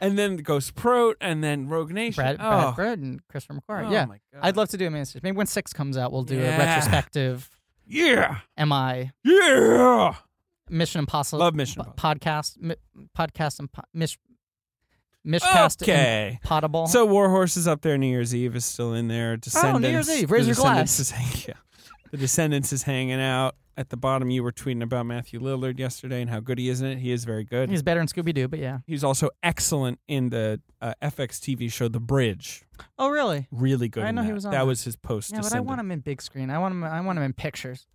and then Ghost Prot, and then Rogue Nation.
Brad,
oh,
Brad Bird and Christopher McQuarrie.
Oh
yeah,
my God.
I'd love to do a miniseries. Maybe when six comes out, we'll do
Yeah.
a retrospective.
yeah,
Mi
yeah.
Mission Impossible?
Love Mission
po- podcast, mi- podcast and po- mish, mishcast
Okay.
and potable.
So War Horse is up there. New Year's Eve is still in there. Descendants.
Oh, Year's Eve.
the
Raise your
Descendants
glass.
is hang- yeah. The Descendants is hanging out at the bottom. You were tweeting about Matthew Lillard yesterday and how good he is in it. He is very good.
he's better than Scooby Doo, but yeah.
He's also excellent in the uh, FX TV show The Bridge.
Oh really?
Really good.
I
in
know he
that.
was on
That
that.
was his post.
Yeah, but I want him in big screen. I want him. I want him in pictures.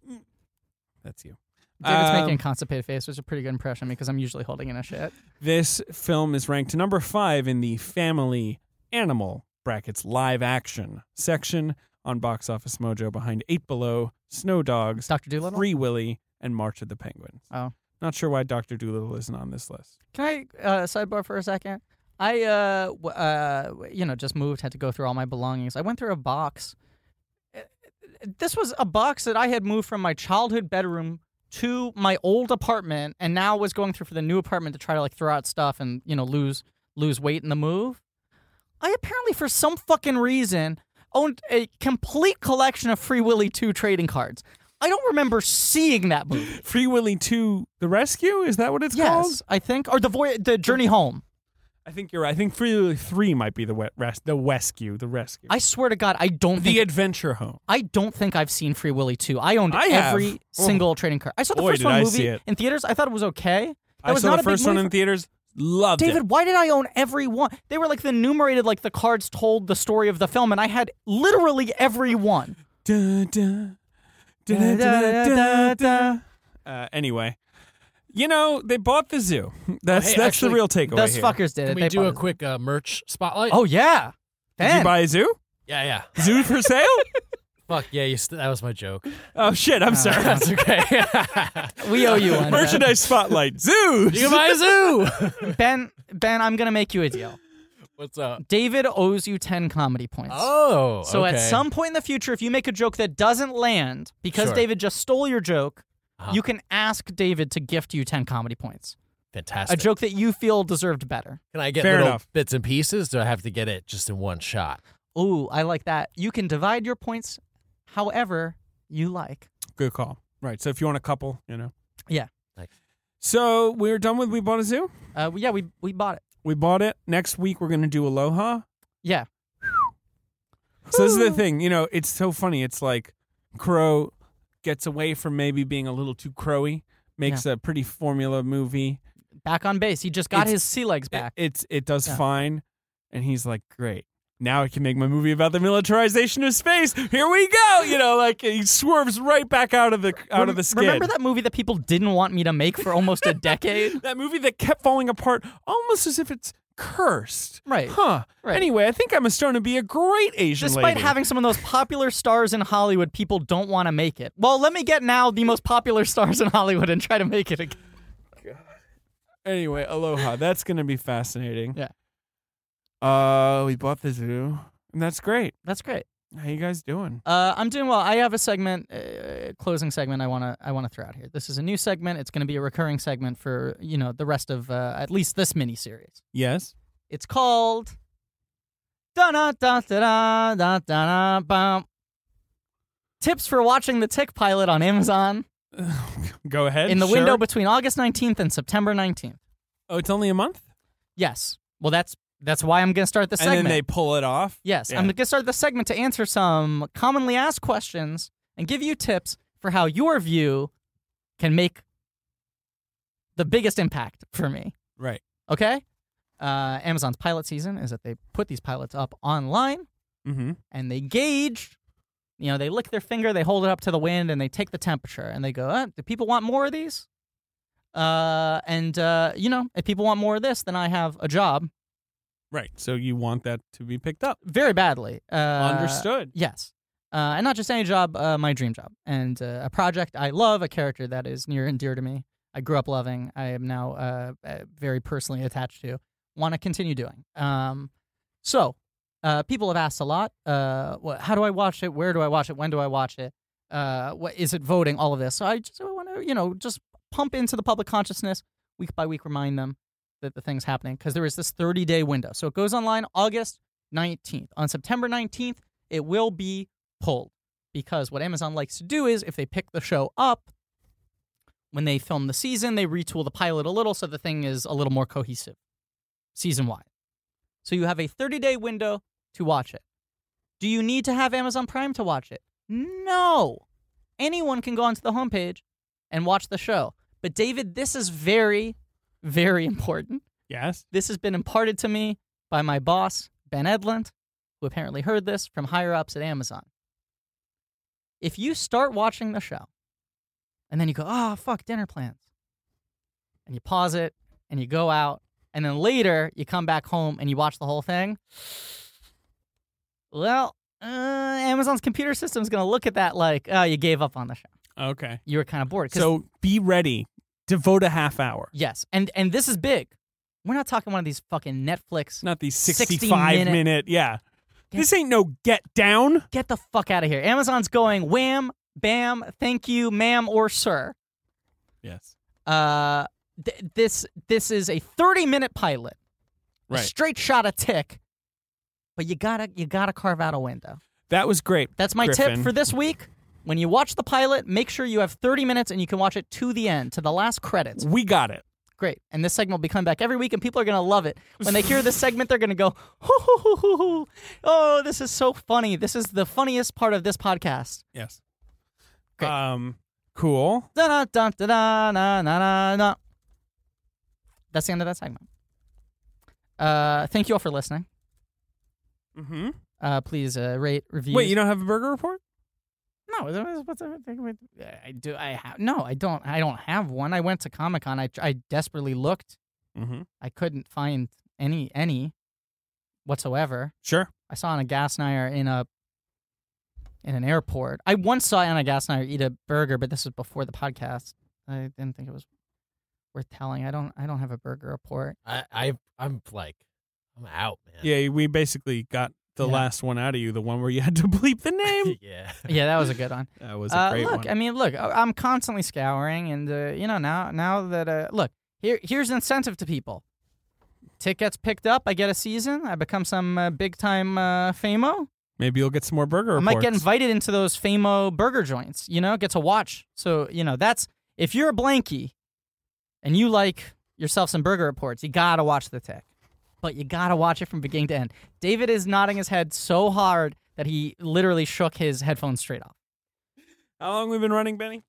That's you.
David's
Um,
making a constipated face, which is a pretty good impression of me because I'm usually holding in a shit.
This film is ranked number five in the family animal brackets live action section on Box Office Mojo, behind Eight Below, Snow Dogs,
Doctor Doolittle.
Free Willy, and March of the Penguins.
Oh.
Not sure why Doctor Doolittle isn't on this list.
Can I uh, sidebar for a second? I, uh, w- uh, w- you know, just moved, had to go through all my belongings. I went through a box. Uh, This was a box that I had moved from my childhood bedroom to my old apartment, and now was going through for the new apartment to try to like throw out stuff and you know lose lose weight in the move. I apparently, for some fucking reason, owned a complete collection of Free Willy two trading cards. I don't remember seeing that movie.
Free Willy 2 The Rescue? Is that what it's called?
Yes, I think, or the voy- the journey home.
I think you're right. I think Free Willy 3 might be the wet res- the rescue, the rescue.
I swear to God, I don't
the
think
Adventure Home.
I don't think I've seen Free Willy two. I owned
I have.
every
Oh.
single trading card. I saw the
Boy,
first
did
one
I see
movie
it.
in theaters. I thought it was okay. That
I
was
saw
not
the
a big
first one
movie
in
for-
theaters. Loved it.
David, why did I own every one? They were like the numerated, like the cards told the story of the film, and I had literally every one.
Da, da, da, da, da, da, da. Uh, anyway, You know, they bought the zoo. That's
hey,
that's the
actually,
real takeaway.
Those
here.
fuckers did it.
Can we
They
do a
bought it.
quick uh, merch spotlight?
Oh yeah,
Did you
Ben.
buy a zoo?
yeah, yeah.
Zoo for
[laughs]
sale?
Fuck yeah, you st- that was my joke.
oh shit!
Uh,
I'm
[laughs]
sorry.
That's [laughs] okay.
we owe you one. Ben.
Merchandise spotlight.
[laughs]
Zoos.
you can buy a zoo.
Ben, Ben, I'm gonna make you a deal.
[laughs] What's up?
David owes you ten comedy points.
Oh,
So at
okay.
some point in the future, if you make a joke that doesn't land because
Sure.
David just stole your joke,
Uh-huh.
you can ask David to gift you ten comedy points. A
fantastic.
joke that you feel deserved better.
Can I get
Fair
little
enough.
bits and pieces? Do I have to get it just in one shot?
Ooh, I like that. You can divide your points however you like.
Good call. Right. So if you want a couple, you know.
Yeah.
Thanks.
So we're done with we bought a zoo.
Uh, yeah, we we bought it.
We bought it. Next week we're gonna do Aloha.
Yeah.
So this is the thing, you know, it's so funny. It's like Crow gets away from maybe being a little too crowy, makes a pretty formula movie.
Back on base. He just got
It's-
his sea legs
It,
back.
it's it does
Yeah.
fine, and he's like, great. Now I can make my movie about the militarization of space. Here we go. You know, like he swerves right back out of the out of the skid.
Remember that movie that people didn't want me to make for almost
[laughs]
a decade?
that movie that kept falling apart almost as if it's cursed.
Right.
Huh.
Right.
Anyway, I think I'm a stone to be a great Asian
Despite
lady.
having some of those popular stars in Hollywood, people don't want to make it. Well, let me get now the most popular stars in Hollywood and try to make it again.
anyway, aloha. That's going to be fascinating.
Yeah.
Uh, we bought the zoo, and that's great.
That's great.
How you guys doing?
Uh, I'm doing well. I have a segment, uh, closing segment. I wanna, I wanna throw out here. This is a new segment. It's gonna be a recurring segment for you know the rest of uh, at least this mini series.
Yes.
It's called da da da da da da da Tips for watching the Tick Pilot on Amazon
Go ahead.
in the
sure.
window between August 19th and September 19th.
Oh, it's only a month,
Yes. Well, that's that's why I'm going to start the
and
segment.
then they pull it off.
yes,
Yeah.
I'm going to start the segment to answer some commonly asked questions and give you tips for how your view can make the biggest impact for me.
Right.
Okay. Uh, Amazon's pilot season is that they put these pilots up online
Mm-hmm.
and they gauge. You know, they lick their finger, they hold it up to the wind, and they take the temperature, and they go, uh, "Do people want more of these?" Uh, and uh, you know, if people want more of this, then I have a job
Right. So you want that to be picked up?
very badly. Uh,
Understood.
Yes. Uh, and not just any job, uh, my dream job. And uh, a project I love, a character that is near and dear to me. I grew up loving. I am now uh, uh, very personally attached to. Want to continue doing. Um, so, uh, people have asked a lot. Uh, what, how do I watch it? Where do I watch it? When do I watch it? Uh, what is it voting? All of this. So I just want to, you know, just pump into the public consciousness week by week. Remind them that the thing's happening because there is this 30 day window. So it goes online August 19th. On September 19th, it will be pulled because what Amazon likes to do is if they pick the show up, when they film the season, they retool the pilot a little so the thing is a little more cohesive season wide. So you have a 30 day window to watch it. Do you need to have Amazon Prime to watch it? No. Anyone can go onto the homepage and watch the show. But David, this is very, very important.
Yes.
This has been imparted to me by my boss, Ben Edlund, who apparently heard this from higher ups at Amazon. If you start watching the show and then you go, oh, fuck, dinner plans, and you pause it and you go out, and then later you come back home and you watch the whole thing, well, uh, Amazon's computer system's going to look at that like, oh, you gave up on the show.
Okay.
You were kind of bored. 'Cause
So be ready. Devote a half hour.
Yes, and and this is big. We're not talking one of these fucking Netflix.
Not these
60
65
minute-
minute. Yeah. This ain't no get down.
Get the fuck out of here. Amazon's going wham, bam, thank you, ma'am or sir.
Yes.
Uh, th- this this is a thirty minute pilot, a
Right.
straight shot a tick. But you gotta you gotta carve out a window.
That was great.
That's my
Griffin.
tip for this week. When you watch the pilot, make sure you have thirty minutes and you can watch it to the end, to the last credits.
We got it.
Great. And this segment will be coming back every week, and people are going to love it. When they hear this segment, they're going to go, hoo, hoo, hoo, hoo, hoo. oh, this is so funny. This is the funniest part of this podcast.
Yes.
Great.
Um, cool.
Da da da da da na na na na. That's the end of that segment. Uh, thank you all for listening.
Mm-hmm.
Uh, please uh, rate, review.
Wait, you don't have a burger report?
no, no, that was- what's the thing with- I do. I have no. I don't. I don't have one. I went to Comic Con. I tr- I desperately looked.
Mm-hmm.
I couldn't find any any whatsoever.
Sure.
I saw Anna Gasteyer in a in an airport. I once saw Anna Gasteyer eat a burger, but this was before the podcast. I didn't think it was worth telling. I don't. I don't have a burger [laughs] report.
I, I I'm like, I'm out, man.
Yeah, we basically got the
Yeah.
last one out of you, the one where you had to [laughs] bleep the name.
[laughs] yeah.
Yeah, that was a good one.
that was
Uh, look, I mean, look, I- I'm constantly scouring, and uh, you know, now now that uh, look here, here's an incentive to people. Tickets picked up, I get a season. I become some uh, big time uh, famo.
Maybe you'll get some more burger
I
reports.
might get invited into those famo burger joints. You know, get to watch. So you know, that's if you're a blankie, and you like yourself some burger reports, you gotta watch the tech, but you gotta watch it from beginning to end. David is nodding his head so hard that he literally shook his headphones straight off.
How long we been running, Benny?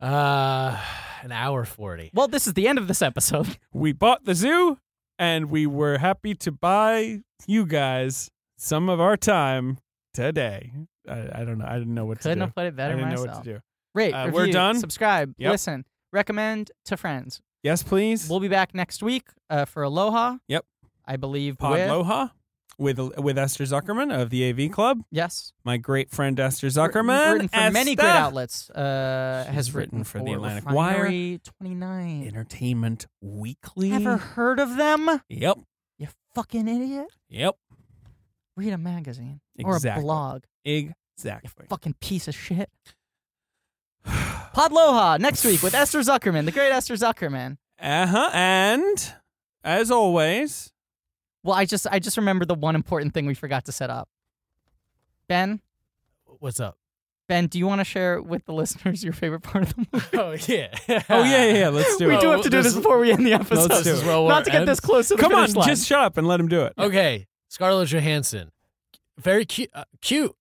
Uh, an hour forty.
Well, this is the end of this
[laughs]
episode.
We bought the zoo, and we were happy to buy you guys some of our time today. I, I don't know. I didn't know what
Couldn't
to do.
have put it better
I didn't
myself.
know what to do.
Rate,
Uh,
review,
we're done?
Subscribe,
Yep.
listen, recommend to friends.
Yes, please.
We'll be back next week uh, for Aloha.
Yep.
I believe with-
Podloha with with Esther Zuckerman of the AV Club.
yes,
My great friend Esther
Wr-
Zuckerman.
written for many great
Esther!
outlets. Uh,
She's
has
written
written,
for the Atlantic
Refinery 29.
Entertainment Weekly.
Ever heard of them?
Yep.
You fucking idiot!
Yep.
Read a magazine or a
Exactly.
blog. You
Exactly.
fucking piece of shit. [sighs] Podloha next week with Esther Zuckerman, the great Esther Zuckerman.
Uh huh. And as always,
Well, I just I just remember the one important thing we forgot to set up. Ben,
What's up?
Ben, do you want to share with the listeners your favorite part of the movie?
Oh [laughs] yeah.
oh yeah, yeah, yeah. Let's do
Ah. we
it.
do have to do this
this-
before we end the episode.
Let's do it.
Not to get this close to the
Come on,
finish line.
just shut up and let him do it.
Oh.
Okay, Scarlett Johansson, very cute. Uh, cute.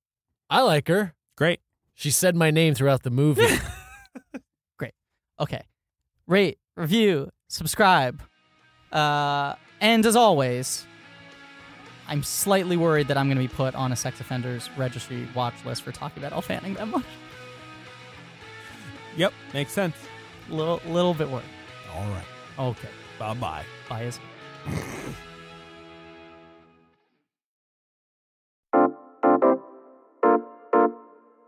I like her.
Great.
She said my name throughout the movie.
okay. Rate, review, subscribe, uh, and as always, I'm slightly worried that I'm going to be put on a sex offenders registry watch list for talking about Elle Fanning that much.
Yep. Makes sense.
[laughs] Little little bit worried.
All right.
Okay,
Bye bye.
bye. Izzy.